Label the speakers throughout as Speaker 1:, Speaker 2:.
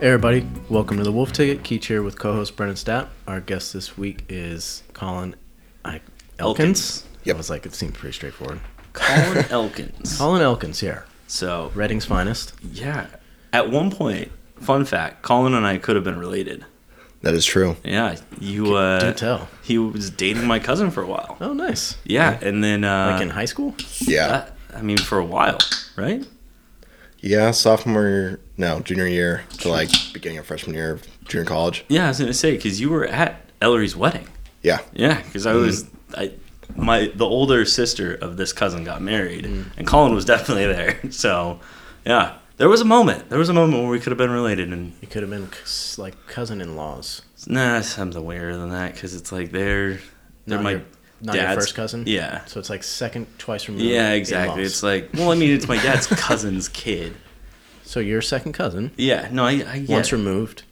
Speaker 1: Hey everybody, welcome to the Wolf Ticket. Keach here with co-host Brennan Stapp. Our guest this week is Colin I- Elkins.
Speaker 2: Yep.
Speaker 1: I was like, it seemed pretty straightforward.
Speaker 3: Colin Elkins.
Speaker 1: Colin Elkins here,
Speaker 3: So
Speaker 1: Reading's finest.
Speaker 3: yeah, at one point, fun fact: Colin and I could have been related.
Speaker 2: That is true.
Speaker 3: Yeah, you. Uh,
Speaker 1: do tell.
Speaker 3: He was dating my cousin for a while.
Speaker 1: Oh, nice.
Speaker 3: Yeah, and then uh,
Speaker 1: Like in high school?
Speaker 2: Yeah.
Speaker 3: that- I mean, for a while, right?
Speaker 2: Yeah, sophomore, no, junior year to like beginning of freshman year of junior college.
Speaker 3: Yeah, I was gonna say because you were at Ellery's wedding.
Speaker 2: Yeah.
Speaker 3: Yeah, because
Speaker 1: Mm-hmm.
Speaker 3: I was I my the older sister of this cousin got married,
Speaker 1: Mm.
Speaker 3: and Colin was definitely there. So, yeah, there was a moment. There was a moment where we could have been related, and
Speaker 1: You could have been c- like cousin-in-laws.
Speaker 3: Nah, it sounds weirder than that because it's like they're they're
Speaker 1: Not
Speaker 3: my
Speaker 1: your- not your
Speaker 3: dad's-
Speaker 1: first cousin?
Speaker 3: Yeah,
Speaker 1: So it's like second, twice removed.
Speaker 3: yeah, exactly.
Speaker 1: in-laws.
Speaker 3: It's like well, I mean, it's my dad's cousin's kid.
Speaker 1: so your second cousin,
Speaker 3: Yeah, no, I, I yeah.
Speaker 1: once removed,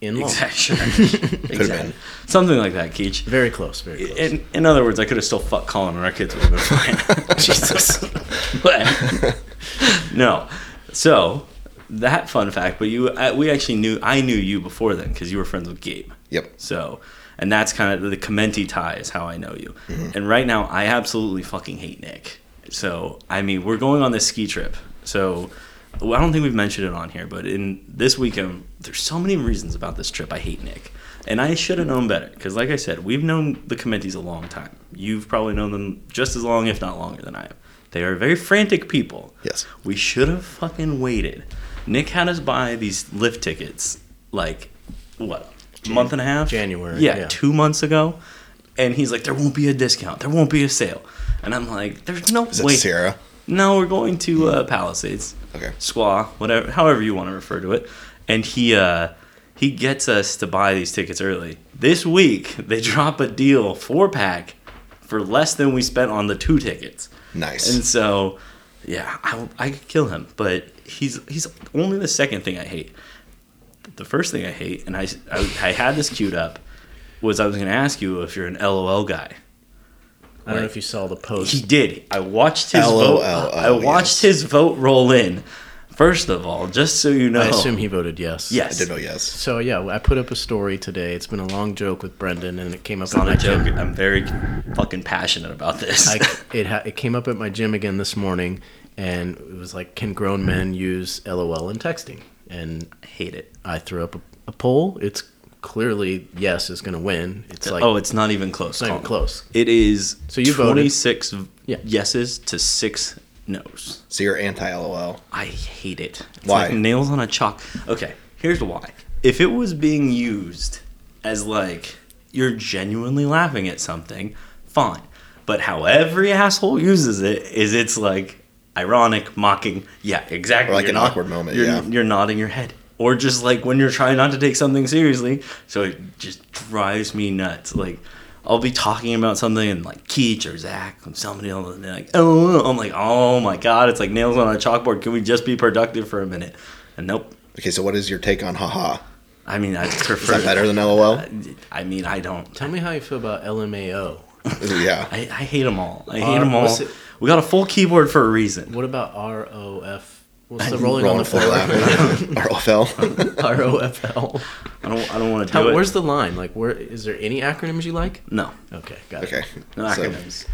Speaker 1: in law.
Speaker 3: exactly, exactly.
Speaker 2: been.
Speaker 3: something like that, Keach.
Speaker 1: Very close. Very close.
Speaker 3: In, in other words, I could have still fucked Colin and our kids would have been fine. Jesus, but no. So that fun fact, but you, I, we actually knew I knew you before then because you were friends with Gabe.
Speaker 2: Yep.
Speaker 3: So, and that's kind of the Comenti tie is how I know you. And right now, I absolutely fucking hate Nick. So, I mean, we're going on this ski trip. So, well, I don't think we've mentioned it on here, but in this weekend, there's so many reasons about this trip I hate Nick. And I should have known better because, like I said, we've known the Comentis a long time. You've probably known them just as long, if not longer, than I have. They are very frantic people.
Speaker 2: Yes.
Speaker 3: We should have fucking waited. Nick had us buy these lift tickets like what? A month and a half?
Speaker 1: January,
Speaker 3: Yeah,
Speaker 1: yeah.
Speaker 3: two months ago. And he's like, There won't be a discount, there won't be a sale. And I'm like, There's no
Speaker 2: Is that
Speaker 3: way
Speaker 2: Sarah?
Speaker 3: No, we're going to uh, Palisades.
Speaker 2: Okay.
Speaker 3: Squaw, whatever however you want to refer to it. And he uh he gets us to buy these tickets early. This week they drop a deal four pack for less than we spent on the two tickets.
Speaker 2: Nice.
Speaker 3: And so, yeah, I, I could kill him, but he's he's only the second thing I hate. The first thing I hate, and I, I, I had this queued up, was I was going to ask you if you're an LOL guy.
Speaker 1: I don't know if you saw the post.
Speaker 3: He did. I watched his
Speaker 2: LOL,
Speaker 3: vote. I watched
Speaker 2: oh, yes.
Speaker 3: his vote roll in. First of all, just so you know,
Speaker 1: I assume he voted yes.
Speaker 2: I
Speaker 3: yes,
Speaker 2: did know yes.
Speaker 1: So yeah, I put up a story today. It's been a long joke with Brendan, and it came up
Speaker 3: it's not
Speaker 1: my
Speaker 3: a joke.
Speaker 1: gym.
Speaker 3: I'm very fucking passionate about this.
Speaker 1: I, it ha- it came up at my gym again this morning, and it was like, can grown men use LOL in texting? And
Speaker 3: hate it.
Speaker 1: I threw up a, a poll. It's clearly yes is going to win. It's like
Speaker 3: oh, it's not even close.
Speaker 1: not even
Speaker 3: Colin.
Speaker 1: close.
Speaker 3: It is
Speaker 1: So you voted.
Speaker 3: 26 v-
Speaker 1: Yeah.
Speaker 3: yeses to six no's.
Speaker 2: So you're anti LOL.
Speaker 3: I hate it. It's
Speaker 2: Why?
Speaker 3: like nails on a chalk. Okay, here's why. If it was being used as like you're genuinely laughing at something, fine. But how every asshole uses it is it's like ironic, mocking. Yeah, exactly.
Speaker 2: Or like
Speaker 3: You're
Speaker 2: an awkward moment,
Speaker 3: You're,
Speaker 2: yeah.
Speaker 3: you're nodding your head. Or just like when you're trying not to take something seriously. So it just drives me nuts. Like, I'll be talking about something and like Keach or Zach and somebody else and they're like, oh, I'm like, oh my God, it's like nails on a chalkboard. Can we just be productive for a minute? And nope.
Speaker 2: Okay, so what is your take on haha?
Speaker 3: I mean, I
Speaker 2: Is
Speaker 3: prefer.
Speaker 2: that better than LOL?
Speaker 3: I mean, I don't.
Speaker 1: Tell me how you feel about LMAO.
Speaker 2: yeah.
Speaker 3: I, I hate them all. I hate
Speaker 1: Uh,
Speaker 3: them all.
Speaker 1: what's it-
Speaker 3: We got a full keyboard for a reason.
Speaker 1: What about ROF? What's the rolling, on the
Speaker 2: Rolling for
Speaker 1: floor?
Speaker 2: laughing. RFL.
Speaker 1: ROFL.
Speaker 3: I don't. I don't want to do
Speaker 1: How,
Speaker 3: it.
Speaker 1: where's the line? Like, where is there any acronyms you like?
Speaker 3: no,
Speaker 1: Okay, got it.
Speaker 2: Okay.
Speaker 3: no
Speaker 2: So,
Speaker 3: acronyms.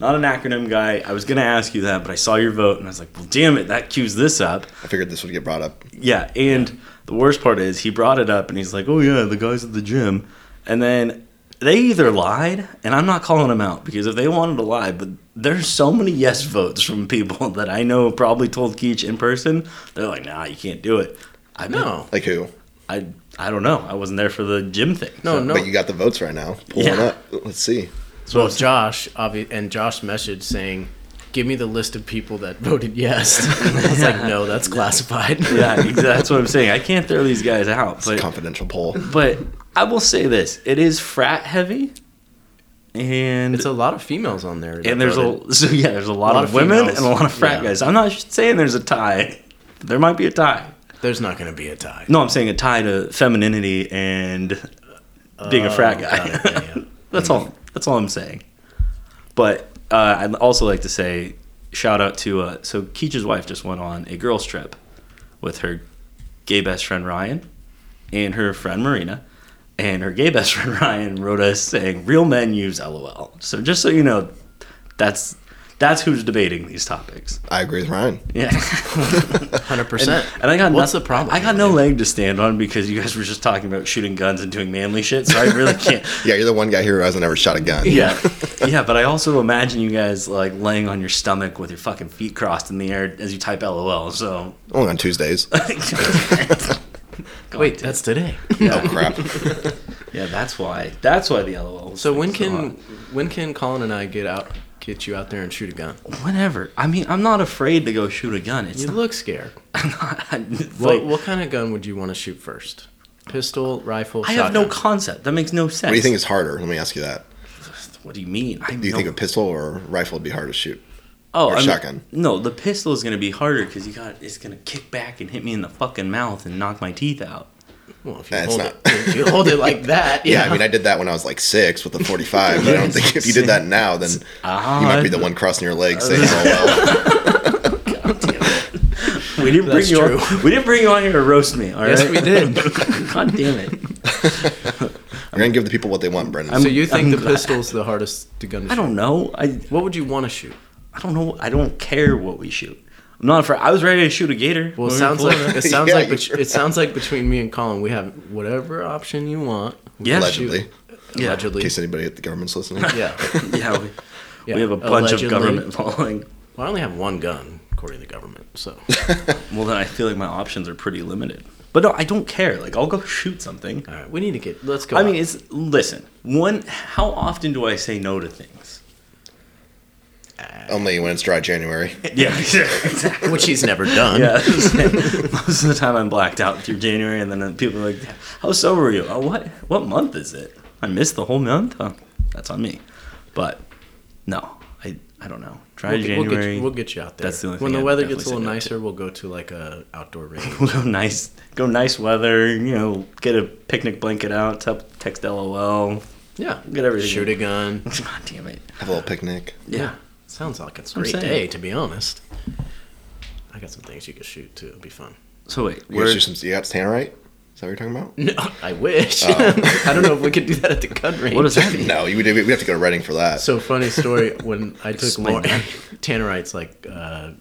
Speaker 3: Not an acronym guy. I was gonna ask you that, but I saw your vote and I was like, well, damn it, that cues this up.
Speaker 2: I figured this would get brought up.
Speaker 3: Yeah, and the worst part is he brought it up and he's like, "Oh yeah, the guys at the gym," and then they either lied, and I'm not calling them out because if they wanted to lie, but there's so many yes votes from people that I know probably told Keach in person. They're like, "Nah, you can't do it." I bet-
Speaker 1: No,
Speaker 2: Like who?
Speaker 3: I I don't know. I wasn't there for the gym thing.
Speaker 1: no, no.
Speaker 2: But you got the votes right now. Pull it
Speaker 3: Yeah.
Speaker 2: up. Let's see.
Speaker 1: So Josh, obvi- and Josh message saying, "Give me the list of people that voted yes." I was like, "No, that's classified."
Speaker 3: yeah, exactly. that's what I'm saying. I can't throw these guys out, but
Speaker 2: Confidential poll.
Speaker 3: but I will say this: it is frat heavy, and
Speaker 1: It's a lot of females on there. that
Speaker 3: and there's
Speaker 1: voted.
Speaker 3: a so yeah, there's a lot, of, women
Speaker 1: females.
Speaker 3: and a lot of frat
Speaker 1: Yeah.
Speaker 3: guys. I'm not saying there's a tie. There might be a tie.
Speaker 1: there's not going to be a tie.
Speaker 3: No, I'm saying a tie to femininity and being a frat
Speaker 1: Oh,
Speaker 3: guy.
Speaker 1: got it, yeah, yeah.
Speaker 3: that's all. That's all I'm saying. But uh, I'd also like to say shout out to uh, so Keach's wife just went on a girls trip with her gay best friend Ryan, and her friend Marina and her gay best friend Ryan wrote us saying real men use LOL. So just so you know, that's that's who's debating these topics.
Speaker 2: I agree with Ryan.
Speaker 3: Yeah.
Speaker 1: Hundred percent.
Speaker 3: And I got
Speaker 1: what's
Speaker 3: no-
Speaker 1: the problem?
Speaker 3: I got no leg to stand on because you guys were just talking about shooting guns and doing manly shit, so I really can't.
Speaker 2: Yeah, you're the one guy here who hasn't ever shot a gun.
Speaker 3: yeah, yeah, but I also imagine you guys like laying on your stomach with your fucking feet crossed in the air as you type LOL. So
Speaker 2: Only on Tuesdays.
Speaker 1: Wait, that's today.
Speaker 2: Oh crap.
Speaker 3: yeah, that's why. That's why the LOL.
Speaker 1: So when can when can Colin and I get out, get you out there and shoot a gun?
Speaker 3: whenever? I mean, I'm not afraid to go shoot a gun. It's
Speaker 1: You
Speaker 3: not.
Speaker 1: look scared.
Speaker 3: I'm not I'm- like,
Speaker 1: What, what kind of gun would you want to shoot first? Pistol, rifle,
Speaker 3: I have no
Speaker 1: shotgun?
Speaker 3: concept. That makes no sense.
Speaker 2: What do you think is harder? Let me ask you that.
Speaker 3: What do you mean? I
Speaker 2: Do you think a pistol or a rifle would be harder to shoot?
Speaker 3: Oh,
Speaker 2: Or
Speaker 3: I mean-
Speaker 2: shotgun.
Speaker 3: no, the pistol is gonna be harder because you got it's gonna kick back and hit me in the fucking mouth and knock my teeth out.
Speaker 1: Well, if you
Speaker 2: That's
Speaker 1: hold
Speaker 2: not-
Speaker 1: it, if you hold it like that.
Speaker 2: Yeah, I mean, I did that when I was like six with a 45. but I don't think if you did that now, then you might be the one crossing your legs saying, "Oh well."
Speaker 3: We didn't bring
Speaker 1: That's
Speaker 3: you.
Speaker 1: true.
Speaker 3: On, we didn't bring you on here to roast me. All right.
Speaker 1: Yes, we did.
Speaker 3: God damn it!
Speaker 2: You're gonna give the people what they want, Brendan.
Speaker 1: so you think
Speaker 3: I'm
Speaker 1: the
Speaker 3: glad-
Speaker 1: pistol's the hardest to gun? To
Speaker 3: I don't know. I
Speaker 1: Shoot? What would you want to shoot?
Speaker 3: I don't know. I don't care what we shoot. I'm not afraid. I was ready to shoot a gator.
Speaker 1: Well, it
Speaker 3: When we
Speaker 1: sounds
Speaker 3: were
Speaker 1: like
Speaker 3: Florida.
Speaker 1: it sounds
Speaker 2: Yeah,
Speaker 1: like
Speaker 2: you
Speaker 1: bet-
Speaker 2: sure
Speaker 1: it sounds like between me and Colin, we have whatever option you want. We
Speaker 3: Yeah.
Speaker 1: can
Speaker 2: allegedly,
Speaker 1: shoot.
Speaker 2: in
Speaker 3: Yeah.
Speaker 1: allegedly.
Speaker 2: case anybody at the government's listening.
Speaker 1: Yeah.
Speaker 3: yeah, we,
Speaker 1: Yeah,
Speaker 3: we have a bunch
Speaker 1: allegedly.
Speaker 3: of government following.
Speaker 1: Well, I only have one gun, according to the government. So
Speaker 3: Well, then I feel like my options are pretty limited. But no, I don't care. Like I'll go shoot something.
Speaker 1: all right, we need to get. Let's go.
Speaker 3: I mean,
Speaker 1: out.
Speaker 3: it's listen. One, how often do I say no to things?
Speaker 2: Only when it's dry January.
Speaker 3: Yeah, exactly.
Speaker 1: which he's never done.
Speaker 3: Yeah, most of the time I'm blacked out through January, and then people are like, "How sober are you? Oh, what what month is it? I missed the whole month. Oh, that's on me." But no, I I don't know. Try
Speaker 1: We'll get, we'll, get
Speaker 3: January.
Speaker 1: you, we'll get you out there.
Speaker 3: That's the only
Speaker 1: when
Speaker 3: thing
Speaker 1: the
Speaker 3: I'd
Speaker 1: weather gets a
Speaker 3: definitely
Speaker 1: little
Speaker 3: say
Speaker 1: nicer, we'll go to like a outdoor range.
Speaker 3: We'll go nice. Go nice weather. You know, get a picnic blanket out. T- text LOL.
Speaker 1: Yeah,
Speaker 3: Get everything.
Speaker 1: Shoot a gun.
Speaker 3: God damn it.
Speaker 2: Have a little picnic.
Speaker 3: Yeah.
Speaker 1: Sounds like it's a
Speaker 3: I'm
Speaker 1: great
Speaker 3: saying.
Speaker 1: day, to be honest. I got some things you could shoot too. It'll be fun.
Speaker 3: So wait,
Speaker 2: You, guys
Speaker 3: we're
Speaker 2: do some, you got tannerite? Is that what you're talking about?
Speaker 1: No, I wish. I don't know if we could do that at the gun range.
Speaker 3: Oh. what does that mean?
Speaker 2: No, you would, we'd have to go to Reading for that.
Speaker 1: So funny story. When I took
Speaker 3: Explain
Speaker 1: Lauren,
Speaker 3: that.
Speaker 1: Tannerite's like uh,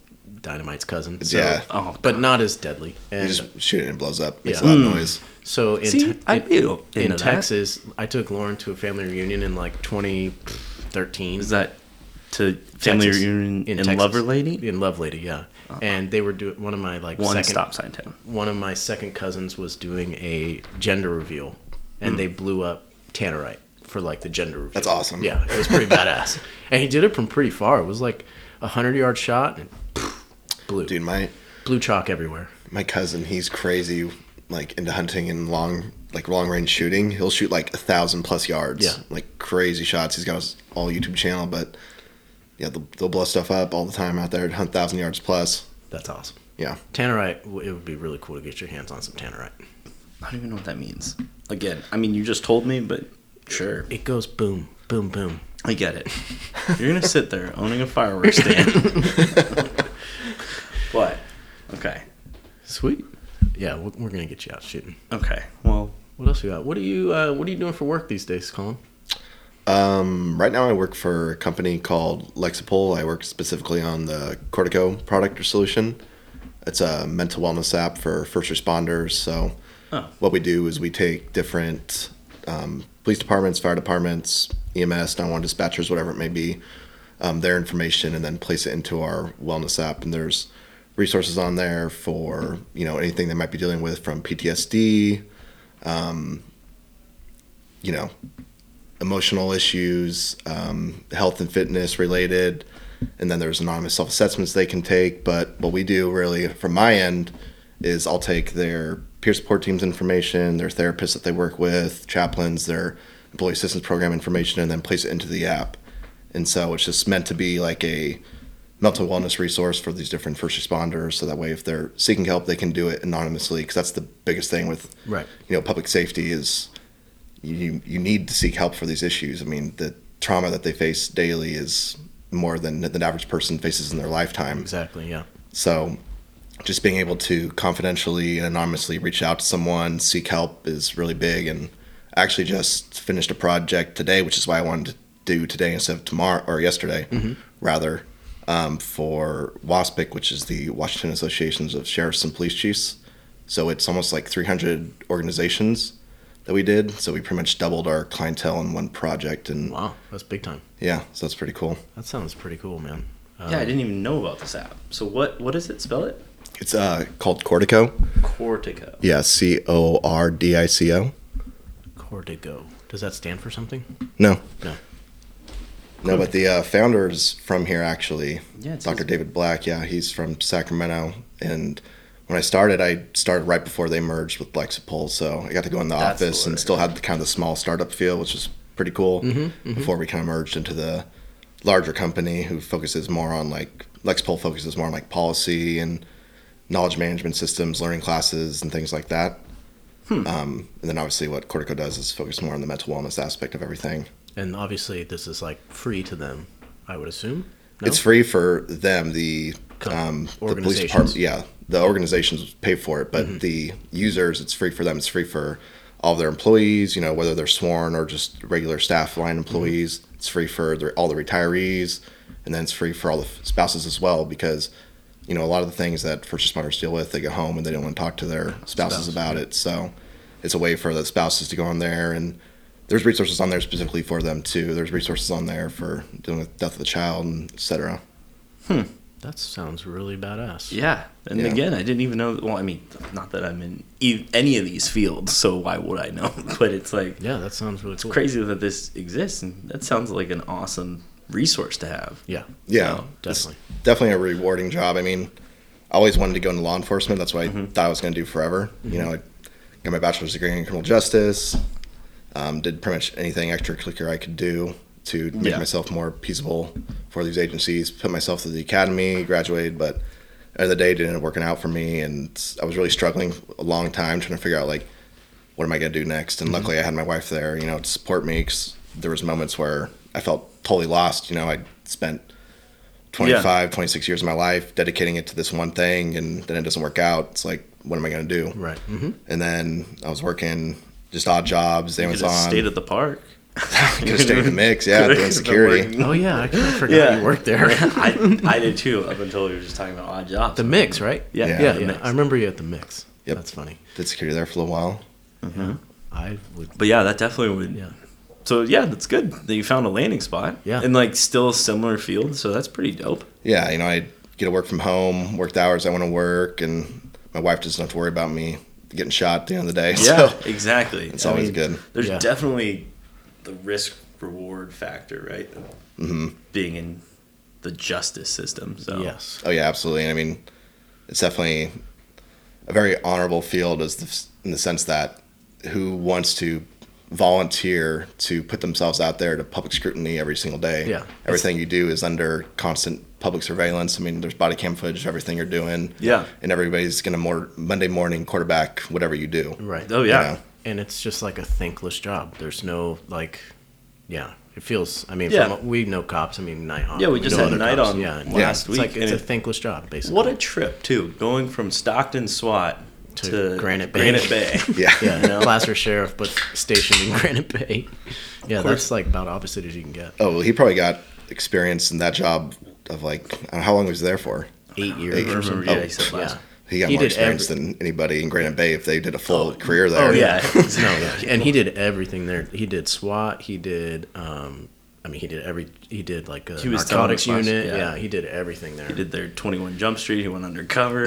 Speaker 1: Dynamite's cousin. So,
Speaker 2: Yeah.
Speaker 3: Oh,
Speaker 1: but not as deadly.
Speaker 2: you
Speaker 1: And
Speaker 2: just shoot it and it blows up. Makes
Speaker 1: Yeah.
Speaker 2: a lot of noise.
Speaker 1: so in
Speaker 3: See,
Speaker 1: Te-
Speaker 3: I'd be into
Speaker 1: in
Speaker 3: that.
Speaker 1: Texas, I took Lauren to a family reunion in like 2013.
Speaker 3: Is that to family
Speaker 1: Texas.
Speaker 3: reunion in,
Speaker 1: Texas.
Speaker 3: Lover Lady? Oh.
Speaker 1: In Lover Lady, yeah. And they were doing one of my like
Speaker 3: One
Speaker 1: second,
Speaker 3: stop sign town.
Speaker 1: One of my second cousins was doing a gender reveal, and they blew up Tannerite for like the gender reveal.
Speaker 2: Hmm. That's awesome.
Speaker 1: Yeah, it was pretty badass. And he did it from pretty far. It was like a hundred yard shot and blue,
Speaker 2: Dude, my
Speaker 1: blue chalk everywhere.
Speaker 2: my cousin, he's crazy, like into hunting and long, like long range shooting. He'll shoot like a thousand plus yards,
Speaker 1: Yeah.
Speaker 2: like crazy shots. He's got his all YouTube channel, but yeah, they'll, they'll blow stuff up all the time out there. Hunt thousand yards plus.
Speaker 1: That's awesome.
Speaker 2: Yeah,
Speaker 1: Tannerite, w- it would be really cool to get your hands on some Tannerite.
Speaker 3: I don't even know what that means. Again, I mean, you just told me, but sure,
Speaker 1: It goes boom, boom, boom.
Speaker 3: I get it. You're gonna sit there owning a fireworks stand. what? Okay.
Speaker 1: Sweet. Yeah, we're, we're gonna get you out shooting.
Speaker 3: Okay. Well,
Speaker 1: What else we got? What are you uh, What are you doing for work these days, Colin?
Speaker 2: Um, right now, I work for a company called Lexapol. I work specifically on the Cortico product or solution. It's a mental wellness app for first responders. So,
Speaker 3: Oh.
Speaker 2: what we do is we take different um, police departments, fire departments, E EMS, 911 dispatchers, whatever it may be, um, their information, and then place it into our wellness app. And there's resources on there for you know anything they might be dealing with from PTSD, um, you know, emotional issues, um, health and fitness related, and then there's anonymous self assessments they can take. But what we do really from my end is I'll take their peer support team's information, their therapists that they work with, chaplains, their employee assistance program information, and then place it into the app. And so it's just meant to be like a mental wellness resource for these different first responders. So that way, if they're seeking help, they can do it anonymously because that's the biggest thing with
Speaker 1: Right.
Speaker 2: you know public safety is you you need to seek help for these issues. I mean, the trauma that they face daily is more than the average person faces in their lifetime.
Speaker 1: Exactly. Yeah.
Speaker 2: So just being able to confidentially and anonymously reach out to someone, seek help is really big. And I actually just finished a project today, which is why I wanted to do today instead of tomorrow or yesterday, rather, um, for WASPIC, which is the Washington Associations of Sheriffs and Police Chiefs. So it's almost like 300 organizations that we did. So we pretty much doubled our clientele in one project. And
Speaker 1: Wow, that's big time.
Speaker 2: yeah, so that's pretty cool.
Speaker 1: That sounds pretty cool, man. Uh,
Speaker 3: yeah, I didn't even know about this app. So what what does it spell it?
Speaker 2: It's uh, called Cortico.
Speaker 3: Cortico.
Speaker 2: Yeah, C O R D I C O.
Speaker 1: Cortico. Does that stand for something?
Speaker 2: No.
Speaker 1: No.
Speaker 2: No, but the uh, founder's from here actually.
Speaker 3: Yeah, it's
Speaker 2: Dr.
Speaker 3: his-
Speaker 2: David Black. Yeah, he's from Sacramento. And when I started, I started right before they merged with Lexipol. So I got to go in the
Speaker 3: That's the
Speaker 2: office and
Speaker 3: word.
Speaker 2: still had the kind of the small startup feel, which was pretty cool before we kind of merged into the larger company who focuses more on like Lexipol focuses more on like policy and knowledge management systems, learning classes, and things like that. Um, and then obviously, what Cortico does is focus more on the mental wellness aspect of everything.
Speaker 1: And obviously, this is like free to them, I would assume. No?
Speaker 2: It's free for them. The
Speaker 1: Com-
Speaker 2: um, the police
Speaker 1: organizations. Mm-hmm.
Speaker 2: department, yeah, the organizations pay for it, but the users, it's free for them. It's free for all their employees. You know, whether they're sworn or just regular staff
Speaker 1: Mm-hmm.
Speaker 2: line employees, it's free for the, all the retirees, and then it's free for all the spouses as well because. You know, a lot of the things that first responders deal with, they go home and they don't want to talk to their spouses
Speaker 1: Spouse.
Speaker 2: about it. So it's a way for the spouses to go on there and there's resources on there specifically for them too. There's resources on there for dealing with death of the child and et cetera.
Speaker 1: That sounds really badass.
Speaker 3: Yeah, and
Speaker 2: Yeah.
Speaker 3: again, I didn't even know. Well, I mean, not that I'm in e- any of these fields, so why would I know? but it's like
Speaker 1: Yeah, that sounds really cool.
Speaker 3: crazy that this exists, and that sounds like an awesome resource to have.
Speaker 1: Yeah,
Speaker 2: Yeah,
Speaker 3: Wow,
Speaker 2: it's
Speaker 1: definitely.
Speaker 2: definitely a rewarding job. I mean, I always wanted to go into law enforcement. That's what I thought I was going to do forever. You know, I got my bachelor's degree in criminal justice. Um, did pretty much anything extracurricular I could do to make
Speaker 3: Yeah.
Speaker 2: myself more peaceable for these agencies. Put myself through the academy, graduated, but at the end of the day, it didn't end up working out for me, and I was really struggling a long time trying to figure out like what am I going to do next? And luckily, I had my wife there, you know, to support me. 'cause there was moments where I felt totally lost. You know, I spent 25, 26 years of my life dedicating it to this one thing, and then it doesn't work out. It's like, what am I going to do?
Speaker 1: Right. hmm
Speaker 2: And then I was working just odd jobs,
Speaker 3: You could have
Speaker 2: Amazon.
Speaker 3: stayed at the park.
Speaker 2: Could have stayed in the mix, yeah,
Speaker 3: Could've
Speaker 2: doing
Speaker 3: been
Speaker 2: security.
Speaker 3: working.
Speaker 1: Oh yeah, I kinda forgot
Speaker 3: Yeah.
Speaker 1: you worked there.
Speaker 3: I, I did too up until we were just talking about odd jobs.
Speaker 1: The mix, right?
Speaker 3: Yeah,
Speaker 1: yeah.
Speaker 2: Yeah.
Speaker 1: yeah,
Speaker 3: The Mix.
Speaker 1: I remember you at the mix.
Speaker 2: Yep.
Speaker 1: That's funny.
Speaker 2: Did security there for a little while.
Speaker 1: I would.
Speaker 3: But yeah, that definitely would.
Speaker 1: Yeah.
Speaker 3: So yeah, that's good that you found a landing spot.
Speaker 1: Yeah.
Speaker 3: And like still a similar field, so that's pretty dope.
Speaker 2: Yeah, you know, I get to work from home, work the hours I want to work, and my wife doesn't have to worry about me getting shot at the end of the day.
Speaker 3: Yeah,
Speaker 2: So
Speaker 3: exactly.
Speaker 2: it's always good.
Speaker 3: There's
Speaker 1: Yeah.
Speaker 3: definitely the risk reward factor, right?
Speaker 2: Mm-hmm.
Speaker 3: Being in the justice system. So
Speaker 1: Yes.
Speaker 2: Oh yeah, absolutely. And I mean, it's definitely a very honorable field, as the, in the sense that who wants to volunteer to put themselves out there to public scrutiny every single day.
Speaker 1: Yeah.
Speaker 2: everything you do is under constant public surveillance. I mean, there's body cam footage of everything you're doing.
Speaker 3: Yeah.
Speaker 2: and everybody's gonna more Monday morning quarterback whatever you do.
Speaker 1: Right.
Speaker 3: Oh yeah.
Speaker 2: Yeah.
Speaker 1: And it's just like a thankless job. There's no like, yeah. It feels. I mean,
Speaker 3: Yeah.
Speaker 1: from, we know cops. I mean, night on.
Speaker 3: Yeah, we just
Speaker 1: know
Speaker 3: had
Speaker 1: other
Speaker 3: Night
Speaker 1: cops.
Speaker 3: On
Speaker 1: Yeah.
Speaker 3: last
Speaker 1: it's
Speaker 3: week,
Speaker 1: Like, it's
Speaker 3: and
Speaker 1: a
Speaker 3: it-
Speaker 1: thankless job, basically.
Speaker 3: What a trip too, going from Stockton SWAT to,
Speaker 1: To Granite Bay.
Speaker 3: Granite Bay.
Speaker 2: Yeah,
Speaker 1: yeah,
Speaker 3: you know?
Speaker 1: Placer Sheriff, but stationed in Granite Bay. Yeah,
Speaker 3: course.
Speaker 1: that's like about opposite as you can get.
Speaker 2: Oh, well, he probably got experience in that job of like I don't know, how long he was there for.
Speaker 1: Eight years
Speaker 2: Eight
Speaker 1: or
Speaker 2: years.
Speaker 1: something. Oh,
Speaker 3: Remember, yeah, he said last.
Speaker 1: Yeah.
Speaker 2: He got
Speaker 1: He
Speaker 2: more
Speaker 1: did every-
Speaker 2: experience than anybody in Granite Bay if they did a full career there.
Speaker 3: Oh yeah.
Speaker 1: No, yeah. and he did everything there. He did SWAT. He did. um I mean, he did every. He did like a
Speaker 3: He was
Speaker 1: narcotics
Speaker 3: telling us last-
Speaker 1: unit. Yeah.
Speaker 3: yeah.
Speaker 1: he did everything there.
Speaker 3: He did their 21 Jump Street. He went undercover.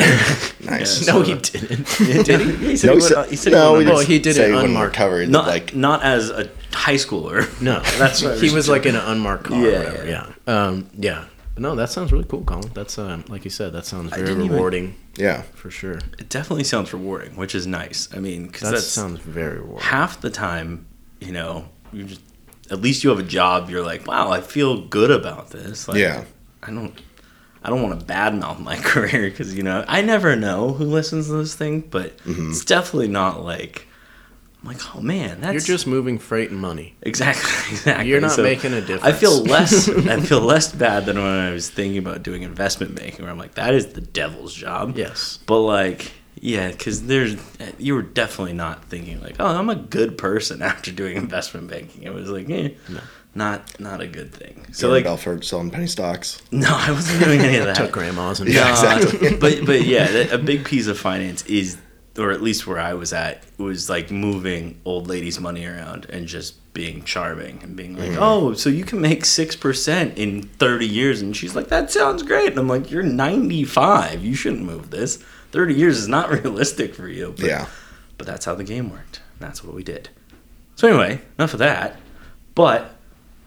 Speaker 2: Nice.
Speaker 1: no,
Speaker 3: so-
Speaker 1: he didn't.
Speaker 3: Did he? He said
Speaker 2: No,
Speaker 3: he
Speaker 2: he
Speaker 3: went.
Speaker 2: said,
Speaker 3: uh, he said
Speaker 2: no,
Speaker 1: didn't.
Speaker 3: he went
Speaker 2: just
Speaker 1: Well,
Speaker 3: under-
Speaker 1: he did
Speaker 2: say
Speaker 1: it
Speaker 2: he went
Speaker 1: unmarked.
Speaker 2: undercover.
Speaker 3: not
Speaker 2: like
Speaker 3: not as a high schooler.
Speaker 1: No, that's
Speaker 3: what I
Speaker 1: he
Speaker 3: was
Speaker 1: was like in an unmarked car.
Speaker 3: Yeah,
Speaker 1: or whatever. yeah, um, yeah. No, that sounds really cool, Colin. That's um, like you said, that sounds very
Speaker 3: didn't even-
Speaker 1: rewarding
Speaker 2: yeah,
Speaker 1: for sure.
Speaker 3: It definitely sounds rewarding, which is nice. I mean, because
Speaker 1: That
Speaker 3: that's
Speaker 1: sounds very rewarding.
Speaker 3: half the time, you know, you just at least you have a job. You're like, wow, I feel good about this. Like,
Speaker 2: Yeah.
Speaker 3: I don't. I don't want to badmouth my career because you know I never know who listens to this thing, but it's definitely not like I'm like, oh man, that's
Speaker 1: You're just moving freight and money.
Speaker 3: exactly exactly.
Speaker 1: You're not making a
Speaker 3: I feel
Speaker 1: difference.
Speaker 3: less. I feel less bad than when I was thinking about doing investment making, where I'm like, that is the devil's job.
Speaker 1: Yes.
Speaker 3: But like, yeah, because there's you were definitely not thinking like, oh, I'm a good person after doing investment banking. It was like, eh, not not a good thing. So
Speaker 2: So
Speaker 3: like,
Speaker 2: like Belford selling penny stocks.
Speaker 3: no, I wasn't doing any of that.
Speaker 1: Took grandma's and
Speaker 2: Yeah.
Speaker 3: Uh,
Speaker 2: exactly.
Speaker 3: but but yeah, that, a big piece of finance is, or at least where I was at, was like moving old ladies' money around and just being charming and being
Speaker 2: Mm-hmm.
Speaker 3: like, oh, so you can make six percent in thirty years, and she's like, that sounds great, and I'm like, you're ninety five, you shouldn't move this. Thirty years is not realistic for you. But,
Speaker 2: Yeah.
Speaker 3: But that's how the game worked. And that's what we did. So anyway, enough of that. But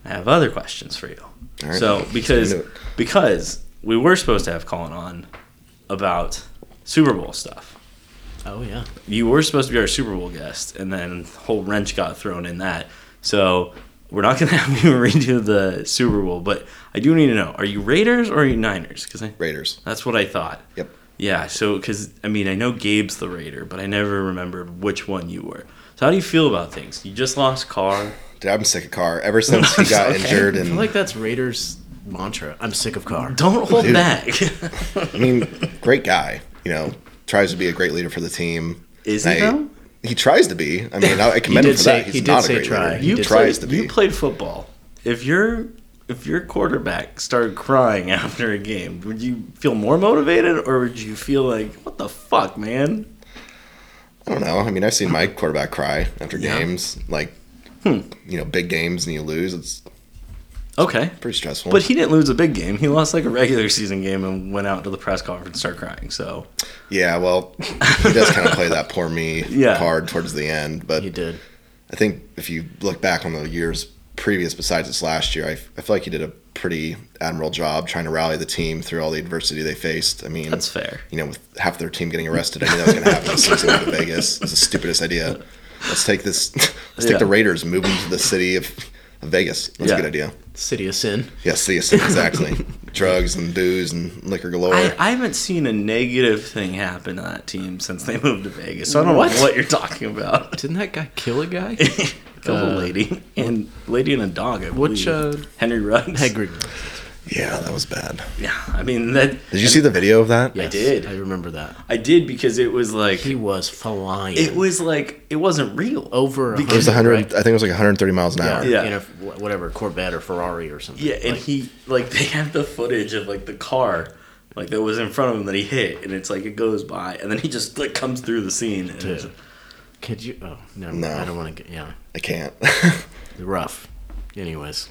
Speaker 3: I have other questions for you.
Speaker 2: All right.
Speaker 3: So because
Speaker 2: Let's get into it.
Speaker 3: because we were supposed to have Colin on about Super Bowl stuff.
Speaker 1: Oh yeah.
Speaker 3: You were supposed to be our Super Bowl guest, and then the whole wrench got thrown in that. So we're not gonna have you redo the Super Bowl, but I do need to know: Are you Raiders or are you Niners? Because
Speaker 2: Raiders.
Speaker 3: that's what I thought.
Speaker 2: Yep.
Speaker 3: Yeah, so because I mean I know Gabe's the Raider, but I never remembered which one you were. So how do you feel about things? You just lost Carr.
Speaker 2: Dude, I've been sick of Carr ever since he got
Speaker 3: Okay.
Speaker 2: injured.
Speaker 1: I
Speaker 2: And
Speaker 1: feel like that's Raiders mantra. I'm sick of car.
Speaker 3: Don't hold
Speaker 2: Dude.
Speaker 3: back.
Speaker 2: I mean, great guy. You know, tries to be a great leader for the team.
Speaker 3: Is
Speaker 2: And
Speaker 3: he
Speaker 2: I-
Speaker 3: though?
Speaker 2: He tries to be. I mean, I, I commend
Speaker 1: did
Speaker 2: him for
Speaker 1: say-
Speaker 2: that. He's
Speaker 1: he did
Speaker 2: not
Speaker 1: say
Speaker 2: a great
Speaker 1: try.
Speaker 2: leader.
Speaker 1: He
Speaker 2: He
Speaker 1: did
Speaker 2: tries
Speaker 3: played,
Speaker 2: to be.
Speaker 3: You played football. If your if your quarterback started crying after a game, would you feel more motivated or would you feel like what the fuck, man?
Speaker 2: I don't know. I mean, I've seen my quarterback cry after
Speaker 3: Yeah.
Speaker 2: games, like you know, big games, and you lose. It's
Speaker 3: Okay.
Speaker 2: pretty stressful.
Speaker 3: But he didn't lose a big game. He lost like a regular season game and went out to the press conference and started crying. So
Speaker 2: yeah, well, he does kind of play that poor me
Speaker 3: Yeah.
Speaker 2: card towards the end. But
Speaker 1: He did.
Speaker 2: I think if you look back on the years previous, besides this last year, I, f- I feel like he did a pretty admirable job trying to rally the team through all the adversity they faced. I mean,
Speaker 3: that's fair.
Speaker 2: you know, with half their team getting arrested, I knew that was going to happen. so going to Vegas. It's the stupidest idea. Let's take this. Let's
Speaker 3: Yeah.
Speaker 2: take the Raiders, move them to the city of, of Vegas. That's
Speaker 3: Yeah.
Speaker 2: a good idea.
Speaker 1: City of Sin.
Speaker 2: Yeah, see us exactly. Drugs and booze and liquor galore.
Speaker 3: I, I haven't seen a negative thing happen to that team since they moved to Vegas. So I don't
Speaker 1: What?
Speaker 3: know what you're talking about.
Speaker 1: Didn't that guy kill a guy?
Speaker 3: Kill a
Speaker 1: Uh,
Speaker 3: lady and lady and a dog. I
Speaker 1: which,
Speaker 3: believe.
Speaker 1: uh,
Speaker 3: Henry Ruggs.
Speaker 1: Hagrid.
Speaker 2: yeah, that was bad.
Speaker 3: Yeah, I mean that.
Speaker 2: Did you see the video of that?
Speaker 1: Yes,
Speaker 3: did.
Speaker 1: I remember that.
Speaker 3: I did because it was like
Speaker 1: He Oh, was flying.
Speaker 3: it was like it wasn't real.
Speaker 1: over a
Speaker 3: Because-
Speaker 2: It was 100.
Speaker 1: right?
Speaker 2: I think it was like 130 miles an hour.
Speaker 3: Yeah.
Speaker 1: in a wh- whatever Corvette or Ferrari or something.
Speaker 3: Yeah, and
Speaker 1: Like,
Speaker 3: he like they have the footage of like the car like that was in front of him that he hit, and it's like it goes by, and then he just like comes through the scene. And it's-
Speaker 1: Dude. uh, could you? Oh no,
Speaker 2: No.
Speaker 1: I don't want to get. Yeah,
Speaker 2: I can't.
Speaker 1: rough. Anyways,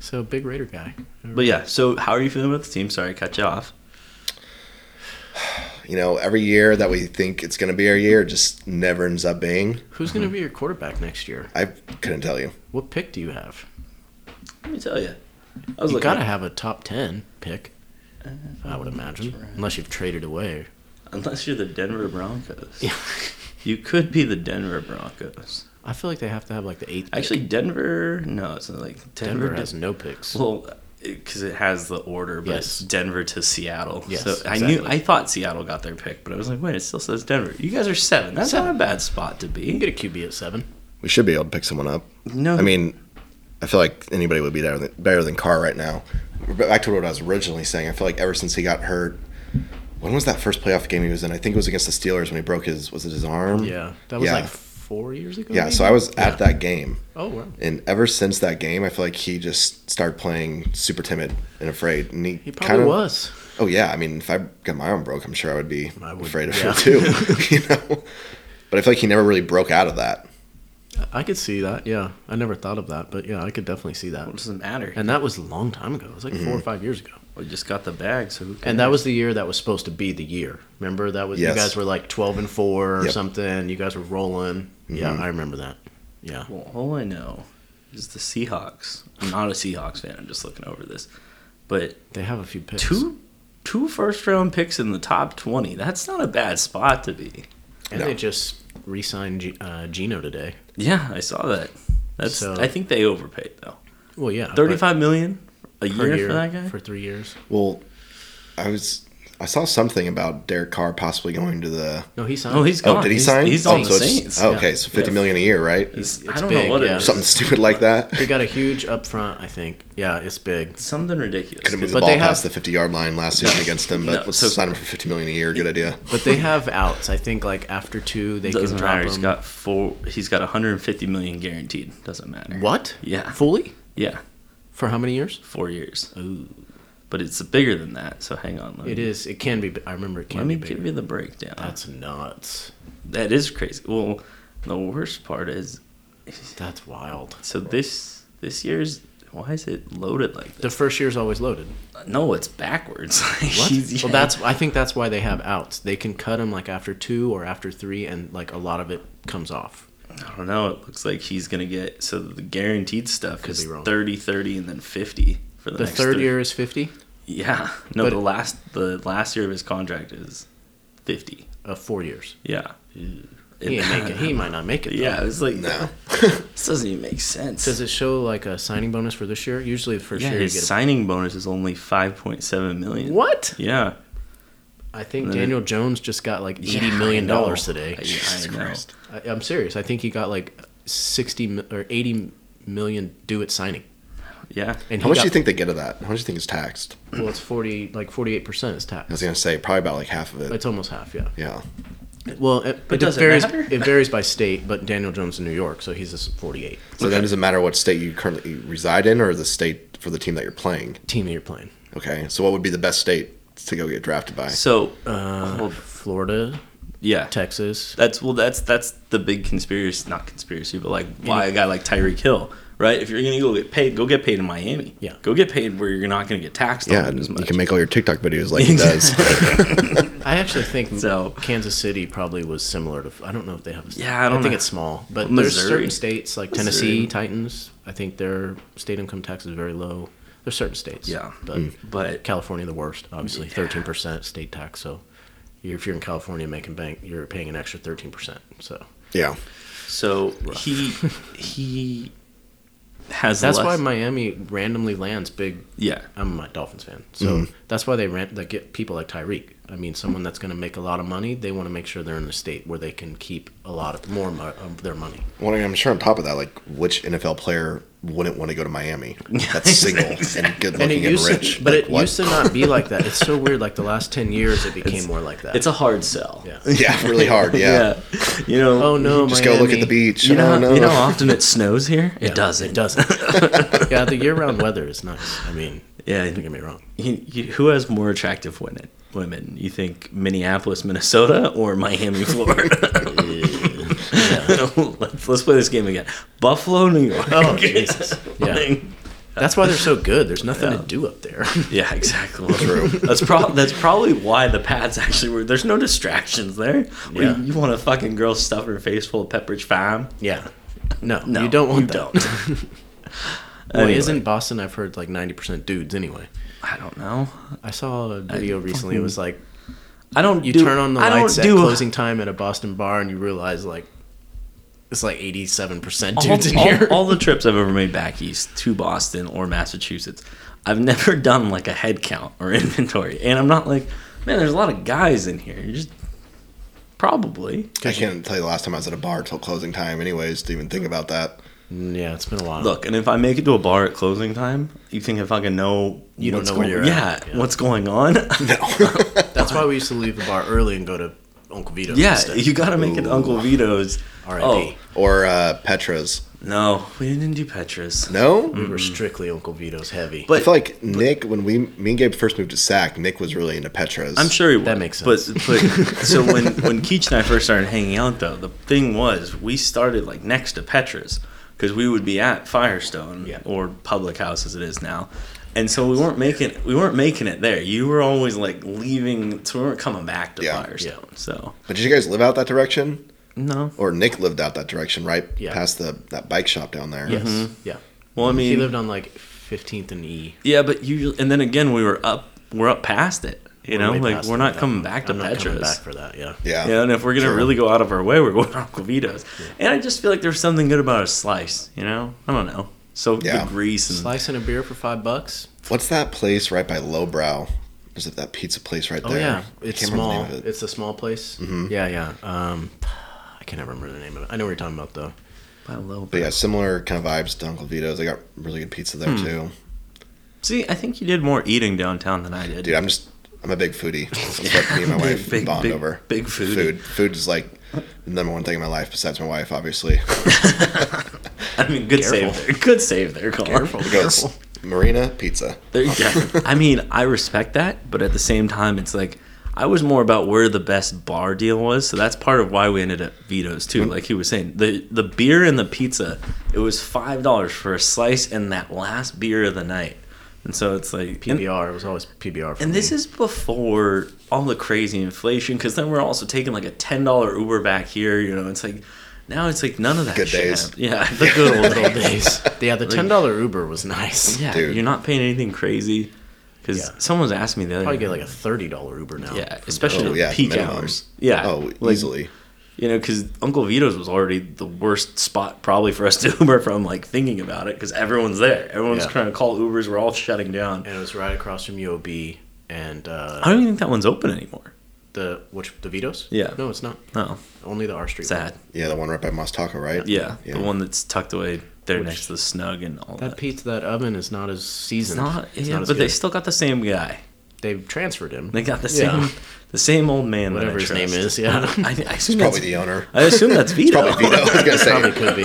Speaker 1: so big Raider guy.
Speaker 3: but yeah, so how are you feeling about the team? Sorry, I cut you off.
Speaker 2: you know, every year that we think it's going to be our year, it just never ends up being.
Speaker 1: Who's going to be your quarterback next year?
Speaker 2: I couldn't tell you.
Speaker 1: What pick do you have?
Speaker 3: Let me tell you, I was
Speaker 1: You
Speaker 3: looking.
Speaker 1: gotta have a top ten pick. I would imagine, unless you've traded away.
Speaker 3: Unless you're the Denver Broncos, you could be the Denver Broncos.
Speaker 1: I feel like they have to have like the eighth. Pick.
Speaker 3: Actually, Denver. No, it's not like Denver,
Speaker 1: Denver
Speaker 3: Denver
Speaker 1: has no picks.
Speaker 3: Well, because it has the order, but it's
Speaker 1: Yes.
Speaker 3: Denver to Seattle.
Speaker 1: Yes,
Speaker 3: so I knew
Speaker 1: exactly.
Speaker 3: I thought Seattle got their pick, but I was like, wait, it still says Denver. You guys are seven. That's not a bad spot to
Speaker 1: You
Speaker 3: be.
Speaker 1: can get a QB at seven.
Speaker 2: We should be able to pick someone up.
Speaker 3: No,
Speaker 2: I mean, I feel like anybody would be better than, better than Carr right now. But Back to what I was originally saying. I feel like ever since he got hurt, when was that first playoff game he was in? I think it was against the Steelers when he broke his was it his arm?
Speaker 1: Yeah, that was
Speaker 2: Yeah.
Speaker 1: like four years ago.
Speaker 2: Yeah, so I
Speaker 1: maybe?
Speaker 2: was at that game,
Speaker 1: Oh wow.
Speaker 2: and ever since that game, I feel like he just started playing super timid and afraid. And he,
Speaker 1: He probably was.
Speaker 2: Oh yeah, I mean, if I got my arm broke, I'm sure I would be
Speaker 1: I would-
Speaker 2: afraid of
Speaker 1: yeah.
Speaker 2: it too. you know, but I feel like he never really broke out of that.
Speaker 1: I could see that. Yeah, I never thought of that, but yeah, I could definitely see that.
Speaker 3: it doesn't matter.
Speaker 1: And that was a long time ago. It was like four or
Speaker 2: Mm-hmm.
Speaker 1: five years ago.
Speaker 3: we just got the bag, so who
Speaker 1: And that was the year that was supposed to be the year. Remember that was
Speaker 2: Yes.
Speaker 1: you guys were like twelve and four or
Speaker 2: Yep. Mm-hmm.
Speaker 1: something. You guys were rolling. Yeah, I remember that. Yeah.
Speaker 3: Well, all I know is the Seahawks. I'm not a Seahawks fan. I'm just looking over this, but
Speaker 1: They have a few picks.
Speaker 3: two two first round picks in the top twenty. That's not a bad spot to be.
Speaker 1: and
Speaker 2: No.
Speaker 1: they just re-signed G- uh, Gino today.
Speaker 3: Yeah, I saw that. That's.
Speaker 1: So-
Speaker 3: I think they overpaid though.
Speaker 1: Well, yeah, but
Speaker 3: Thirty five million a
Speaker 1: per
Speaker 3: year, for that guy.
Speaker 1: for three years.
Speaker 2: Well, I was I saw something about Derek Carr possibly going to the.
Speaker 1: No, he signed.
Speaker 3: Oh, he's
Speaker 2: Oh,
Speaker 3: gone.
Speaker 2: did he
Speaker 3: he's,
Speaker 2: sign?
Speaker 3: He's
Speaker 2: oh,
Speaker 3: on
Speaker 2: so
Speaker 3: the
Speaker 2: it's-
Speaker 3: Saints.
Speaker 2: oh, okay, so fifty million a year, right?
Speaker 1: It's-
Speaker 3: I
Speaker 1: it's
Speaker 3: don't
Speaker 1: big,
Speaker 3: know what
Speaker 1: yeah.
Speaker 3: it is.
Speaker 2: Something stupid like that.
Speaker 1: He got a huge upfront, I think. Yeah, it's big.
Speaker 3: Something ridiculous.
Speaker 2: Could have moved
Speaker 1: But
Speaker 2: the ball
Speaker 1: they
Speaker 2: past
Speaker 1: have-
Speaker 2: the 50 yard line last season against them, but
Speaker 3: No,
Speaker 2: let's
Speaker 3: so-
Speaker 2: sign him for 50 million a year. Good idea.
Speaker 1: But they have outs. I think like after two, they
Speaker 3: doesn't
Speaker 1: can drop
Speaker 3: matter.
Speaker 1: him.
Speaker 3: He's got four. He's got 150 million guaranteed. Doesn't matter.
Speaker 1: what?
Speaker 3: Yeah.
Speaker 1: fully
Speaker 3: Yeah.
Speaker 1: for how many years?
Speaker 3: Four years. Ooh. But it's bigger than that. So hang on. Let
Speaker 1: It
Speaker 3: me,
Speaker 1: is. It can be. bi- I remember it can
Speaker 3: Let
Speaker 1: be
Speaker 3: me
Speaker 1: bigger.
Speaker 3: give you the breakdown.
Speaker 1: That's nuts.
Speaker 3: That is crazy. Well, the worst part is,
Speaker 1: That's wild.
Speaker 3: so this this year's why is it loaded like
Speaker 1: The first year's always loaded.
Speaker 3: that? No, it's backwards.
Speaker 1: What? Well, that's. I think that's why they have outs. They can cut him like after two or after three, and like a lot of it comes off.
Speaker 3: I don't know. It looks like he's gonna get so the guaranteed stuff
Speaker 1: Could
Speaker 3: is
Speaker 1: be wrong.
Speaker 3: 30, 30, and then fifty for the,
Speaker 1: The
Speaker 3: next
Speaker 1: third
Speaker 3: three.
Speaker 1: year is fifty.
Speaker 3: Yeah, no,
Speaker 1: But-
Speaker 3: the last the last year of his contract is fifty.
Speaker 1: Uh, four years.
Speaker 3: Yeah, he
Speaker 1: He ain't make it. He might not make it. Though.
Speaker 3: Yeah, it's like
Speaker 2: No.
Speaker 3: This doesn't even make sense.
Speaker 1: Does it show like a signing bonus for this year? Usually the first
Speaker 3: yeah,
Speaker 1: year you
Speaker 3: his
Speaker 1: get.
Speaker 3: signing bonus is only five point seven
Speaker 1: A,
Speaker 3: million.
Speaker 1: what?
Speaker 3: Yeah,
Speaker 1: I think
Speaker 3: And then-
Speaker 1: Daniel Jones just got like eighty
Speaker 3: Yeah,
Speaker 1: million
Speaker 3: I know.
Speaker 1: dollars today.
Speaker 3: I-
Speaker 2: Jesus
Speaker 3: I know.
Speaker 2: Christ.
Speaker 1: I, I'm serious. I think he got like sixty mi- or eighty million due at signing.
Speaker 3: Yeah,
Speaker 1: And
Speaker 2: How
Speaker 1: he
Speaker 2: much
Speaker 1: got,
Speaker 2: do you think they get of that? How much do you think is taxed?
Speaker 1: Well, it's forty, like forty-eight percent is
Speaker 2: I was
Speaker 1: tax.
Speaker 2: going to say probably about like half of it.
Speaker 1: It's almost half, yeah.
Speaker 2: yeah.
Speaker 1: Well, it,
Speaker 3: But
Speaker 1: it
Speaker 3: does it
Speaker 1: varies.
Speaker 3: matter?
Speaker 1: It varies by state, but Daniel Jones in New York, so he's a forty-eight
Speaker 2: So then does it matter what state you currently reside in or the state for the team that you're playing?
Speaker 1: team that you're playing.
Speaker 2: Okay. So what would be the best state to go get drafted by?
Speaker 3: So,
Speaker 1: Uh,
Speaker 3: well,
Speaker 1: Florida,
Speaker 3: yeah,
Speaker 1: Texas.
Speaker 3: that's well, that's that's the big conspiracy, not conspiracy, but like why a guy like Tyreek Hill, right? If you're gonna go get paid, go get paid in Miami.
Speaker 1: Yeah.
Speaker 3: go get paid where you're not gonna get taxed
Speaker 2: Yeah.
Speaker 3: on it as
Speaker 2: You
Speaker 3: much.
Speaker 2: can make all your TikTok videos like he does.
Speaker 1: I actually think
Speaker 3: So-
Speaker 1: Kansas City probably was similar to. I don't know if they have. A,
Speaker 3: Yeah, I don't
Speaker 1: think
Speaker 3: know.
Speaker 1: it's small, but there's
Speaker 3: Missouri.
Speaker 1: certain states like
Speaker 3: Missouri.
Speaker 1: Tennessee Titans. I think their state income tax is very low. There's certain states.
Speaker 3: Yeah. Mm.
Speaker 1: but
Speaker 3: but
Speaker 1: California the worst, obviously, thirteen percent state tax. So, you're, if you're in California making bank, you're paying an extra thirteen percent. So
Speaker 2: yeah.
Speaker 3: so he he has
Speaker 1: that's
Speaker 3: less-
Speaker 1: why Miami randomly lands big.
Speaker 3: yeah
Speaker 1: I'm a Dolphins fan, so
Speaker 2: Mm-hmm.
Speaker 1: that's why they rent like get people like Tyreek. I mean, someone that's going to make a lot of money. They want to make sure they're in a state where they can keep a lot of more mo- of their money.
Speaker 2: Well, I mean, I'm sure on top of that, like which NFL player wouldn't want to go to Miami? That's single and good
Speaker 1: And
Speaker 2: looking
Speaker 1: it
Speaker 2: and,
Speaker 1: used,
Speaker 2: rich.
Speaker 1: to, but
Speaker 2: Like,
Speaker 1: it
Speaker 2: what?
Speaker 1: used to not be like that. It's so weird. Like the last ten years, it became more like that.
Speaker 3: it's a hard sell
Speaker 1: yeah.
Speaker 2: yeah, really hard. Yeah.
Speaker 3: you know
Speaker 1: Oh no,
Speaker 2: Just go look
Speaker 1: Miami.
Speaker 2: at the beach.
Speaker 3: you know
Speaker 2: oh,
Speaker 3: how,
Speaker 2: no.
Speaker 3: you know how often it snows here
Speaker 1: Yeah,
Speaker 3: it doesn't
Speaker 1: It doesn't. yeah, the year-round weather is nice. I mean,
Speaker 3: Yeah.
Speaker 1: don't get me wrong.
Speaker 3: He- you- who has more attractive women women you think Minneapolis Minnesota or Miami Florida let's, let's play this game again Buffalo New York
Speaker 1: Oh, Jesus. Yeah.
Speaker 3: Like,
Speaker 1: That's why they're so good. There's nothing
Speaker 3: Yeah.
Speaker 1: to do up there.
Speaker 3: yeah exactly true that's probably that's probably why the Pats actually were there's no distractions there Where
Speaker 1: Yeah.
Speaker 3: you, you want a fucking girl stuff her face full of Pepperidge Farm
Speaker 1: yeah. No,
Speaker 3: no
Speaker 1: you don't want
Speaker 3: you
Speaker 1: that.
Speaker 3: don't
Speaker 1: Well,
Speaker 3: Anyway,
Speaker 1: isn't Boston? I've heard like ninety percent dudes anyway.
Speaker 3: I don't know
Speaker 1: I saw a video recently. It
Speaker 3: fucking-
Speaker 1: was like
Speaker 3: I don't
Speaker 1: you
Speaker 3: do-
Speaker 1: turn on the
Speaker 3: I don't
Speaker 1: lights at
Speaker 3: do-
Speaker 1: closing time at a Boston bar, and you realize like it's like eighty-seven percent
Speaker 3: all,
Speaker 1: dudes in
Speaker 3: all-
Speaker 1: here.
Speaker 3: all the trips I've ever made back east to Boston or Massachusetts, I've never done like a head count or inventory. And I'm not like, man, there's a lot of guys in here. You just probably.
Speaker 2: I can't tell you the last time I was at a bar till closing time, anyways, to even think about that.
Speaker 1: Mm, yeah, it's been a while.
Speaker 3: Look, and if I make it to a bar at closing time, you think I fucking know
Speaker 1: You don't
Speaker 3: what's
Speaker 1: know where
Speaker 3: going-
Speaker 1: you're
Speaker 3: yeah,
Speaker 1: at. Yeah.
Speaker 3: what's going on?
Speaker 1: that's why we used to leave the bar early and go to Uncle Vito's.
Speaker 3: yeah,
Speaker 1: instead.
Speaker 3: you got to make it to Uncle Vito's.
Speaker 1: R.I.P.
Speaker 3: Oh,
Speaker 2: Or uh, Petra's.
Speaker 3: no, we didn't do Petra's.
Speaker 2: No?
Speaker 1: We were strictly Uncle Vito's heavy.
Speaker 2: I feel like Nick, when we me and Gabe first moved to Sac, Nick was really into Petra's.
Speaker 3: I'm sure he was.
Speaker 1: That makes
Speaker 3: But, but so when when Keach and I first started hanging out, though, the thing was we started like next to Petra's because we would be at Firestone
Speaker 1: Yeah.
Speaker 3: or Public House as it is now, and so we weren't making we weren't making it there. You were always like leaving, so we weren't coming back to
Speaker 2: Yeah.
Speaker 3: Firestone. So
Speaker 2: But did you guys live out that direction?
Speaker 3: no.
Speaker 2: Or Nick lived out that direction, right?
Speaker 1: Yeah.
Speaker 2: Past the that bike shop down there.
Speaker 1: yes, Mm-hmm.
Speaker 3: Mm-hmm.
Speaker 1: yeah.
Speaker 3: Well, I
Speaker 1: He
Speaker 3: mean,
Speaker 1: lived on like fifteenth and E.
Speaker 3: yeah, but you and then again we were up we're up past it. You know,
Speaker 1: way
Speaker 3: like
Speaker 1: past
Speaker 3: we're
Speaker 1: it
Speaker 3: not
Speaker 1: now.
Speaker 3: coming back to
Speaker 1: I'm not coming
Speaker 3: Petra's.
Speaker 1: back for that. Yeah.
Speaker 2: Yeah.
Speaker 3: Yeah, and if we're gonna
Speaker 2: True.
Speaker 3: really go out of our way, we're going to Uncle Vito's. And I just feel like there's something good about a slice, you know? I don't know. So
Speaker 2: Yeah.
Speaker 3: the grease and
Speaker 1: Slicing a beer for five bucks.
Speaker 2: What's that place right by Lowbrow? There's that pizza place right
Speaker 1: Oh
Speaker 2: there.
Speaker 1: yeah,
Speaker 2: I
Speaker 1: it's
Speaker 2: can't remember the
Speaker 1: small.
Speaker 2: name of it.
Speaker 1: It's a small place.
Speaker 3: Mm-hmm.
Speaker 1: Yeah, yeah. Um, I can't remember the name of it. I know what you're talking about though.
Speaker 3: By a little bit.
Speaker 2: But yeah, similar kind of vibes to Uncle Vito's. They got really good pizza there
Speaker 3: Hmm.
Speaker 2: too.
Speaker 3: See, I think you did more eating downtown than I did.
Speaker 2: Dude, I'm just I'm a big foodie. That's what me and my wife
Speaker 3: Big-
Speaker 2: bond
Speaker 3: big-
Speaker 2: over.
Speaker 3: big foodie.
Speaker 2: Food. Food is like the number one thing in my life besides my wife, obviously.
Speaker 3: I mean, good
Speaker 1: Careful.
Speaker 3: save there. Good save there, Colin.
Speaker 1: Careful.
Speaker 2: It goes Marina pizza.
Speaker 3: There you go. I mean, I respect that, but at the same time, it's like I was more about where the best bar deal was, so that's part of why we ended up Vito's
Speaker 2: Mm-hmm.
Speaker 3: too. Like he was saying, the the beer and the pizza, it was five dollars for a slice and that last beer of the night, and so it's like and-
Speaker 1: PBR. It was always PBR. For
Speaker 3: and this
Speaker 1: me.
Speaker 3: is before all the crazy inflation, because then we're also taking like a ten dollar Uber back here. You know, it's like now it's like none of that.
Speaker 2: Good
Speaker 3: shit
Speaker 2: days.
Speaker 3: happened. Yeah, the good old
Speaker 1: old
Speaker 3: days.
Speaker 1: days. Yeah, the ten dollar Uber was nice.
Speaker 3: Yeah,
Speaker 2: Dude.
Speaker 3: you're not paying anything crazy. Because
Speaker 1: Yeah.
Speaker 3: someone was asking me the other
Speaker 1: Probably
Speaker 3: day,
Speaker 1: get like a thirty dollar Uber now.
Speaker 3: yeah, especially
Speaker 2: Oh
Speaker 3: at
Speaker 2: yeah,
Speaker 3: peak
Speaker 2: minimum.
Speaker 3: hours. Yeah,
Speaker 2: Oh,
Speaker 3: like,
Speaker 2: easily.
Speaker 3: You know, because Uncle Vito's was already the worst spot probably for us to Uber from. Like thinking about it, because everyone's there. Everyone's
Speaker 1: Yeah.
Speaker 3: trying to call Ubers. We're all shutting down.
Speaker 1: and it was right across from UOB and uh,
Speaker 3: I don't even think that one's open anymore.
Speaker 1: the which the Vitos.
Speaker 3: Yeah.
Speaker 1: No, it's not.
Speaker 3: No,
Speaker 1: Only the R Street. one.
Speaker 3: sad.
Speaker 2: Yeah, the one right by Mos Taco, right?
Speaker 3: Yeah,
Speaker 2: Yeah.
Speaker 3: the one that's tucked away there
Speaker 1: Which-
Speaker 3: next to the snug and all that.
Speaker 1: That pizza, that oven is not as
Speaker 3: It's
Speaker 1: seasoned.
Speaker 3: not,
Speaker 1: It's
Speaker 3: yeah,
Speaker 1: as
Speaker 3: but they
Speaker 1: good.
Speaker 3: still got the same guy.
Speaker 1: they've transferred him.
Speaker 3: They got the same,
Speaker 1: Yeah.
Speaker 3: the same old man. that I
Speaker 1: Whatever his name
Speaker 3: trust.
Speaker 1: is, yeah.
Speaker 3: I, I assume
Speaker 2: Probably
Speaker 3: that's,
Speaker 2: the owner.
Speaker 3: I assume that's Vito.
Speaker 2: Probably Vito. I was gonna say.
Speaker 1: Probably could be.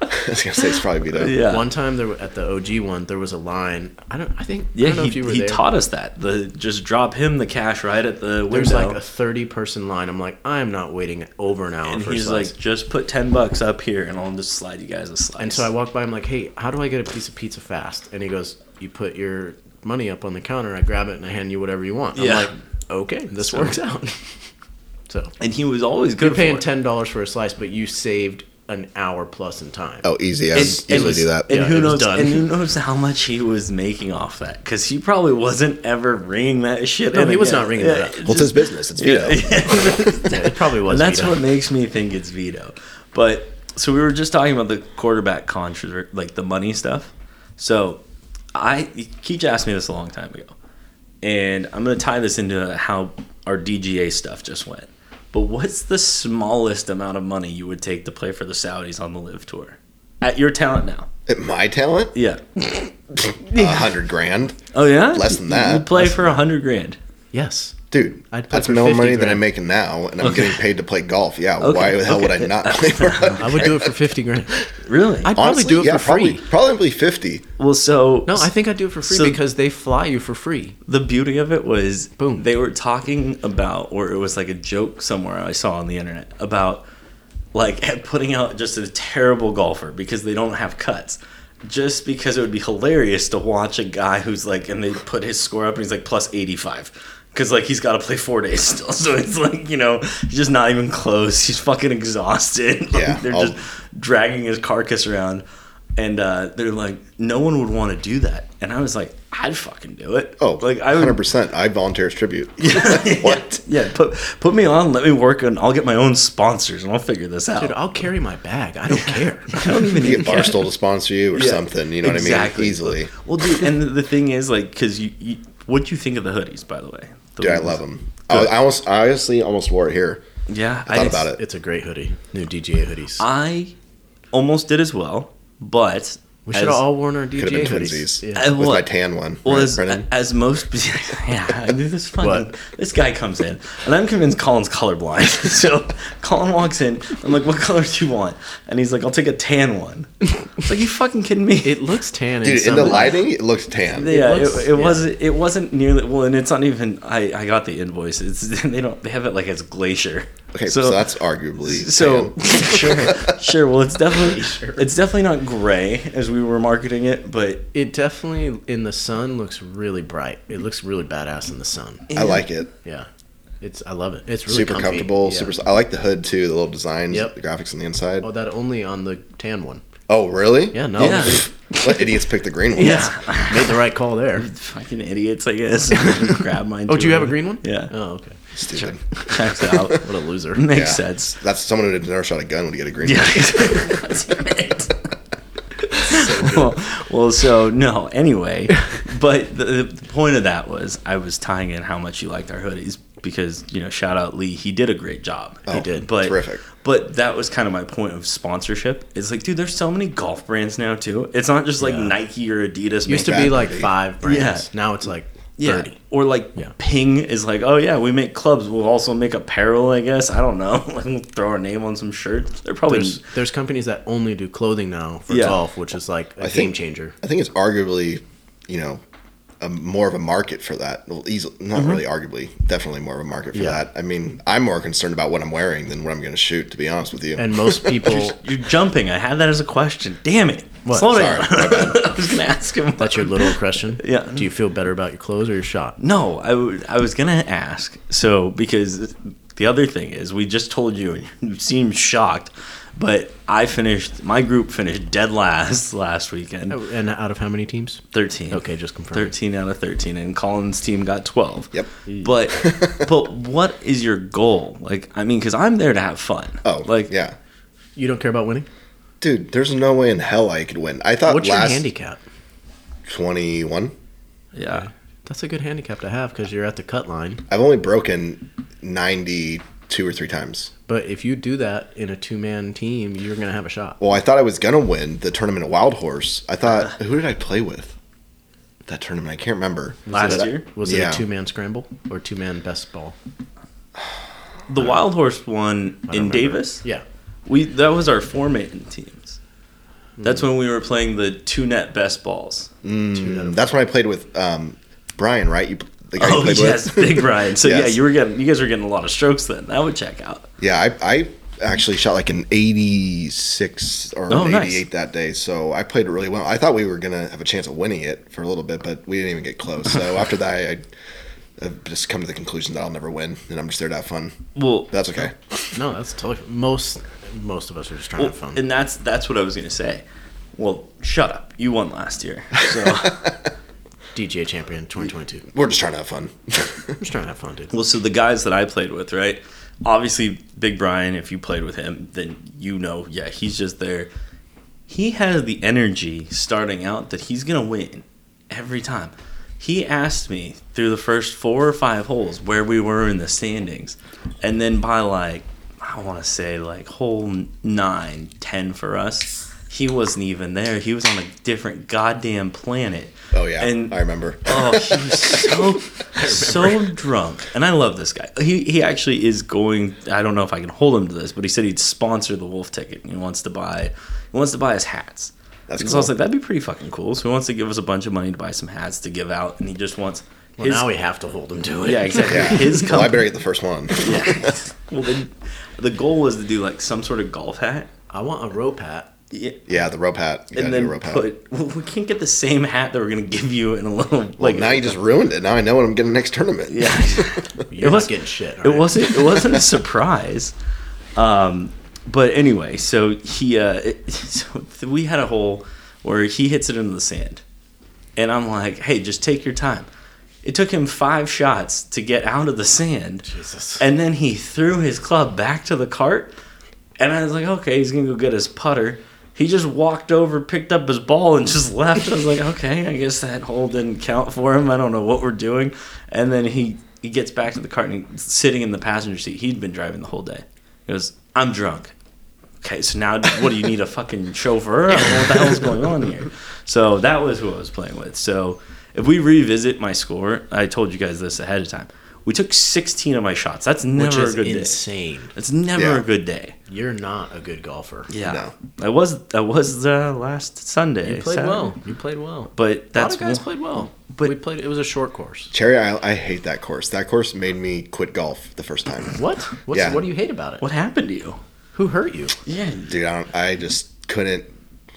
Speaker 2: I was gonna say it's probably Vito.
Speaker 3: Yeah.
Speaker 1: One time there were- at the OG one, there was a line. I don't. I think. I
Speaker 3: Yeah,
Speaker 1: don't know
Speaker 3: he,
Speaker 1: if you were
Speaker 3: he
Speaker 1: there.
Speaker 3: taught us that. The just drop him the cash right at the
Speaker 1: There's
Speaker 3: window.
Speaker 1: like a thirty-person line. I'm like, I'm not waiting over an hour
Speaker 3: and
Speaker 1: for
Speaker 3: he's
Speaker 1: a slice.
Speaker 3: like, just put ten bucks up here, and I'll just slide you guys a slice.
Speaker 1: and so I walk by. I'm like, hey, how do I get a piece of pizza fast? And he goes, you put your money up on the counter. I grab it and I hand you whatever you want. I'm
Speaker 3: Yeah.
Speaker 1: like, okay, this
Speaker 3: So-
Speaker 1: works out. so
Speaker 3: and he was always good.
Speaker 1: you're paying
Speaker 3: for it.
Speaker 1: ten dollars for a slice, but you saved an hour plus in time.
Speaker 2: Oh, easy. I
Speaker 3: And-
Speaker 2: usually
Speaker 3: and-
Speaker 2: do that.
Speaker 3: And
Speaker 1: Yeah,
Speaker 3: who
Speaker 1: it was
Speaker 3: knows?
Speaker 1: done.
Speaker 3: And who knows how much he was making off that? Because he probably wasn't ever ringing that shit.
Speaker 1: No,
Speaker 3: up
Speaker 1: he was
Speaker 3: again.
Speaker 1: not ringing
Speaker 3: Yeah,
Speaker 1: that up.
Speaker 2: well, it's his business. It's Vito.
Speaker 1: Yeah, it probably was.
Speaker 3: And that's
Speaker 1: Vito.
Speaker 3: what makes me think it's veto. But so we were just talking about the quarterback controversy, like the money stuff. So I Keach asked me this a long time ago, and I'm going to tie this into how our DGA stuff just went. But what's the smallest amount of money you would take to play for the Saudis on the live tour? At your talent now,
Speaker 2: At my talent,
Speaker 3: yeah.
Speaker 2: a hundred grand,
Speaker 3: Oh yeah,
Speaker 2: Less than
Speaker 3: You
Speaker 2: that.
Speaker 3: play for a hundred grand.
Speaker 1: Yes.
Speaker 2: dude.
Speaker 1: I'd play
Speaker 2: That's
Speaker 1: for
Speaker 2: more
Speaker 1: 50
Speaker 2: money than
Speaker 1: grand.
Speaker 2: I'm making now, and I'm
Speaker 3: Okay.
Speaker 2: getting paid to play golf. Yeah,
Speaker 3: Okay,
Speaker 2: why the hell would I
Speaker 3: okay.
Speaker 2: not play for?
Speaker 1: I would do it for fifty grand.
Speaker 3: Really?
Speaker 1: I'd probably do it for free.
Speaker 2: Probably, probably fifty.
Speaker 3: well, so
Speaker 1: No, I think I'd do it for free
Speaker 3: So-
Speaker 1: because they fly you for free.
Speaker 3: the beauty of it was
Speaker 1: Boom.
Speaker 3: they were talking about or it was like a joke somewhere i saw on the internet about like putting out just a terrible golfer because they don't have cuts just because it would be hilarious to watch a guy who's like and they put his score up and he's like plus 85 because like he's got to play four days still so it's like you know he's just not even close he's fucking exhausted Like,
Speaker 2: Yeah,
Speaker 3: they're
Speaker 2: I'll-
Speaker 3: just dragging his carcass around and uh, they're like no one would want to do that and i was like i'd fucking do it
Speaker 2: Oh,
Speaker 3: like i would
Speaker 2: 100%. I volunteer as tribute. what?
Speaker 3: yeah, put put me on. Let me work, and I'll get my own sponsors, and I'll figure this out.
Speaker 1: Dude, I'll carry my bag. I don't care.
Speaker 3: Oh. I don't even
Speaker 2: You get Barstool to sponsor you or
Speaker 3: Yeah,
Speaker 2: something. You know what I
Speaker 3: exactly.
Speaker 2: mean? Easily.
Speaker 3: Well, dude, and the, the thing is, like, because you, you, what do you think of the hoodies, by the way? The
Speaker 2: Dude, I
Speaker 3: ones-
Speaker 2: love them. Oh, I, I almost, I honestly almost wore it here.
Speaker 3: Yeah,
Speaker 2: I thought about it.
Speaker 1: It's a great hoodie. New DGA hoodies.
Speaker 3: I almost did as well, but
Speaker 1: we should have
Speaker 3: as-
Speaker 1: all worn our
Speaker 2: Could
Speaker 1: DGA
Speaker 2: have been
Speaker 1: hoodies.
Speaker 2: twinsies
Speaker 1: Yeah.
Speaker 3: I-
Speaker 2: with
Speaker 3: well,
Speaker 2: my tan one.
Speaker 3: Well,
Speaker 2: right,
Speaker 3: as,
Speaker 2: Brennan?
Speaker 3: as most, yeah, I knew this fucking
Speaker 1: What?
Speaker 3: this guy comes in, and I'm convinced Colin's colorblind. so Colin walks in, I'm like, "What color do you want?" And he's like, "I'll take a tan one." It's like, "You fucking kidding me?"
Speaker 1: It looks tan.
Speaker 2: Dude, in the
Speaker 1: some-
Speaker 2: lighting, it looks tan.
Speaker 3: yeah,
Speaker 1: looks-
Speaker 3: it, it
Speaker 1: yeah.
Speaker 3: wasn't. It wasn't nearly. Well, and it's not even. I, I got the invoice. It's they don't. They have it like as glacier.
Speaker 2: okay, so, that's arguably
Speaker 3: so
Speaker 2: tan.
Speaker 3: sure, sure. Well, it's definitely it's definitely not gray as we were marketing it, but
Speaker 1: It definitely in the sun looks really bright. It looks really badass in the sun.
Speaker 2: I like it.
Speaker 1: Yeah, it's I love it. It's really
Speaker 2: Super
Speaker 1: comfy.
Speaker 2: comfortable.
Speaker 1: Yeah.
Speaker 2: Super. I like the hood too. The little designs,
Speaker 1: Yep.
Speaker 2: the graphics on the inside.
Speaker 1: Oh, that only on the tan one.
Speaker 2: Oh, really?
Speaker 1: Yeah, no,
Speaker 3: Yeah.
Speaker 2: What idiots picked the green one?
Speaker 3: yeah,
Speaker 1: made the right call there.
Speaker 3: fucking idiots, I guess. Grab mine.
Speaker 1: Oh,
Speaker 3: too.
Speaker 1: do you have a green one?
Speaker 3: Yeah.
Speaker 1: Oh, okay.
Speaker 2: Stupid.
Speaker 3: Checks out.
Speaker 1: What a loser.
Speaker 3: Makes
Speaker 2: Yeah.
Speaker 3: sense.
Speaker 2: That's someone who had never shot a gun would get a green
Speaker 3: Yeah.
Speaker 2: one.
Speaker 3: God damn it. well, well, so no. Anyway, but the, the point of that was I was tying in how much you liked our hoodies because you know shout out Lee he did a great job
Speaker 2: Oh,
Speaker 3: he did but
Speaker 2: terrific.
Speaker 3: but that was kind of my point of sponsorship it's like dude there's so many golf brands now too it's not just like
Speaker 1: Yeah.
Speaker 3: Nike or Adidas
Speaker 1: Used to
Speaker 3: make-
Speaker 1: be like
Speaker 2: Bad.
Speaker 1: five brands.
Speaker 3: Yeah.
Speaker 1: Now it's like
Speaker 3: yeah
Speaker 1: 30.
Speaker 3: or like
Speaker 1: Yeah.
Speaker 3: Ping is like oh yeah we make clubs we'll also make apparel I guess I don't know like we'll throw our name on some shirts they're probably
Speaker 1: There's, there's companies that only do clothing now for
Speaker 3: Yeah.
Speaker 1: golf, which is like a
Speaker 2: I
Speaker 1: game
Speaker 2: think-
Speaker 1: changer.
Speaker 2: I think it's arguably, you know, a, more of a market for that. Well, easily, not really arguably, definitely more of a market for
Speaker 1: Mm-hmm. Yeah.
Speaker 2: that. I mean, I'm more concerned about what I'm wearing than what I'm going to shoot, to be honest with you.
Speaker 1: And most people
Speaker 3: you're jumping I had that as a question damn it
Speaker 1: What?
Speaker 3: slow
Speaker 2: Sorry,
Speaker 3: down
Speaker 2: my bad.
Speaker 3: I was gonna ask him
Speaker 1: that's your little question.
Speaker 3: Yeah.
Speaker 1: Do you feel better about your clothes or your shot?
Speaker 3: No, I, w- I was gonna ask. So because the other thing is, we just told you, and you seemed shocked, but I finished. My group finished dead last last weekend.
Speaker 1: And out of how many teams?
Speaker 3: Thirteen.
Speaker 1: Oh. Okay, just confirm.
Speaker 3: Thirteen out of thirteen, and Colin's team got twelve.
Speaker 2: Yep.
Speaker 3: But but what is your goal? Like, I mean, because I'm there to have fun.
Speaker 2: oh,
Speaker 3: like
Speaker 2: like yeah,
Speaker 1: You don't care about winning?
Speaker 2: dude. There's no way in hell I could win. I thought
Speaker 1: What's your
Speaker 2: last
Speaker 1: handicap?
Speaker 2: 21.
Speaker 3: yeah.
Speaker 1: That's a good handicap to have because you're at the cut line.
Speaker 2: I've only broken 92 or three times.
Speaker 1: But if you do that in a two man team, you're going to have a shot.
Speaker 2: Well, I thought I was gonna win the tournament at Wild Horse. I thought,
Speaker 1: Ah.
Speaker 2: who did I play with? That tournament, I can't remember.
Speaker 3: Last
Speaker 2: But I-
Speaker 3: year?
Speaker 1: Was it
Speaker 2: Yeah.
Speaker 1: a two man scramble or two man best ball?
Speaker 3: The Wild Horse
Speaker 1: I
Speaker 3: one in
Speaker 1: don't remember.
Speaker 3: Davis.
Speaker 1: Yeah.
Speaker 3: We that was our format in teams.
Speaker 2: Hmm.
Speaker 3: That's when we were playing the two net best balls.
Speaker 2: Mm, that's when I played with um, Brian, right? You, the guy you
Speaker 3: Oh
Speaker 2: played
Speaker 3: yes,
Speaker 2: with.
Speaker 3: Big Ryan. So yeah,
Speaker 2: Yes.
Speaker 3: you were getting you guys were getting a lot of strokes then. That would check out.
Speaker 2: Yeah, I, I actually shot like an 86 or
Speaker 3: Oh,
Speaker 2: an
Speaker 3: nice.
Speaker 2: 88 that day, so I played it really well. I thought we were gonna have a chance of winning it for a little bit, but we didn't even get close. So after that, I, I've just come to the conclusion that I'll never win, and I'm just there to have fun.
Speaker 3: Well,
Speaker 2: That's okay.
Speaker 1: No, that's totally. Most most of us are just trying
Speaker 3: well,
Speaker 1: to have fun.
Speaker 3: and that's that's what I was gonna say. Well, shut up. You won last year. So
Speaker 1: DGA champion 2022.
Speaker 2: We're just trying to have fun.
Speaker 1: I'm just trying to have fun, dude.
Speaker 3: well, so the guys that I played with, right? Obviously, Big Brian. If you played with him, then you know. Yeah, he's just there. He has the energy starting out that he's gonna win every time. He asked me through the first four or five holes where we were in the standings, and then by like I want to say like hole nine, ten for us, he wasn't even there. He was on a different goddamn planet.
Speaker 2: Oh yeah,
Speaker 3: and
Speaker 2: I remember.
Speaker 3: Oh, he's so so drunk, and I love this guy. He he actually is going. I don't know if I can hold him to this, but he said he'd sponsor the wolf ticket. He wants to buy he wants to buy us hats.
Speaker 2: That's
Speaker 3: and
Speaker 2: cool.
Speaker 3: So I was like, that'd be pretty fucking cool. So he wants to give us a bunch of money to buy some hats to give out, and he just wants.
Speaker 1: Well, now we have to hold him to it.
Speaker 3: yeah, exactly.
Speaker 2: Yeah.
Speaker 3: His
Speaker 2: well, I
Speaker 3: company.
Speaker 2: better get the first one.
Speaker 3: yeah. well, then the goal was to do like some sort of golf hat.
Speaker 1: I want a rope hat.
Speaker 3: Yeah.
Speaker 2: Yeah, the rope hat. You
Speaker 3: And
Speaker 2: gotta do
Speaker 3: then
Speaker 2: a rope hat.
Speaker 3: put. Well, we can't get the same hat that we're gonna give you in a little
Speaker 2: Well,
Speaker 3: like
Speaker 2: now you just ruined it. Now I know what I'm getting next tournament.
Speaker 3: yeah.
Speaker 1: You're
Speaker 3: was-
Speaker 1: not getting shit. all
Speaker 3: it
Speaker 1: right?
Speaker 3: wasn't it wasn't a surprise um but anyway so he uh it, so th- we had a hole where he hits it into the sand and i'm like hey just take your time it took him five shots to get out of the sand
Speaker 1: Jesus.
Speaker 3: and then he threw his club back to the cart and i was like okay he's gonna go get his putter he just walked over, picked up his ball, and just left. I was like, okay, I guess that hole didn't count for him. I don't know what we're doing. And then he, he gets back to the cart and he's sitting in the passenger seat. He'd been driving the whole day. He goes, I'm drunk. Okay, so now what do you need a fucking chauffeur? I don't know what the hell's going on here. So that was who I was playing with. So if we revisit my score, I told you guys this ahead of time. We took 16 of my shots. That's
Speaker 1: Which
Speaker 3: never a
Speaker 1: is
Speaker 3: good day.
Speaker 1: insane.
Speaker 3: That's never
Speaker 2: Yeah.
Speaker 3: a good day.
Speaker 1: You're not a good golfer.
Speaker 3: Yeah, I was. I was uh, last Sunday.
Speaker 1: You played
Speaker 3: Saturday.
Speaker 1: well. You played well.
Speaker 3: But
Speaker 1: a lot
Speaker 3: that's
Speaker 1: of guys
Speaker 3: one-
Speaker 1: played well.
Speaker 3: but-
Speaker 1: But we played. It was a short course.
Speaker 2: Cherry Isle, I hate that course. That course made me quit golf the first time.
Speaker 1: What? What's,
Speaker 2: Yeah.
Speaker 1: What do you hate about it?
Speaker 3: What happened to you?
Speaker 1: Who hurt you?
Speaker 3: Yeah.
Speaker 2: Dude, I, don't, I just couldn't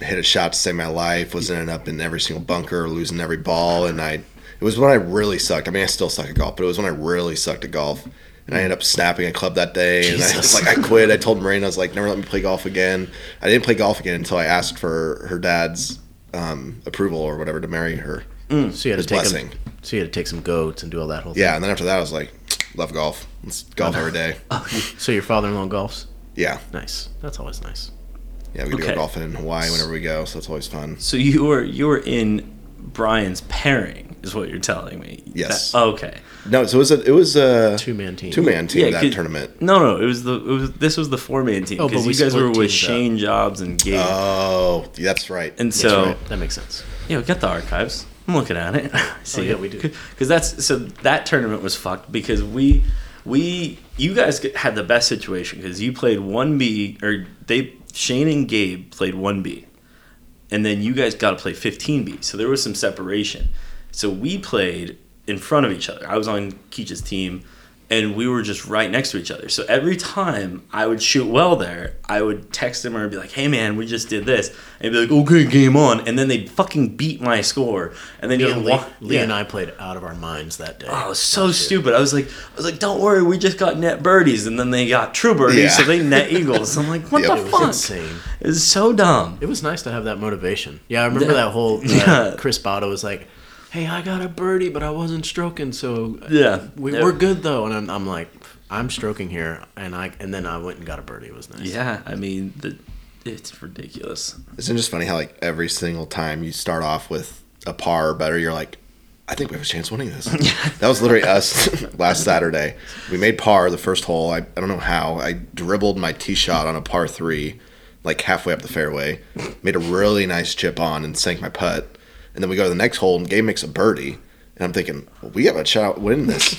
Speaker 2: hit a shot to save my life. Was ending up in every single bunker, losing every ball, and I. It was when I really sucked. I mean, I still suck at golf, but it was when I really sucked at golf. And I ended up snapping a club that day, and I
Speaker 1: Jesus.
Speaker 2: was like, I quit. I told Marina, I was like, never let me play golf again. I didn't play golf again until I asked for her dad's um, approval or whatever to marry her.
Speaker 1: So you had
Speaker 2: His
Speaker 1: to take
Speaker 2: Hmm. blessing.
Speaker 1: Him, so you had to take some goats and do all that whole
Speaker 2: Yeah, and then after that, I was like, love golf. Let's golf every day.
Speaker 1: thing. So your father-in-law golfs.
Speaker 2: Yeah,
Speaker 1: Nice. That's always nice.
Speaker 2: yeah, we do
Speaker 3: Okay.
Speaker 2: a golfing in Hawaii whenever we go, so it's always fun.
Speaker 3: So you were you were in Brian's pairing is what you're telling me.
Speaker 2: Yes.
Speaker 3: That- okay.
Speaker 2: No, so it was a it was a
Speaker 1: Two man team.
Speaker 2: two man team that
Speaker 3: 'cause-
Speaker 2: tournament.
Speaker 3: No, no, it was the it was this was the four man team
Speaker 1: Oh, but
Speaker 3: because
Speaker 1: we
Speaker 3: you guys were
Speaker 1: split
Speaker 3: with
Speaker 1: teams up.
Speaker 3: Shane Jobs and Gabe.
Speaker 2: Oh, that's right.
Speaker 3: and
Speaker 1: Uh, That's
Speaker 3: so
Speaker 1: right. that makes sense.
Speaker 3: yeah, we got the archives. I'm looking at it. I See,
Speaker 1: Oh, yeah, we do.
Speaker 3: Because that's so that tournament was fucked because we we you guys g- had the best situation because you played one B or they Shane and Gabe played one B, and then you guys got to play 15 B. So there was some separation. So we played in front of each other. I was on Keech's team. And we were just right next to each other. So every time I would shoot well there, I would text him or be like, hey man, we just did this. And he'd be like, okay, game on. And then they'd fucking beat my score. And then
Speaker 1: Me
Speaker 3: just
Speaker 1: and Lee,
Speaker 3: walk.
Speaker 1: Lee
Speaker 3: Yeah.
Speaker 1: and I played out of our minds that day.
Speaker 3: Oh, it was so stupid. I was like, I was like, don't worry, we just got net birdies, and then they got true birdies,
Speaker 2: Yeah.
Speaker 3: so they net eagles. I'm like, what
Speaker 2: Yep.
Speaker 3: the
Speaker 1: It was
Speaker 3: fuck?
Speaker 1: insane.
Speaker 3: It was so dumb.
Speaker 1: It was nice to have that motivation. Yeah, I remember
Speaker 3: Yeah.
Speaker 1: that whole uh,
Speaker 3: Yeah.
Speaker 1: Chris Botto was like, "Hey, I got a birdie, but I wasn't stroking, so
Speaker 3: Yeah.
Speaker 1: we,
Speaker 3: Yeah.
Speaker 1: we're good though." And I'm, I'm like, "I'm stroking here," and I and then I went and got a birdie. It was nice.
Speaker 3: Yeah, I mean, the, it's ridiculous.
Speaker 2: Isn't it just funny how like every single time you start off with a par or better, you're like, I think we have a chance of winning this. that was literally us last Saturday. We made par the first hole. I, I don't know how. I dribbled my tee shot on a par three, like halfway up the fairway, made a really nice chip on and sank my putt. And then we go to the next hole and Gabe makes a birdie. And I'm thinking, well, we have a shot at winning this.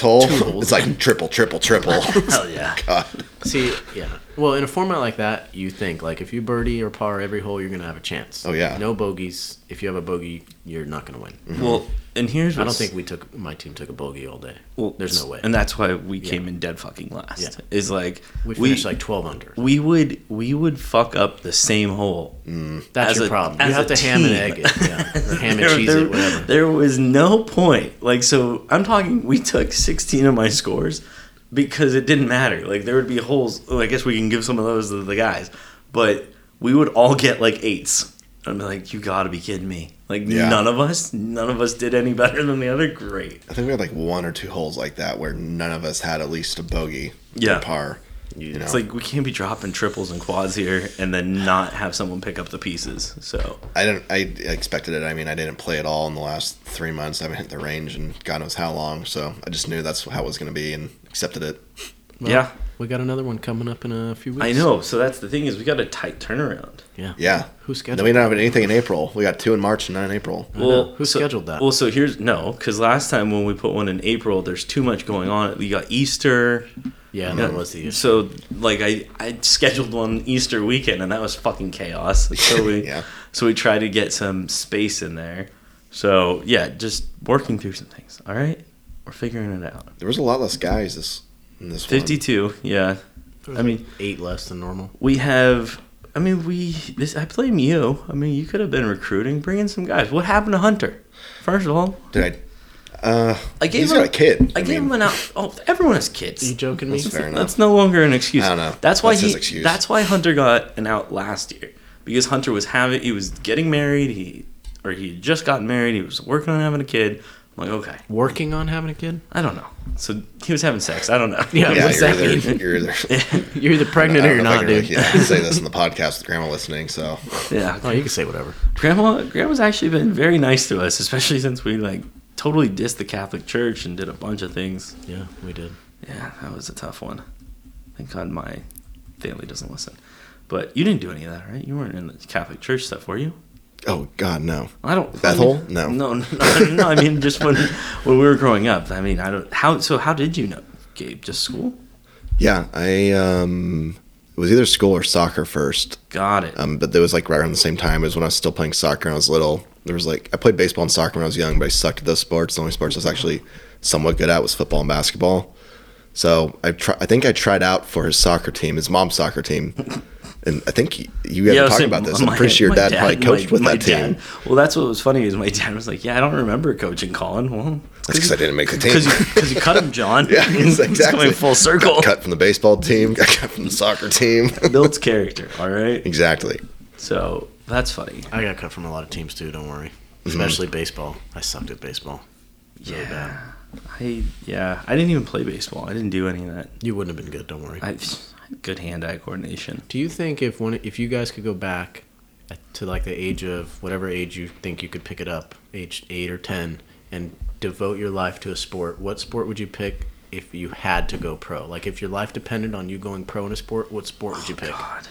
Speaker 2: hole, it's like triple, triple, triple.
Speaker 3: Hell yeah.
Speaker 2: God.
Speaker 1: See, yeah. Well, in a format like that, you think like if you birdie or par every hole, you're gonna have a chance.
Speaker 2: Oh, yeah.
Speaker 1: No bogeys. If you have a bogey, you're not gonna win.
Speaker 3: Well, and here's
Speaker 1: Mm-hmm. I don't
Speaker 3: what's-
Speaker 1: think we took my team took a bogey all day.
Speaker 3: well,
Speaker 1: there's no way.
Speaker 3: and that's why we came in dead fucking last.
Speaker 1: Yeah.
Speaker 3: Is like
Speaker 1: we finished like 12 under.
Speaker 3: we would we would fuck up the same hole
Speaker 1: That's
Speaker 3: as
Speaker 1: your
Speaker 3: a-
Speaker 1: problem. You
Speaker 3: as
Speaker 1: have
Speaker 3: a
Speaker 1: to ham and
Speaker 3: team.
Speaker 1: egg it. Yeah. Or ham and cheese it, whatever.
Speaker 3: there was no point. Like, so I'm talking, we took 16 of my scores because it didn't matter. Like, there would be holes. Oh, I guess we can give some of those to the guys, but we would all get like eights. I'm like, you gotta be kidding me. Like,
Speaker 2: Yeah.
Speaker 3: none of us, none of us did any better than the other. Great.
Speaker 2: I think we had like one or two holes like that where none of us had at least a bogey.
Speaker 3: Yeah.
Speaker 2: Or par. You know,
Speaker 3: It's like, we can't be dropping triples and quads here and then not have someone pick up the pieces. So,
Speaker 2: I didn't. I expected it. I mean, I didn't play at all in the last three months. I haven't hit the range in God knows how long. So I just knew that's how it was going to be and accepted it.
Speaker 3: yeah.
Speaker 1: We got another one coming up in a few weeks.
Speaker 3: I know. So that's the thing is we got a tight turnaround.
Speaker 1: Yeah.
Speaker 2: Yeah.
Speaker 1: Who scheduled
Speaker 2: Then we don't have anything in April. We got two in March and none in April.
Speaker 1: know. Who
Speaker 3: so-
Speaker 1: scheduled that?
Speaker 3: Well, so here's no, because last time when we put one in April, there's too much going on. You got Easter.
Speaker 1: Yeah, that was the issue.
Speaker 3: So like I I scheduled one Easter weekend and that was fucking chaos. So we
Speaker 2: Yeah.
Speaker 3: so we tried to get some space in there. So yeah, just working through some things. All right, we're figuring it out.
Speaker 2: There was a lot less guys this in this one.
Speaker 3: Fifty-two. Yeah, I mean
Speaker 1: eight less than normal.
Speaker 3: we have. I mean we. This I blame you. I mean you could have been recruiting, bringing some guys. What happened to Hunter? First of all,
Speaker 2: Dude, I, uh,
Speaker 3: I gave
Speaker 2: he's
Speaker 3: him
Speaker 2: got a kid.
Speaker 3: I, gave
Speaker 2: mean,
Speaker 3: him an out. Oh, everyone has kids.
Speaker 1: Are you joking me?
Speaker 2: that's fair enough.
Speaker 3: That's no longer an excuse.
Speaker 2: I don't know.
Speaker 3: That's why
Speaker 2: That's
Speaker 3: he.
Speaker 2: his excuse.
Speaker 3: That's why Hunter got an out last year because Hunter was having. He was getting married. He or he had just gotten married. He was working on having a kid. I'm like, okay,
Speaker 1: Working on having a kid?
Speaker 3: I don't know. So he was having sex. I don't know.
Speaker 1: Yeah,
Speaker 2: yeah,
Speaker 1: what's
Speaker 2: you're
Speaker 1: that
Speaker 2: either,
Speaker 1: mean?
Speaker 2: you're either.
Speaker 1: You're either pregnant
Speaker 2: I
Speaker 1: or you're
Speaker 2: don't know if
Speaker 1: not,
Speaker 2: I can
Speaker 1: dude.
Speaker 2: really- yeah, I can say this in the podcast with grandma listening. So
Speaker 3: yeah.
Speaker 1: Oh, you can say whatever.
Speaker 3: Grandma, grandma's actually been very nice to us, especially since we like totally dissed the Catholic Church and did a bunch of things.
Speaker 1: Yeah, we did.
Speaker 3: Yeah, that was a tough one. Thank God my family doesn't listen. But you didn't do any of that, right? You weren't in the Catholic Church stuff, were you?
Speaker 2: oh God, no.
Speaker 3: I don't.
Speaker 2: Bethel?
Speaker 3: I mean-
Speaker 2: No.
Speaker 3: no, no, no, no. I mean, just when when we were growing up. I mean, I don't. How so? How did you know, Gabe? Just school?
Speaker 2: Yeah, I um, it was either school or soccer first.
Speaker 3: Got it.
Speaker 2: Um, but there was like right around the same time as when I was still playing soccer and I was little. There was like I played baseball and soccer when I was young, but I sucked at those sports. The only sports I was actually somewhat good at was football and basketball. So I try, I think I tried out for his soccer team, his mom's soccer team, and I think you, you
Speaker 3: I
Speaker 2: guys were
Speaker 3: was
Speaker 2: talking
Speaker 3: saying,
Speaker 2: about this.
Speaker 3: my-
Speaker 2: I'm pretty sure your
Speaker 3: my
Speaker 2: dad, probably coached
Speaker 3: my-
Speaker 2: with
Speaker 3: my
Speaker 2: that
Speaker 3: dad-
Speaker 2: team.
Speaker 3: Well, that's what was funny is my dad was like, "Yeah, I don't remember coaching Colin." Well,
Speaker 2: That's because I didn't make the team.
Speaker 3: because you, 'cause you cut him, John.
Speaker 2: yeah,
Speaker 3: It's
Speaker 2: exactly.
Speaker 3: coming full circle.
Speaker 2: Got cut from the baseball team. Got cut from the soccer team.
Speaker 3: Builds character. All right.
Speaker 2: exactly.
Speaker 3: So that's funny.
Speaker 1: I got cut from a lot of teams too. Don't worry.
Speaker 2: Mm-hmm.
Speaker 1: Especially baseball. I sucked at baseball. Really bad.
Speaker 3: I yeah. I didn't even play baseball. I didn't do any of that.
Speaker 1: You wouldn't have been good. Don't worry.
Speaker 3: I, I had good hand-eye coordination.
Speaker 1: Do you think if one if you guys could go back to like the age of whatever age you think you could pick it up, age eight or ten, and devote your life to a sport, what sport would you pick if you had to go pro? Like if your life depended on you going pro in a sport, what sport would you
Speaker 2: Oh,
Speaker 1: pick?
Speaker 3: Oh, God.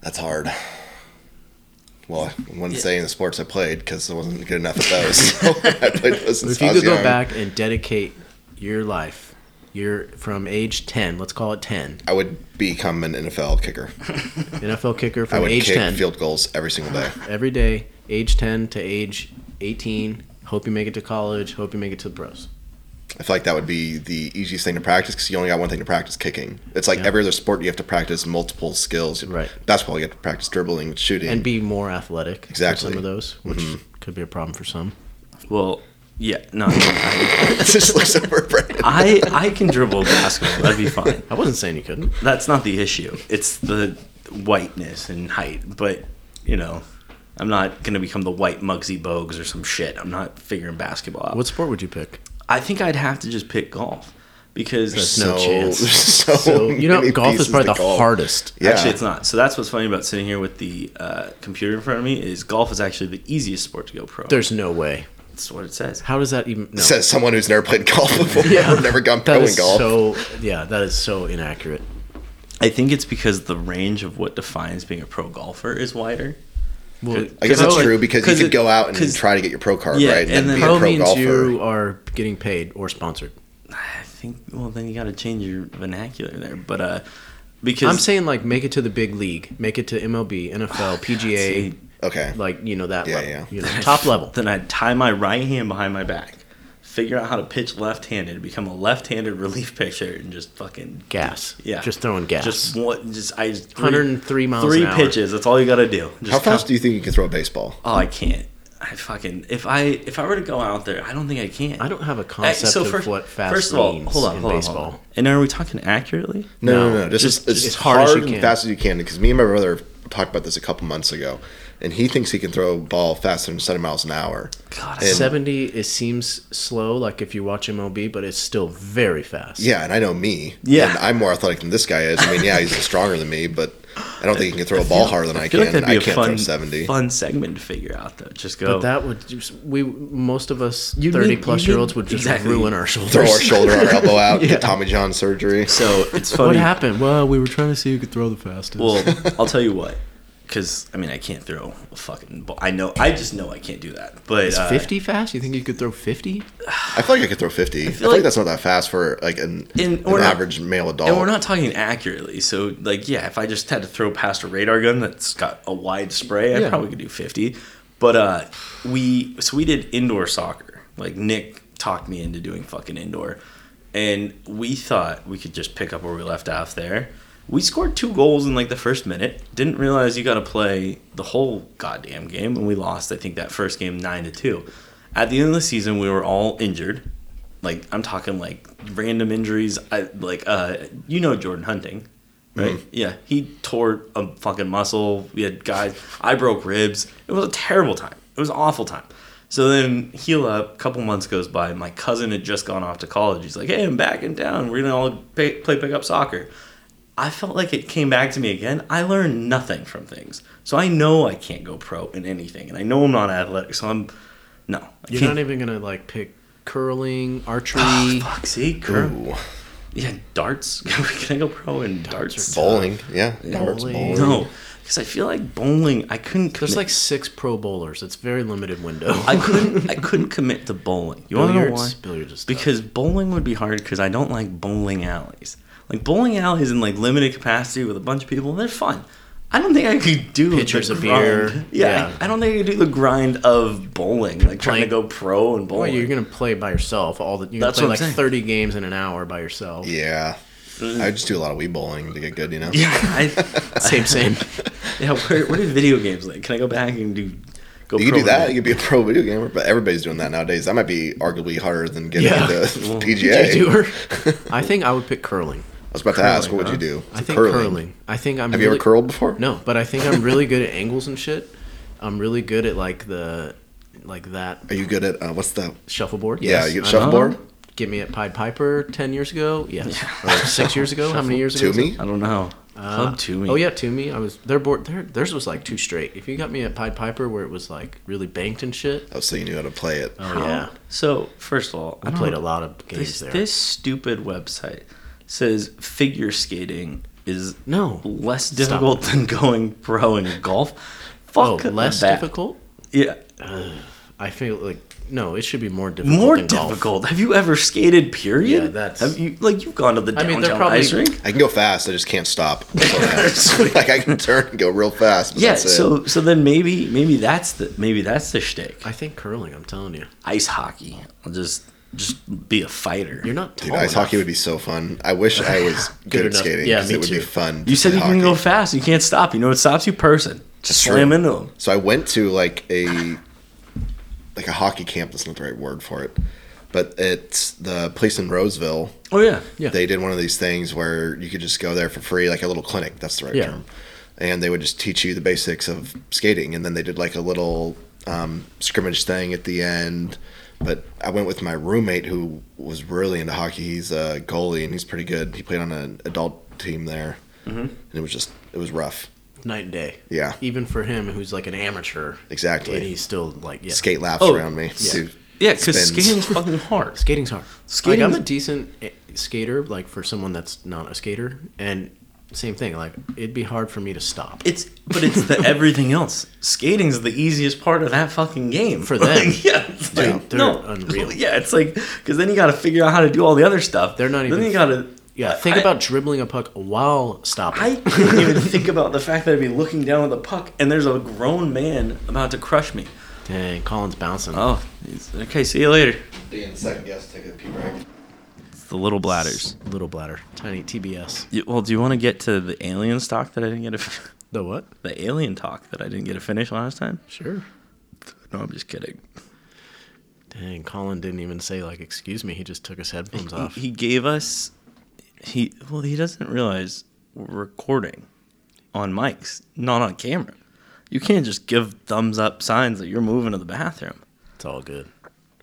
Speaker 2: That's hard. Well, I wouldn't say in the sports I played because I wasn't good enough at those. So I played those
Speaker 1: But
Speaker 2: since
Speaker 1: if you
Speaker 2: I was
Speaker 1: could go
Speaker 2: young.
Speaker 1: back and dedicate your life, you're from age ten, let's call it ten,
Speaker 2: I would become an NFL kicker.
Speaker 1: NFL kicker
Speaker 2: I
Speaker 1: from
Speaker 2: would
Speaker 1: age
Speaker 2: kick
Speaker 1: ten,
Speaker 2: field goals every single day.
Speaker 1: every day, age ten to age eighteen. Hope you make it to college. Hope you make it to the pros.
Speaker 2: I feel like that would be the easiest thing to practice because you only got one thing to practice kicking. It's like every other sport, you have to practice multiple skills.
Speaker 1: Right.
Speaker 2: Basketball, you have to practice dribbling, shooting.
Speaker 1: and be more athletic. for
Speaker 2: Exactly.
Speaker 1: some
Speaker 2: Mm-hmm.
Speaker 1: of those, which could be a problem for some.
Speaker 3: Well, yeah, no. I,
Speaker 2: just looks over at Brandon.
Speaker 3: I I can dribble basketball. That'd be fine.
Speaker 1: I wasn't saying you couldn't.
Speaker 3: That's not the issue. It's the whiteness and height. But you know, I'm not gonna become the white Muggsy Bogues or some shit. I'm not figuring basketball out.
Speaker 1: What sport would you pick?
Speaker 3: I think I'd have to just pick golf because
Speaker 1: There's no chance.
Speaker 2: There's so,
Speaker 1: So you know,
Speaker 2: many
Speaker 1: golf is
Speaker 2: pieces
Speaker 1: probably
Speaker 2: to
Speaker 1: the
Speaker 2: golf.
Speaker 1: hardest.
Speaker 2: Yeah.
Speaker 3: Actually, it's not. So that's what's funny about sitting here with the uh, computer in front of me is golf is actually the easiest sport to go pro.
Speaker 1: There's no way.
Speaker 3: That's what it says.
Speaker 1: How does that even? No.
Speaker 2: Says someone who's never played golf before, never gone pro
Speaker 1: That
Speaker 2: in
Speaker 1: is
Speaker 2: golf.
Speaker 1: so. Yeah, that is so inaccurate.
Speaker 3: I think it's because the range of what defines being a pro golfer is wider.
Speaker 1: Well,
Speaker 2: I guess
Speaker 3: Because-
Speaker 2: that's true because you
Speaker 3: 'cause
Speaker 2: could
Speaker 3: it-
Speaker 2: go out and
Speaker 3: 'cause-
Speaker 2: try to get your pro card,
Speaker 3: Yeah,
Speaker 2: right?
Speaker 3: and then
Speaker 2: be a
Speaker 1: pro
Speaker 2: pro
Speaker 1: means
Speaker 2: golfer.
Speaker 1: you are getting paid or sponsored.
Speaker 3: I think. Well, then you got to change your vernacular there. But uh, because
Speaker 1: I'm saying like make it to the big league, make it to MLB, NFL, PGA,
Speaker 3: See,
Speaker 2: Okay.
Speaker 1: like you know that
Speaker 2: Yeah,
Speaker 1: level,
Speaker 2: yeah.
Speaker 1: You know, top level.
Speaker 3: Then I'd tie my right hand behind my back, figure out how to pitch left-handed, become a left-handed relief pitcher, and just fucking
Speaker 1: Gas.
Speaker 3: Yeah.
Speaker 1: Just throwing gas.
Speaker 3: Just one. Just I. Just,
Speaker 1: 103 miles
Speaker 3: Three
Speaker 1: an hour.
Speaker 3: pitches. That's all you got to do. Just
Speaker 2: How
Speaker 3: come-
Speaker 2: fast do you think you can throw a baseball?
Speaker 3: Oh, I can't. I fucking if I if I were to go out there, I don't think I can.
Speaker 1: I don't have a
Speaker 3: Uh,
Speaker 1: concept of what fast
Speaker 3: first of all,
Speaker 1: means
Speaker 3: hold on,
Speaker 1: in
Speaker 3: hold on,
Speaker 1: baseball.
Speaker 3: hold on. And are we talking accurately?
Speaker 2: No, no,
Speaker 1: No,
Speaker 2: no. Just,
Speaker 1: just-
Speaker 2: as,
Speaker 1: just
Speaker 2: as hard, as you can. and
Speaker 1: can.
Speaker 2: fast as you can. Because me and my brother talked about this a couple months ago, and he thinks he can throw a ball faster than 70 miles an hour.
Speaker 3: God,
Speaker 2: And-
Speaker 3: I,
Speaker 1: 70 it seems slow like if you watch MLB but it's still very fast.
Speaker 2: Yeah, and I know me.
Speaker 3: Yeah.
Speaker 2: And I'm more athletic than this guy is. I mean, yeah, he's stronger than me, but I don't think he can throw a ball harder than I,
Speaker 3: I
Speaker 2: can.
Speaker 3: feel like that'd be
Speaker 2: I
Speaker 3: a
Speaker 2: can't throw
Speaker 3: fun,
Speaker 2: 70.
Speaker 3: fun segment to figure out though. Just go.
Speaker 1: But that would just, we most of us
Speaker 3: You'd
Speaker 1: 30
Speaker 3: need-
Speaker 1: plus
Speaker 3: you'd need-
Speaker 1: year olds would just
Speaker 3: exactly.
Speaker 1: ruin our shoulders.
Speaker 2: Throw our shoulder, our elbow out,
Speaker 1: Yeah.
Speaker 2: get Tommy John surgery.
Speaker 3: so it's funny.
Speaker 1: what happened? Well, we were trying to see who could throw the fastest.
Speaker 3: Well, I'll tell you what. Because I mean, I can't throw a fucking ball. I know. I just know I can't do that. But
Speaker 1: is
Speaker 3: uh,
Speaker 1: 50 fast? You think you could throw 50?
Speaker 2: I feel like I could throw 50. I feel, like,
Speaker 3: like-
Speaker 2: that's not that fast for like an,
Speaker 3: And
Speaker 2: an
Speaker 3: we're not-
Speaker 2: average male adult.
Speaker 3: And we're not talking accurately. So, like, yeah, if I just had to throw past a radar gun that's got a wide spray, I
Speaker 1: Yeah.
Speaker 3: probably could do 50. But uh, we, so we did indoor soccer. Like, Nick talked me into doing fucking indoor. And we thought we could just pick up where we left off there. We scored two goals in like the first minute. Didn't realize you got to play the whole goddamn game, and we lost. I think that first game nine to two. At the end of the season, we were all injured like I'm talking like random injuries. I like uh you know Jordan Hunting, right? Mm-hmm. Yeah, he tore a fucking muscle. We had guys. I broke ribs. It was a terrible time. It was an awful time. So then heal up. Couple months goes by. My cousin had just gone off to college. He's like, hey, I'm back in town. We're gonna all pay, play pickup soccer. I felt like it came back to me again. I learned nothing from things, so I know I can't go pro in anything, and I know I'm not athletic, so I'm no. I
Speaker 1: You're
Speaker 3: can't.
Speaker 1: not even going to like pick curling, archery.
Speaker 3: Oh, fuck, see, curl.
Speaker 2: Ooh.
Speaker 3: Yeah, darts. Can I go pro in darts?
Speaker 2: Bowling, yeah. Darts,
Speaker 1: Bowling.
Speaker 3: No, because I feel like bowling. I couldn't. Commit.
Speaker 1: There's like six pro bowlers. It's very limited window.
Speaker 3: I couldn't. I couldn't commit to bowling. You want to know why?
Speaker 1: Billiards, billiards is tough.
Speaker 3: Because bowling would be hard because I don't like bowling alleys. Like bowling alleys in like limited capacity with a bunch of people, they're fun. I don't think I could do
Speaker 1: Pitchers
Speaker 3: the
Speaker 1: of
Speaker 3: grind.
Speaker 1: beer.
Speaker 3: Yeah,
Speaker 1: Yeah.
Speaker 3: I, I don't think I could do the grind of bowling. Like trying
Speaker 1: Playing-
Speaker 3: to go pro and
Speaker 1: Well,
Speaker 3: bowling.
Speaker 1: you're going to play by yourself all the you're going
Speaker 3: That's
Speaker 1: to play
Speaker 3: what I'm
Speaker 1: like
Speaker 3: saying.
Speaker 1: 30 games in an hour by yourself.
Speaker 2: Yeah. I just do a lot of wee bowling to get good, you know?
Speaker 3: yeah, I,
Speaker 1: Same same.
Speaker 3: yeah. Where, where do video games like? Can I go back and do? Go
Speaker 2: You could
Speaker 3: pro
Speaker 2: do that.
Speaker 3: in-
Speaker 2: You could be a pro video gamer, but everybody's doing that nowadays. That might be arguably harder than getting
Speaker 1: Yeah.
Speaker 2: into
Speaker 3: Well,
Speaker 1: I
Speaker 2: PGA.
Speaker 1: do
Speaker 2: I
Speaker 1: her. I think I would pick curling.
Speaker 2: was about to ask,
Speaker 3: Curling,
Speaker 2: what would you
Speaker 3: huh?
Speaker 2: do?
Speaker 1: I think
Speaker 2: Curling.
Speaker 1: curling. I think I'm.
Speaker 2: Have you
Speaker 1: really,
Speaker 2: ever curled before?
Speaker 1: No, but I think I'm really good at angles and shit. I'm really good at like the, like that
Speaker 2: Are you good at uh, what's the?
Speaker 1: shuffleboard.
Speaker 2: Yeah,
Speaker 1: Yes,
Speaker 2: you get
Speaker 1: I'm-
Speaker 2: shuffleboard.
Speaker 1: Get me at Pied Piper ten years ago. Yes, or six years ago. How many years ago? was
Speaker 2: To
Speaker 1: it?
Speaker 2: me,
Speaker 3: I don't know.
Speaker 1: Uh,
Speaker 3: Club Toomey.
Speaker 1: Oh yeah, Toomey. I was their board. Their, theirs was like two straight. If you got me at Pied Piper where it was like really banked and shit.
Speaker 2: Oh, so you knew how to play it.
Speaker 1: Oh yeah,
Speaker 3: So first of all,
Speaker 1: I played a lot of games
Speaker 3: This,
Speaker 1: there.
Speaker 3: this stupid website says figure skating is
Speaker 1: No.
Speaker 3: less
Speaker 1: Stop
Speaker 3: difficult than going pro in golf.
Speaker 1: oh,
Speaker 3: Fuck
Speaker 1: less
Speaker 3: that.
Speaker 1: difficult.
Speaker 3: Yeah,
Speaker 1: I feel like no, it should be more difficult.
Speaker 3: more
Speaker 1: than golf.
Speaker 3: difficult. Have you ever skated? Period.
Speaker 1: Yeah, that's-
Speaker 3: Have you like you've gone to the
Speaker 1: I mean,
Speaker 3: downtown
Speaker 1: they're probably-
Speaker 3: ice rink?
Speaker 2: I can go fast. I just can't stop. like I can turn and go real fast. But
Speaker 3: Yeah.
Speaker 2: that's it.
Speaker 3: So so then maybe maybe that's the maybe that's the shtick.
Speaker 1: I think curling. I'm telling you,
Speaker 3: Ice hockey. I'll just just be a fighter.
Speaker 1: you're not tall
Speaker 2: Dude, ice
Speaker 1: enough.
Speaker 2: hockey would be so fun. I wish I was good, at
Speaker 1: enough.
Speaker 2: skating
Speaker 1: Yeah,
Speaker 2: because
Speaker 1: me
Speaker 2: it would be
Speaker 1: too.
Speaker 2: fun. to
Speaker 3: You said
Speaker 2: play
Speaker 3: you can go
Speaker 2: hockey.
Speaker 3: fast. You can't stop. You know what stops you? Person. Just slam into them.
Speaker 2: So I went to like a like a hockey camp. That's not the right word for it, but it's the place in Roseville.
Speaker 3: Oh yeah.
Speaker 1: Yeah.
Speaker 2: They did one of these things where you could just go there for free, like a little clinic. That's the right
Speaker 1: Yeah.
Speaker 2: term. And they would just teach you the basics of skating, and then they did like a little um, scrimmage thing at the end. But I went with my roommate who was really into hockey. He's a goalie and he's pretty good. He played on an adult team there, and it was just it was rough.
Speaker 1: night and day.
Speaker 2: Yeah.
Speaker 1: Even for him, who's like an amateur.
Speaker 2: Exactly.
Speaker 1: And he's still like yeah.
Speaker 2: Skate laps
Speaker 3: Oh,
Speaker 2: around me. Dude,
Speaker 3: Yeah, because
Speaker 2: spins.
Speaker 3: skating's fucking hard.
Speaker 1: Skating's hard.
Speaker 3: Skating's-
Speaker 1: Like I'm a decent eh, skater, like for someone that's not a skater, and same thing. Like it'd be hard for me to stop.
Speaker 3: It's but it's the everything else. Skating's the easiest part of that fucking game
Speaker 1: For them.
Speaker 3: Like, yeah, it's
Speaker 1: Dude,
Speaker 3: like,
Speaker 1: they're
Speaker 3: no,
Speaker 1: unreal.
Speaker 3: Yeah, it's like because then you got to figure out how to do all the other stuff.
Speaker 1: They're not
Speaker 3: Then
Speaker 1: even-
Speaker 3: you got to.
Speaker 1: yeah. Think
Speaker 3: I-
Speaker 1: about dribbling a puck while stopping.
Speaker 3: I couldn't even think about the fact that I'd be looking down at the puck and there's a grown man about to crush me.
Speaker 1: Dang, Colin's bouncing.
Speaker 3: Oh, he's- okay. See you later.
Speaker 2: Dan, second guess, take a pee break.
Speaker 3: It's the little bladders.
Speaker 1: Little bladder, tiny TBS.
Speaker 3: You- Well, do you want to get to the alien stock that I didn't get a f-
Speaker 1: The what?
Speaker 3: the alien talk that I didn't get to finish last time?
Speaker 1: Sure.
Speaker 3: No, I'm just kidding.
Speaker 1: Dang, Colin didn't even say like "excuse me." He just took his headphones off.
Speaker 3: He gave us he well he doesn't realize we're recording on mics, not on camera. You can't just give thumbs up signs that you're moving to the bathroom.
Speaker 1: It's all good.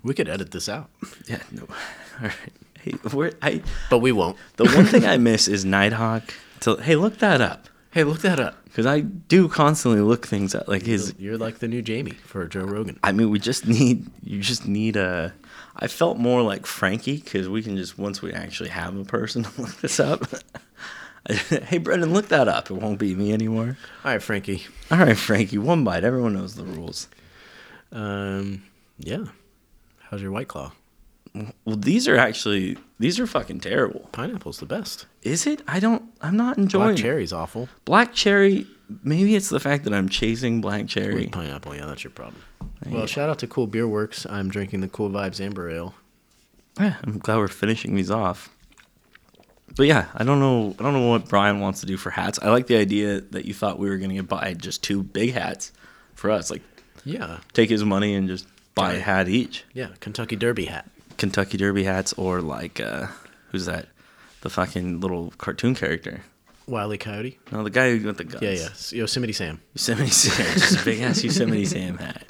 Speaker 1: We could edit this out,
Speaker 3: Yeah, no. All right. Hey, we're, I
Speaker 1: but we won't.
Speaker 3: the one thing I miss is Nighthawk. To, hey, look that up
Speaker 1: Hey, look that up.
Speaker 3: because I do constantly look things up. Like his,
Speaker 1: You're like the new Jamie for Joe Rogan.
Speaker 3: I mean, we just need you just need a. I felt more like Frankie because we can just once we actually have a person to look this up. hey, Brendan, look that up. It won't be me anymore.
Speaker 1: All right, Frankie.
Speaker 3: All right, Frankie, one bite. Everyone knows the rules.
Speaker 1: Um, yeah. How's your White Claw?
Speaker 3: Well, these are actually these are fucking terrible.
Speaker 1: Pineapple's the best.
Speaker 3: Is it? I don't. I'm not enjoying
Speaker 1: Black
Speaker 3: it.
Speaker 1: cherry's awful.
Speaker 3: Black cherry. Maybe it's the fact that I'm chasing black cherry.
Speaker 1: Pineapple, yeah, that's your problem.
Speaker 3: There
Speaker 1: Well,
Speaker 3: you
Speaker 1: shout out to Cool Beer Works. I'm drinking the Cool Vibes Amber Ale.
Speaker 3: Yeah, I'm glad we're finishing these off. But yeah, I don't know. I don't know what Brian wants to do for hats. I like the idea that you thought we were going to buy just two big hats for us. Like,
Speaker 1: Yeah,
Speaker 3: take his money and just buy a
Speaker 1: Right.
Speaker 3: hat each.
Speaker 1: yeah, Kentucky Derby hat.
Speaker 3: Kentucky Derby hats, or like, uh, who's that? The fucking little cartoon character.
Speaker 1: Wile E. Coyote.
Speaker 3: No, the guy who got the guns.
Speaker 1: Yeah, yeah. Yosemite Sam.
Speaker 3: Yosemite Sam, just a big ass Yosemite Sam hat.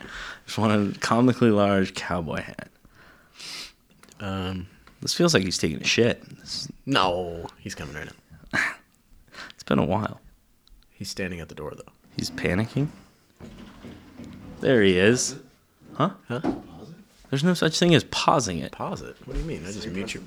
Speaker 3: Just want a comically large cowboy hat.
Speaker 1: Um,
Speaker 3: This feels like he's taking a shit. It's,
Speaker 1: no, he's coming right now.
Speaker 3: it's been a while.
Speaker 1: He's standing at the door though.
Speaker 3: He's panicking. There he is. Huh?
Speaker 1: Huh?
Speaker 3: There's no such thing as pausing it.
Speaker 1: Pause it. What do you mean? I just mute your.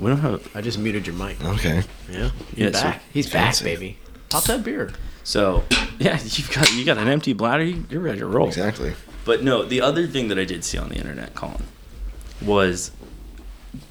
Speaker 3: We don't have.
Speaker 1: I just muted your mic.
Speaker 2: Okay.
Speaker 1: Yeah, you're
Speaker 3: Yeah, so-
Speaker 1: back. he's
Speaker 2: Fancy.
Speaker 1: back, baby. Pop that beer.
Speaker 3: So, yeah, you've got you got an empty bladder. You- You're ready to roll.
Speaker 2: Exactly.
Speaker 3: But no, the other thing that I did see on the internet, Colin, was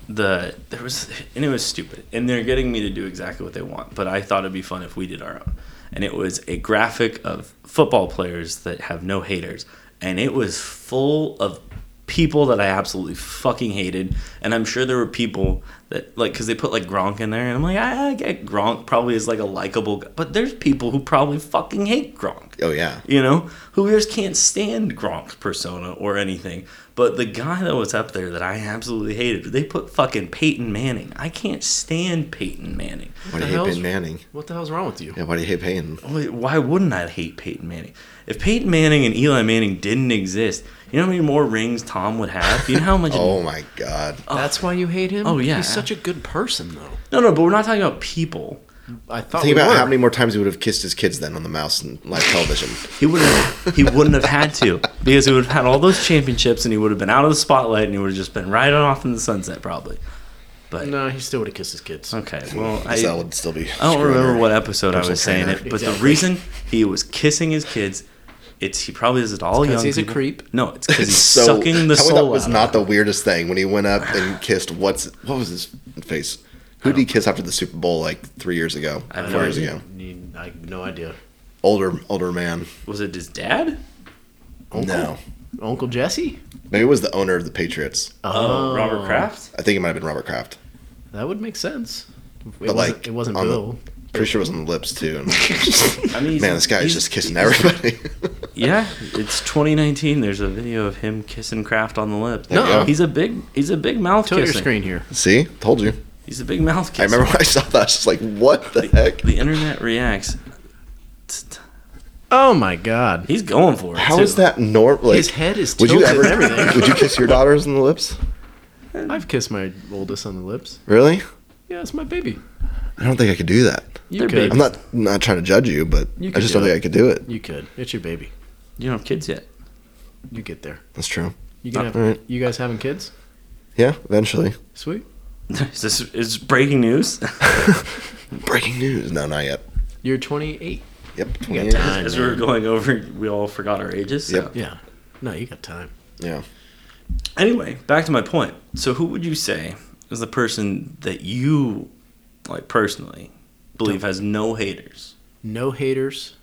Speaker 3: the there was and it was stupid, and they're getting me to do exactly what they want. But I thought it'd be fun if we did our own, and it was a graphic of football players that have no haters, and it was full of people that I absolutely fucking hated, and I'm sure there were people that like because they put like Gronk in there, and I'm like I, I get Gronk probably is like a likable, guy, but there's people who probably fucking hate Gronk
Speaker 2: Oh yeah.
Speaker 3: you know, who just can't stand Gronk's persona or anything. But the guy that was up there that I absolutely hated, they put fucking Peyton Manning. I can't stand Peyton Manning.
Speaker 2: Why do
Speaker 1: the
Speaker 2: you hate
Speaker 1: hell's-
Speaker 2: Peyton Manning?
Speaker 1: What the hell's wrong with you?
Speaker 2: Yeah. Why do you hate Peyton?
Speaker 3: Why why wouldn't I hate Peyton Manning? If Peyton Manning and Eli Manning didn't exist, you know how many more rings Tom would have? You know how much.
Speaker 2: Oh my God.
Speaker 1: That's why you hate him.
Speaker 3: Oh, yeah.
Speaker 1: he's such a good person though.
Speaker 3: No, no, but we're not talking about people.
Speaker 1: I thought
Speaker 2: Think
Speaker 1: we
Speaker 2: about
Speaker 1: were.
Speaker 2: how many more times he would have kissed his kids then on the mouse and live television.
Speaker 3: He wouldn't. Have, he wouldn't have had to because he would have had all those championships, and he would have been out of the spotlight, and he would have just been right on off in the sunset, probably. But
Speaker 1: No, he still would have kissed his kids.
Speaker 3: okay, well, I,
Speaker 2: I, that would still be.
Speaker 3: I don't remember what episode I was saying
Speaker 2: trainer.
Speaker 3: it, but the
Speaker 1: Exactly.
Speaker 3: reason he was kissing his kids, it's he probably does it all young.
Speaker 1: 'cause he's a
Speaker 3: people.
Speaker 1: creep.
Speaker 3: No, it's because he's
Speaker 2: So,
Speaker 3: sucking the
Speaker 2: tell me
Speaker 3: soul
Speaker 2: that was
Speaker 3: out.
Speaker 2: not
Speaker 3: of
Speaker 2: the weirdest thing when he went up and kissed what's what was his face? Who did he kiss after the Super Bowl like three years ago?
Speaker 3: I don't
Speaker 2: Four
Speaker 3: know.
Speaker 2: years ago.
Speaker 1: Need- I have no idea.
Speaker 2: Older older man.
Speaker 3: was it his dad?
Speaker 1: Uncle?
Speaker 2: No,
Speaker 1: Uncle Jesse?
Speaker 2: maybe it was the owner of the Patriots.
Speaker 3: Oh, Robert Kraft.
Speaker 2: I think it might have been Robert Kraft.
Speaker 1: That would make sense. It
Speaker 2: But,
Speaker 1: wasn't,
Speaker 2: like,
Speaker 1: it wasn't
Speaker 2: on the-
Speaker 1: Bill.
Speaker 2: Pretty sure it was on the lips too. And
Speaker 3: I mean, he's-
Speaker 2: man, this guy is
Speaker 3: he's-
Speaker 2: just kissing
Speaker 3: he's-
Speaker 2: everybody.
Speaker 3: Yeah, it's 2019. There's a video of him kissing Kraft on the lip.
Speaker 2: There you
Speaker 3: No,
Speaker 2: go.
Speaker 3: he's a big, he's a big mouth
Speaker 1: Tilt your
Speaker 3: kisser.
Speaker 1: screen here.
Speaker 2: See, told you.
Speaker 3: He's a big mouth
Speaker 2: I
Speaker 3: kisser.
Speaker 2: remember when I saw that. I was just like, what the heck?
Speaker 3: The internet reacts.
Speaker 1: Oh my god.
Speaker 3: He's going for it.
Speaker 2: How
Speaker 3: too.
Speaker 2: is that normal? Like,
Speaker 1: His head is
Speaker 2: would you
Speaker 1: tilted and
Speaker 2: ever?
Speaker 1: everything.
Speaker 2: would you kiss your daughters on the lips?
Speaker 1: I've kissed my oldest on the lips.
Speaker 2: Really?
Speaker 1: Yeah, it's my baby.
Speaker 2: I don't think I could do that.
Speaker 1: You
Speaker 3: They're
Speaker 1: could.
Speaker 3: babies.
Speaker 2: I'm not not trying to judge you, but
Speaker 1: You
Speaker 2: I
Speaker 1: could
Speaker 2: just
Speaker 1: do
Speaker 2: don't think I could do it.
Speaker 1: You could. It's your baby.
Speaker 3: You don't have kids yet.
Speaker 1: You get there.
Speaker 2: That's true.
Speaker 1: You gonna have,
Speaker 2: Alright.
Speaker 1: you guys having kids?
Speaker 2: Yeah, eventually.
Speaker 1: Sweet.
Speaker 3: Is this is breaking news?
Speaker 2: Breaking news. No, not yet.
Speaker 1: You're 28.
Speaker 2: Yep.
Speaker 1: You
Speaker 2: 28.
Speaker 1: got time.
Speaker 3: As we were
Speaker 1: man.
Speaker 3: going over, we all forgot our ages. So.
Speaker 2: Yep.
Speaker 1: Yeah. No, you got time.
Speaker 2: Yeah.
Speaker 3: Anyway, back to my point. So, who would you say is the person that you, like personally, believe has no haters?
Speaker 1: No haters.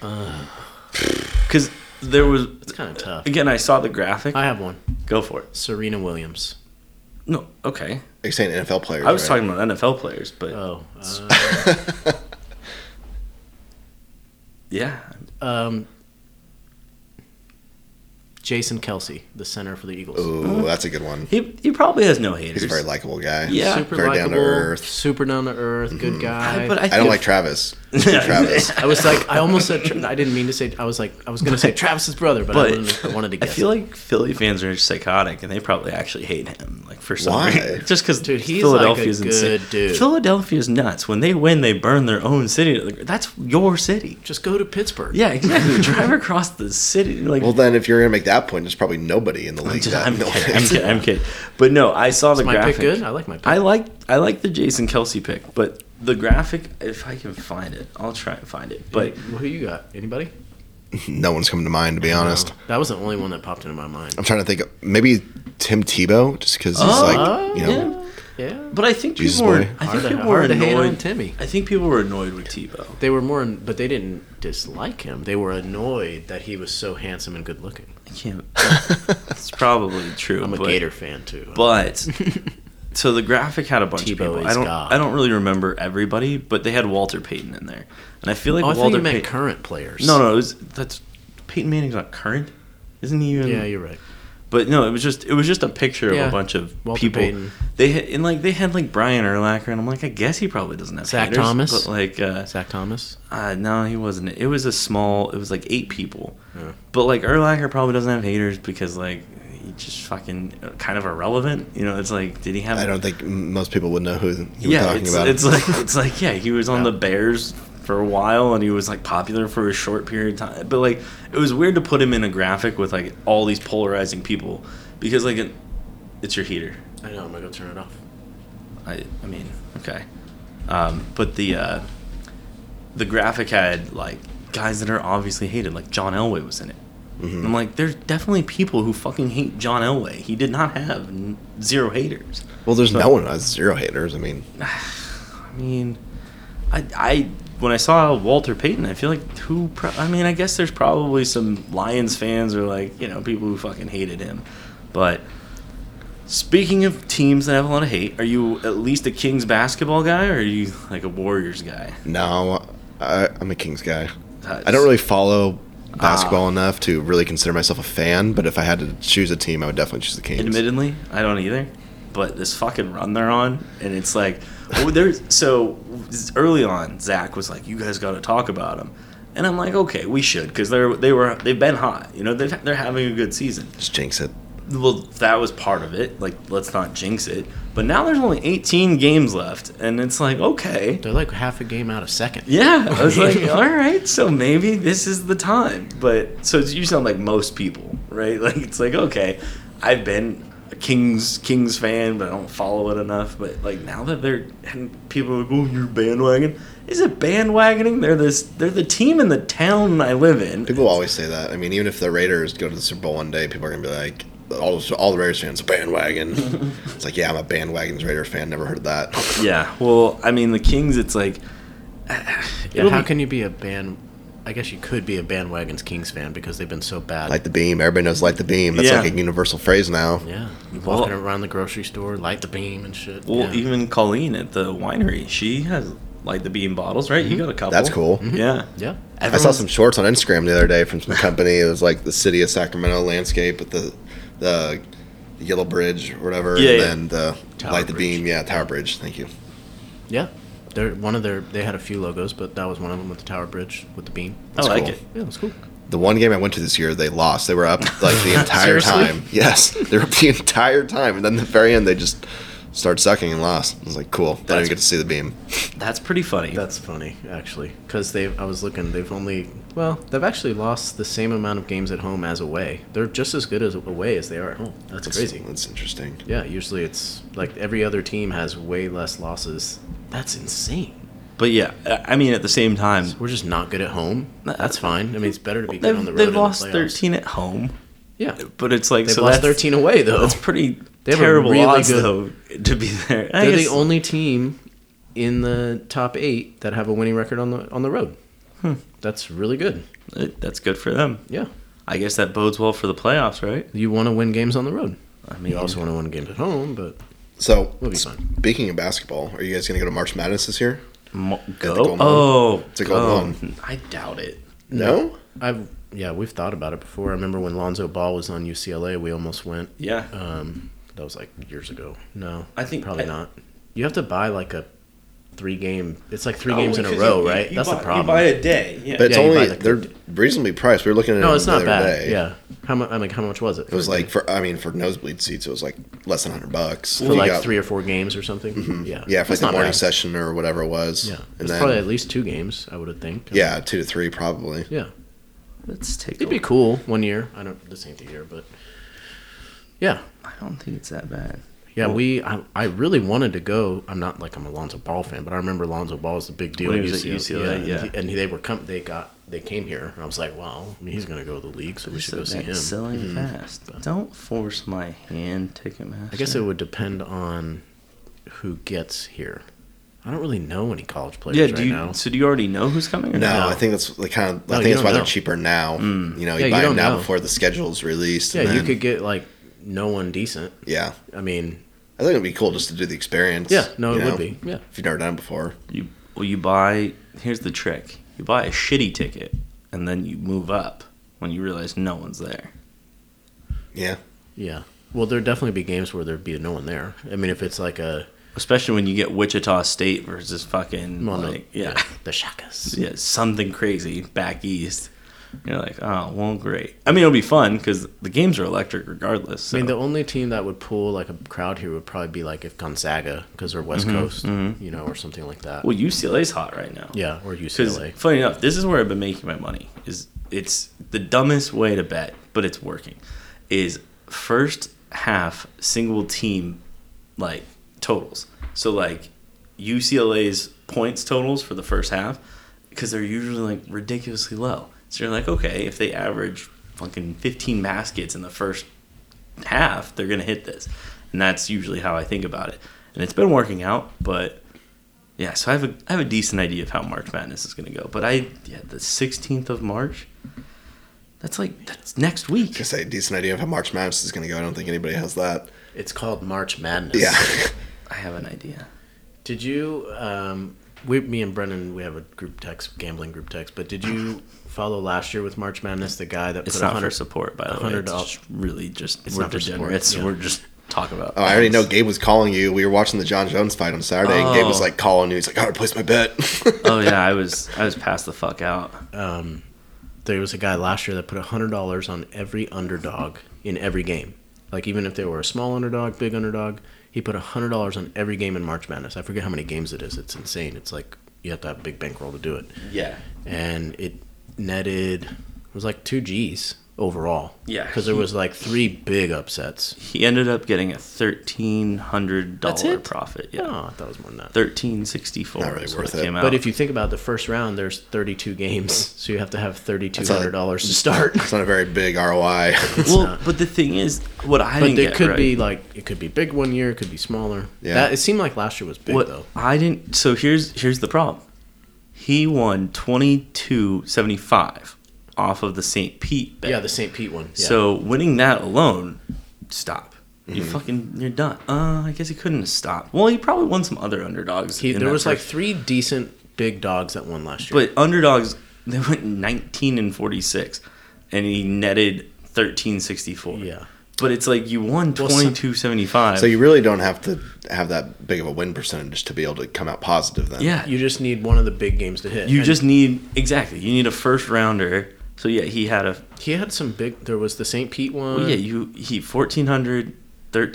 Speaker 3: Because there was
Speaker 1: It's kind of tough.
Speaker 3: again, I saw the graphic.
Speaker 1: I have one.
Speaker 3: Go for it.
Speaker 1: Serena Williams.
Speaker 3: No, okay.
Speaker 2: You're saying NFL players.
Speaker 3: I was
Speaker 2: right?
Speaker 3: talking about NFL players, but
Speaker 1: Oh. Uh,
Speaker 3: yeah,
Speaker 1: um. Jason Kelsey, the center for the Eagles.
Speaker 2: Ooh, that's a good one.
Speaker 3: he he probably has no haters.
Speaker 2: He's a very likable guy.
Speaker 3: Yeah.
Speaker 1: super
Speaker 2: Very down to
Speaker 1: likable,
Speaker 2: earth.
Speaker 1: super down to earth, good guy.
Speaker 3: I-
Speaker 1: I,
Speaker 3: but I,
Speaker 2: I don't like Travis. Travis.
Speaker 1: I was like, I almost said, Tra- I didn't mean to say. I was like, I was gonna say Travis's brother, but, I,
Speaker 3: But
Speaker 1: wouldn't- I wanted to
Speaker 3: I
Speaker 1: guess.
Speaker 3: feel like Philly fans are psychotic, and they probably actually hate him. Like for some
Speaker 2: Why?
Speaker 3: reason, just because
Speaker 1: Dude, he's
Speaker 3: Philadelphia's
Speaker 1: like a
Speaker 3: insane.
Speaker 1: good dude.
Speaker 3: Philadelphia's nuts. When they win, they burn their own city. to the gr- That's your city.
Speaker 1: Just go to Pittsburgh.
Speaker 3: Yeah, exactly. Drive across the city. Like,
Speaker 2: Well, then, if you're gonna make that point, there's probably nobody in the league.
Speaker 3: I'm, just-
Speaker 2: that
Speaker 3: I'm
Speaker 2: no
Speaker 3: kidding. I'm kidding. I'm kidding. But no, I saw the
Speaker 1: my
Speaker 3: graphic.
Speaker 1: pick good. I like my pick.
Speaker 3: I like I like the Jason Kelsey pick, but the graphic, if I can find it, I'll try and find it. But
Speaker 1: Who you got? Anybody?
Speaker 2: No one's coming to mind, to be honest.
Speaker 1: No. that was the only one that popped into my mind.
Speaker 2: I'm trying to think. Of, maybe Tim Tebow, just because he's
Speaker 3: Oh,
Speaker 2: like, you know,
Speaker 3: yeah.
Speaker 1: Uh, Yeah,
Speaker 3: But I think
Speaker 2: Jesus
Speaker 3: people were.
Speaker 2: boy.
Speaker 3: I
Speaker 1: Hard
Speaker 3: think
Speaker 1: to-
Speaker 3: people were
Speaker 1: hard to hate
Speaker 3: annoyed.
Speaker 1: on Timmy.
Speaker 3: I think people were annoyed with Tebow.
Speaker 1: they were more, but they didn't dislike him. They were annoyed that he was so handsome and good looking.
Speaker 3: I can't. It's probably true.
Speaker 1: I'm a
Speaker 3: but,
Speaker 1: Gator fan too. Oh,
Speaker 3: But so the graphic had a bunch
Speaker 1: Tebow
Speaker 3: of people. I
Speaker 1: is
Speaker 3: don't.
Speaker 1: God.
Speaker 3: I don't really remember everybody, but they had Walter Payton in there, and I feel like
Speaker 1: oh, I thought
Speaker 3: Walter
Speaker 1: you meant
Speaker 3: Payton.
Speaker 1: current players.
Speaker 3: no, no, it was, that's Peyton Manning's not current, isn't he? Even,
Speaker 1: Yeah, you're right.
Speaker 3: But no, it was just it was just a picture of
Speaker 1: Yeah.
Speaker 3: a bunch of
Speaker 1: Walter
Speaker 3: people.
Speaker 1: Payton.
Speaker 3: They had, and like they had like Brian Urlacher, and I'm like, I guess he probably doesn't have
Speaker 1: Zach
Speaker 3: haters,
Speaker 1: Thomas?
Speaker 3: but like uh,
Speaker 1: Zach Thomas.
Speaker 3: Uh, no, he wasn't. It was a small. It was like eight people.
Speaker 1: Yeah.
Speaker 3: But like Erlacher probably doesn't have haters because like he just fucking uh, kind of irrelevant. You know, it's like did he have?
Speaker 2: I don't think m- most people would know who you
Speaker 3: yeah,
Speaker 2: were talking
Speaker 3: it's,
Speaker 2: about.
Speaker 3: it's like it's like yeah, he was on
Speaker 1: Yeah.
Speaker 3: the Bears for a while and he was like popular for a short period of time. But like it was weird to put him in a graphic with like all these polarizing people because like it, it's your heater.
Speaker 1: I know. I'm gonna go turn it off.
Speaker 3: I, I mean, okay. Um, but the uh, the graphic had like guys that are obviously hated, like John Elway was in it.
Speaker 2: Mm-hmm. Hmm.
Speaker 3: I'm like, there's definitely people who fucking hate John Elway. He did not have n- zero haters.
Speaker 2: well, there's no one who has zero haters. I mean,
Speaker 3: I mean, I, I when I saw Walter Payton, I feel like who? Pro- I mean, I guess there's probably some Lions fans or like you know people who fucking hated him. But speaking of teams that have a lot of hate, are you at least a Kings basketball guy or are you like a Warriors guy?
Speaker 2: no, I, I'm a Kings guy.
Speaker 3: That's-
Speaker 2: I don't really follow
Speaker 3: Ah.
Speaker 2: basketball enough to really consider myself a fan, but if I had to choose a team, I would definitely choose the Kings.
Speaker 3: Admittedly, I don't either. But this fucking run they're on, and it's like, oh, there's so early on. Zach was like, "You guys got to talk about them," and I'm like, "Okay, we should," because they're they were they've been hot. You know, they've, they're having a good season.
Speaker 2: Just jinx it.
Speaker 3: well, that was part of it. Like, let's not jinx it. But now there's only 18 games left, and it's like, okay,
Speaker 1: They're like half a game out of second.
Speaker 3: yeah. I was like, all right, so maybe this is the time. But so it's- you sound like most people, right? Like it's like, okay, I've been a Kings Kings fan, but I don't follow it enough. But like now that they're and people are like, oh, you're bandwagon. Is it bandwagoning? They're this. They're the team in the town I live in.
Speaker 2: People always say that. I mean, even if the Raiders go to the Super Bowl one day, people are gonna be like, all all the Raiders fans are bandwagon. it's like, yeah, I'm a bandwagon's Raiders fan. Never heard of that.
Speaker 3: Yeah. Well, I mean, the Kings. It's like.
Speaker 1: Yeah, how can you be a band? I guess you could be a bandwagon's Kings fan because they've been so bad.
Speaker 2: light the beam. Everybody knows light the beam. That's
Speaker 3: Yeah.
Speaker 2: like a universal phrase now.
Speaker 1: yeah,
Speaker 3: Well-
Speaker 1: walking around the grocery store, light the beam and shit.
Speaker 3: Well,
Speaker 1: yeah.
Speaker 3: even Colleen at the winery, she has like the bean bottles, right? You got a couple.
Speaker 2: Mm-hmm. That's cool.
Speaker 1: Mm-hmm.
Speaker 3: Yeah.
Speaker 1: yeah,
Speaker 2: I saw
Speaker 3: Mm-hmm. Everyone's-
Speaker 2: some shorts on Instagram the other day from some company. It was like the city of Sacramento landscape with the the yellow bridge or whatever,
Speaker 3: Yeah,
Speaker 2: and
Speaker 3: yeah.
Speaker 2: then the
Speaker 1: Tower
Speaker 2: light the
Speaker 1: Bridge.
Speaker 2: beam. Yeah, Tower Bridge. Thank you.
Speaker 1: yeah. They're one of their. They had a few logos, but that was one of them with the tower bridge with the beam.
Speaker 3: I like
Speaker 2: cool.
Speaker 3: it.
Speaker 1: Yeah, it was cool.
Speaker 2: The one game I went to this year, they lost. They were up like the entire
Speaker 1: Seriously?
Speaker 2: time. Yes, they were up the entire time, and then at the very end they just started sucking and lost. I was like, cool. Then
Speaker 3: That's-
Speaker 2: you get to see the beam.
Speaker 3: That's pretty funny.
Speaker 1: That's funny, actually, because they. I was looking. They've only. Well, they've actually lost the same amount of games at home as away. They're just as good as away as they are at
Speaker 3: Oh,
Speaker 1: home. That's crazy.
Speaker 2: That's interesting.
Speaker 1: Yeah, usually it's like every other team has way less losses. That's insane.
Speaker 3: but yeah, I I mean, at the same time,
Speaker 1: We're just not good at home. That's fine. I mean, it's better to be good
Speaker 3: they've,
Speaker 1: on the road.
Speaker 3: they've
Speaker 1: in the
Speaker 3: lost
Speaker 1: playoffs.
Speaker 3: 13 at home,
Speaker 1: Yeah,
Speaker 3: but it's like
Speaker 1: they've
Speaker 3: so
Speaker 1: lost
Speaker 3: that's,
Speaker 1: thirteen away though.
Speaker 3: That's pretty
Speaker 1: have a
Speaker 3: terrible
Speaker 1: really
Speaker 3: odds
Speaker 1: good-
Speaker 3: though to be there. I
Speaker 1: They're the
Speaker 3: guess-
Speaker 1: only team in the top eight that have a winning record on the on the road.
Speaker 3: Hmm.
Speaker 1: That's really good.
Speaker 3: uh, that's good for them.
Speaker 1: Yeah,
Speaker 3: I guess that bodes well for the playoffs, right?
Speaker 1: you want to win games on the road.
Speaker 3: I mean,
Speaker 1: You also want to win games at home, but
Speaker 2: So,
Speaker 1: We'll be fine.
Speaker 2: speaking of basketball, are you guys gonna go to March Madness this year?
Speaker 3: mo- go.
Speaker 2: Golden
Speaker 3: Oh,
Speaker 2: It's a Golden
Speaker 3: go. I doubt it.
Speaker 2: No.
Speaker 1: I've yeah we've thought about it before. I remember when Lonzo Ball was on UCLA, we almost went.
Speaker 3: Yeah.
Speaker 1: Um, that was like years ago. No,
Speaker 3: I think-
Speaker 1: probably
Speaker 3: I-
Speaker 1: not. You have to buy like a three game. It's like three
Speaker 3: Oh,
Speaker 1: games in a
Speaker 3: because
Speaker 1: row,
Speaker 3: you- you-
Speaker 1: right?
Speaker 3: you
Speaker 1: That's
Speaker 3: buy-
Speaker 1: the problem.
Speaker 3: You buy a day. Yeah.
Speaker 2: But it's
Speaker 1: Yeah, you
Speaker 2: only
Speaker 1: buy the
Speaker 2: they're reasonably priced. We were looking at it
Speaker 1: no, it's
Speaker 2: the
Speaker 1: not
Speaker 2: other
Speaker 1: bad.
Speaker 2: day.
Speaker 1: Yeah. How much? I mean, how much was it?
Speaker 2: It was like for I mean for nosebleed seats, it was like less than hundred bucks.
Speaker 1: for like three or four games or something. Yeah.
Speaker 2: Mm-hmm. yeah, for like
Speaker 1: That's
Speaker 2: the
Speaker 1: not
Speaker 2: morning
Speaker 1: bad.
Speaker 2: session or whatever it was.
Speaker 1: Yeah.
Speaker 2: and
Speaker 1: It's
Speaker 2: then
Speaker 1: probably at least two games, I would have think.
Speaker 2: yeah, two to three probably.
Speaker 1: Yeah.
Speaker 3: Let's take.
Speaker 1: It'd
Speaker 3: a
Speaker 1: be cool one year. I don't. This ain't the year, but yeah.
Speaker 3: I don't think it's that bad.
Speaker 1: Yeah, we. I, I really wanted to go. I'm not like I'm a Lonzo Ball fan, but I remember Lonzo Ball was the big deal
Speaker 3: When he was at UCLA,
Speaker 1: and
Speaker 3: yeah.
Speaker 1: he- and they were come. They got. They came here, and I was like, "Wow, I mean, he's gonna go to the league, so we should
Speaker 3: So
Speaker 1: go see
Speaker 3: that's
Speaker 1: him." Mm-hmm.
Speaker 3: Selling fast. Don't force my hand, Ticketmaster.
Speaker 1: I guess it would depend on who gets here. I don't really know any college players
Speaker 3: Yeah.
Speaker 1: right
Speaker 3: Do you?
Speaker 1: now.
Speaker 3: So do you already know who's coming? Or
Speaker 2: No,
Speaker 1: No.
Speaker 2: I think that's the kind of
Speaker 1: No,
Speaker 2: I
Speaker 1: you
Speaker 2: think that's
Speaker 1: don't
Speaker 2: why they're
Speaker 1: know. Mm.
Speaker 2: cheaper now. You know, you
Speaker 1: Yeah, you
Speaker 2: buy
Speaker 1: don't
Speaker 2: them now
Speaker 1: know.
Speaker 2: before the schedule's released.
Speaker 1: Yeah,
Speaker 2: and
Speaker 1: you
Speaker 2: then-
Speaker 1: could get like no one decent.
Speaker 2: Yeah,
Speaker 1: I mean,
Speaker 2: I think it'd be cool just to do the experience.
Speaker 1: yeah, no, it
Speaker 2: you know,
Speaker 1: would be. Yeah,
Speaker 2: if you've never done it before.
Speaker 3: You well, you buy. Here's the trick. You buy a shitty ticket, and then you move up when you realize no one's there.
Speaker 2: Yeah,
Speaker 1: yeah. Well, there'd definitely be games where there'd be no one there. I mean, if it's like a
Speaker 3: Especially when you get Wichita State versus fucking
Speaker 1: well, no,
Speaker 3: like yeah,
Speaker 1: the Shakas.
Speaker 3: yeah something crazy back east. You're like, oh well, great. I mean, it'll be fun because the games are electric regardless.
Speaker 1: I
Speaker 3: So.
Speaker 1: mean, the only team that would pull like a crowd here would probably be like if Gonzaga, because they're West
Speaker 3: Mm-hmm,
Speaker 1: Coast, you know, or something like that.
Speaker 3: well, UCLA's hot right now.
Speaker 1: yeah, or
Speaker 3: Because
Speaker 1: UCLA.
Speaker 3: funny enough, this is where I've been making my money. Is it's the dumbest way to bet, but it's working. Is first half single team like totals. So like UCLA's points totals for the first half because they're usually like ridiculously low. So you're like, okay, if they average fucking 15 baskets in the first half, they're gonna hit this, and that's usually how I think about it. And it's been working out, but yeah, so I have a I have a decent idea of how March Madness is going to go, but I yeah, the 16th of March. That's like that's next week.
Speaker 2: I say decent idea of how March Madness is going to go. I don't think anybody has that.
Speaker 1: It's called March Madness.
Speaker 2: Yeah,
Speaker 3: I have an idea.
Speaker 1: Did you? Um, we, me and Brennan, we have a group text, gambling group text. But did you follow last year with March Madness? The guy that
Speaker 3: It's
Speaker 1: put
Speaker 3: not
Speaker 1: a
Speaker 3: for
Speaker 1: hundred.
Speaker 3: support, by the way.
Speaker 1: $100
Speaker 3: It's just really just
Speaker 1: It's
Speaker 3: we're
Speaker 1: not for support,
Speaker 3: degenerates.
Speaker 1: yeah.
Speaker 3: We're just talking about.
Speaker 2: Oh, I already know Gabe was calling you. We were watching the John Jones fight on Saturday. and Gabe was
Speaker 3: Oh.
Speaker 2: like calling you. He's like, I replaced my bet.
Speaker 3: oh yeah, I was I was passed the fuck out.
Speaker 1: There was a guy last year that put a hundred dollars on every underdog in every game. Like even if they were a small underdog, big underdog, he put hundred dollars on every game in March Madness. I forget how many games it is. It's insane. It's like you have to have a big bankroll to do it,
Speaker 3: Yeah.
Speaker 1: and it netted it was like two G's overall.
Speaker 3: Yeah.
Speaker 1: because there was like three big upsets.
Speaker 3: He ended up getting a thirteen hundred
Speaker 1: That's
Speaker 3: dollar
Speaker 1: it?
Speaker 3: profit.
Speaker 1: Yeah,
Speaker 3: Yeah.
Speaker 1: oh, I thought it was more than that.
Speaker 3: Thirteen sixty four
Speaker 2: Not really
Speaker 3: is
Speaker 2: worth
Speaker 3: what
Speaker 2: it.
Speaker 3: came out.
Speaker 1: But if you think about the first round, there's 32 games, so you have to have 3,200 dollars to start.
Speaker 2: It's not a very big ROI.
Speaker 3: well,
Speaker 1: not.
Speaker 3: but the thing is, what I
Speaker 1: But
Speaker 3: didn't
Speaker 1: it
Speaker 3: get
Speaker 1: could
Speaker 3: right,
Speaker 1: be like it could be big one year, it could be smaller.
Speaker 2: Yeah.
Speaker 1: That it seemed like last year was big
Speaker 3: what
Speaker 1: though.
Speaker 3: I didn't. So here's here's the problem. He won twenty two seventy five off of the St. Pete bet.
Speaker 1: Yeah, the St. Pete one. Yeah.
Speaker 3: So winning that alone, stop. You
Speaker 1: Mm-hmm.
Speaker 3: fucking, you're done. Uh, I guess he couldn't have stopped. Well, he probably won some other underdogs.
Speaker 1: he,
Speaker 3: in
Speaker 1: there
Speaker 3: that
Speaker 1: was like
Speaker 3: first-
Speaker 1: three decent big dogs that won last year.
Speaker 3: but underdogs they went 19 and 46, and he netted 1364.
Speaker 1: yeah,
Speaker 3: but it's like you won
Speaker 1: Well, some-
Speaker 3: 2275.
Speaker 2: so you really don't have to have that big of a win percentage to be able to come out positive then.
Speaker 3: yeah,
Speaker 1: you just need one of the big games to hit.
Speaker 3: you
Speaker 1: And
Speaker 3: just need exactly. You need a first rounder. So yeah, he had a
Speaker 1: he had some big. There was the St. Pete one.
Speaker 3: well, yeah you he 1400,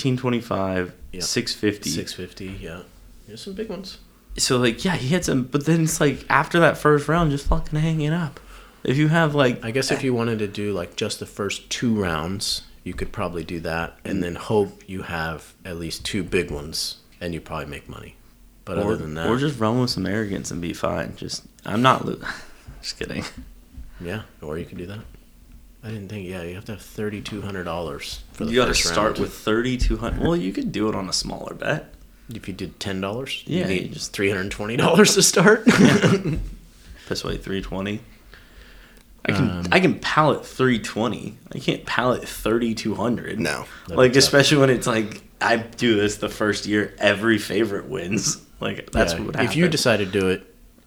Speaker 3: 1325,
Speaker 1: Yeah.
Speaker 3: 650.
Speaker 1: 650. Yeah, there's some big ones.
Speaker 3: so like yeah he hits him but then it's like after that first round just fucking hang it up if you have like
Speaker 1: I guess if you wanted to do like just the first two rounds, you could probably do that, and then hope you have at least two big ones, and you probably make money. But
Speaker 3: or,
Speaker 1: other than that,
Speaker 3: or just run with some arrogance and be fine just i'm not lo- just kidding
Speaker 1: yeah, or you could do that. I didn't think. Yeah, you have to have thirty two hundred dollars for the
Speaker 3: you gotta
Speaker 1: first
Speaker 3: start
Speaker 1: round.
Speaker 3: with 3200 well you could do it on a smaller bet
Speaker 1: if you did ten dollars,
Speaker 3: Yeah,
Speaker 1: you
Speaker 3: you
Speaker 1: need
Speaker 3: just-
Speaker 1: just three hundred twenty dollars to start.
Speaker 3: piss away 320 I can
Speaker 1: Um,
Speaker 3: I can pallet 320. I can't pallet 3200.
Speaker 2: No.
Speaker 3: Like
Speaker 1: That'd be tough.
Speaker 3: especially when it's like I do this the first year every favorite wins. Like that's
Speaker 1: Yeah,
Speaker 3: what would happen.
Speaker 1: if you decide to do it.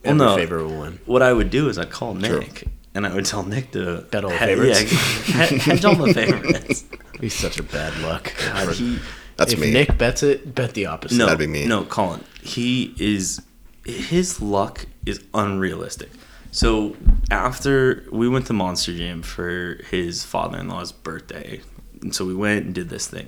Speaker 3: Well,
Speaker 1: Every
Speaker 3: no.
Speaker 1: favor will win.
Speaker 3: what I would do is I'd call Nick and I would tell Nick to
Speaker 1: Bet all the
Speaker 3: Head-
Speaker 1: favorites.
Speaker 3: Yeah, hedge- hedge all the favorites.
Speaker 1: He's such a bad luck.
Speaker 3: God, he,
Speaker 2: That's
Speaker 1: if
Speaker 2: me.
Speaker 1: Nick bets it, bet the opposite.
Speaker 3: no,
Speaker 2: That'd be me.
Speaker 3: No, Colin. He is his luck is unrealistic. So after we went to Monster Jam for his father-in-law's birthday, and so we went and did this thing.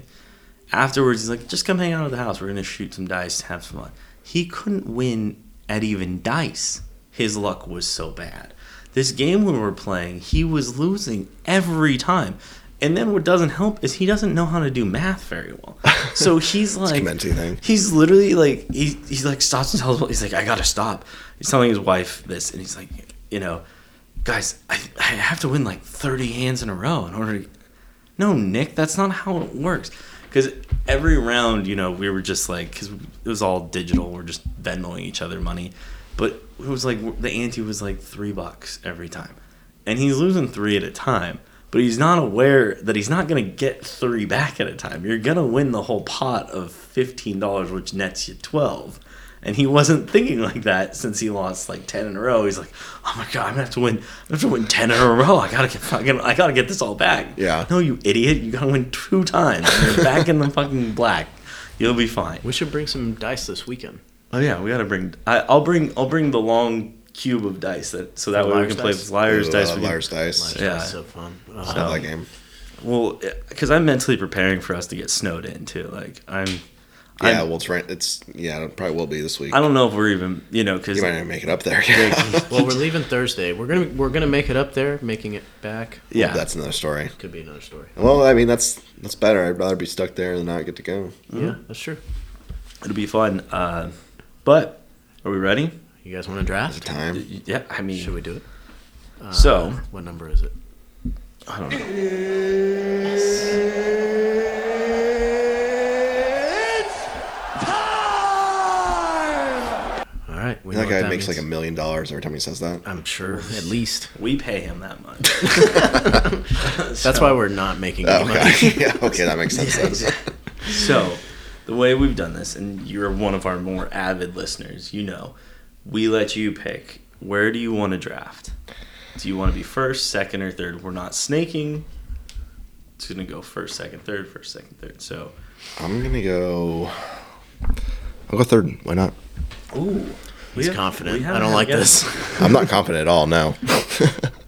Speaker 3: Afterwards, he's like, "Just come hang out at the house. We're gonna shoot some dice, have some fun." He couldn't win at even dice. His luck was so bad. This game we were playing, he was losing every time. And then what doesn't help is he doesn't know how to do math very well. So he's like,
Speaker 2: Comanche thing.
Speaker 3: he's literally like, he he's like stops and tells, he's like, I gotta stop. He's telling his wife this, and he's like, you know, guys, I, I have to win like thirty hands in a row in order to no, Nick, that's not how it works. Because every round, you know, we were just like, because it was all digital, we're just Venmoing each other money. But it was like, the ante was like three bucks every time. And he's losing three at a time. But he's not aware that he's not going to get three back at a time. You're going to win the whole pot of $15, which nets you 12 and he wasn't thinking like that since he lost like ten in a row. He's like, "Oh my god, I'm gonna have to win. I have to win ten in a row. I gotta get fucking. I gotta get this all back."
Speaker 2: Yeah.
Speaker 3: No, you idiot. You gotta win two times. And you're back in the fucking black. You'll be fine.
Speaker 1: We should bring some dice this weekend.
Speaker 3: Oh yeah, we gotta bring. I, I'll bring. I'll bring the long cube of dice that so that way we
Speaker 1: Liar's
Speaker 3: can play
Speaker 1: dice?
Speaker 3: with liars
Speaker 2: Ooh,
Speaker 3: dice.
Speaker 2: uh,
Speaker 3: We can-
Speaker 2: liar's dice.
Speaker 3: Yeah.
Speaker 1: so fun. Uh,
Speaker 2: Love that game.
Speaker 3: Well, because I'm mentally preparing for us to get snowed in too. Like I'm.
Speaker 2: Yeah,
Speaker 3: I'm,
Speaker 2: well, it's right. It's yeah, it probably will be this week.
Speaker 3: I don't know if we're even. You know, because
Speaker 2: You might not even make it up there.
Speaker 1: well, we're leaving Thursday. We're gonna we're gonna make it up there. Making it back
Speaker 3: yeah,
Speaker 2: that's another story.
Speaker 1: could be another story.
Speaker 2: Well, I mean, that's that's better. I'd rather be stuck there than not get to go.
Speaker 1: Yeah, that's true.
Speaker 3: it'll be fun. Uh, but are we ready?
Speaker 1: You guys want to
Speaker 2: The
Speaker 1: draft?
Speaker 2: time.
Speaker 3: Yeah, I mean,
Speaker 1: Should we do it? Uh,
Speaker 3: so
Speaker 1: What number is it?
Speaker 3: I don't know.
Speaker 1: All right. We know
Speaker 2: That
Speaker 1: what
Speaker 2: guy
Speaker 1: that
Speaker 2: makes like
Speaker 1: means.
Speaker 2: a million dollars every time he says that.
Speaker 1: I'm sure at least.
Speaker 3: We pay him that much.
Speaker 1: That's why we're not making any
Speaker 2: Okay.
Speaker 1: money.
Speaker 2: yeah, okay, that makes sense. then.
Speaker 3: so the way we've done this, and you're one of our more avid listeners, you know, we let you pick where do you want to draft. Do you want to be first, second, or third? We're not snaking. It's gonna go first, second, third, first, second, third. So,
Speaker 2: I'm gonna go. I'll go third. Why not?
Speaker 3: ooh,
Speaker 1: He's confident. I don't like this.
Speaker 2: I'm not confident at all. No.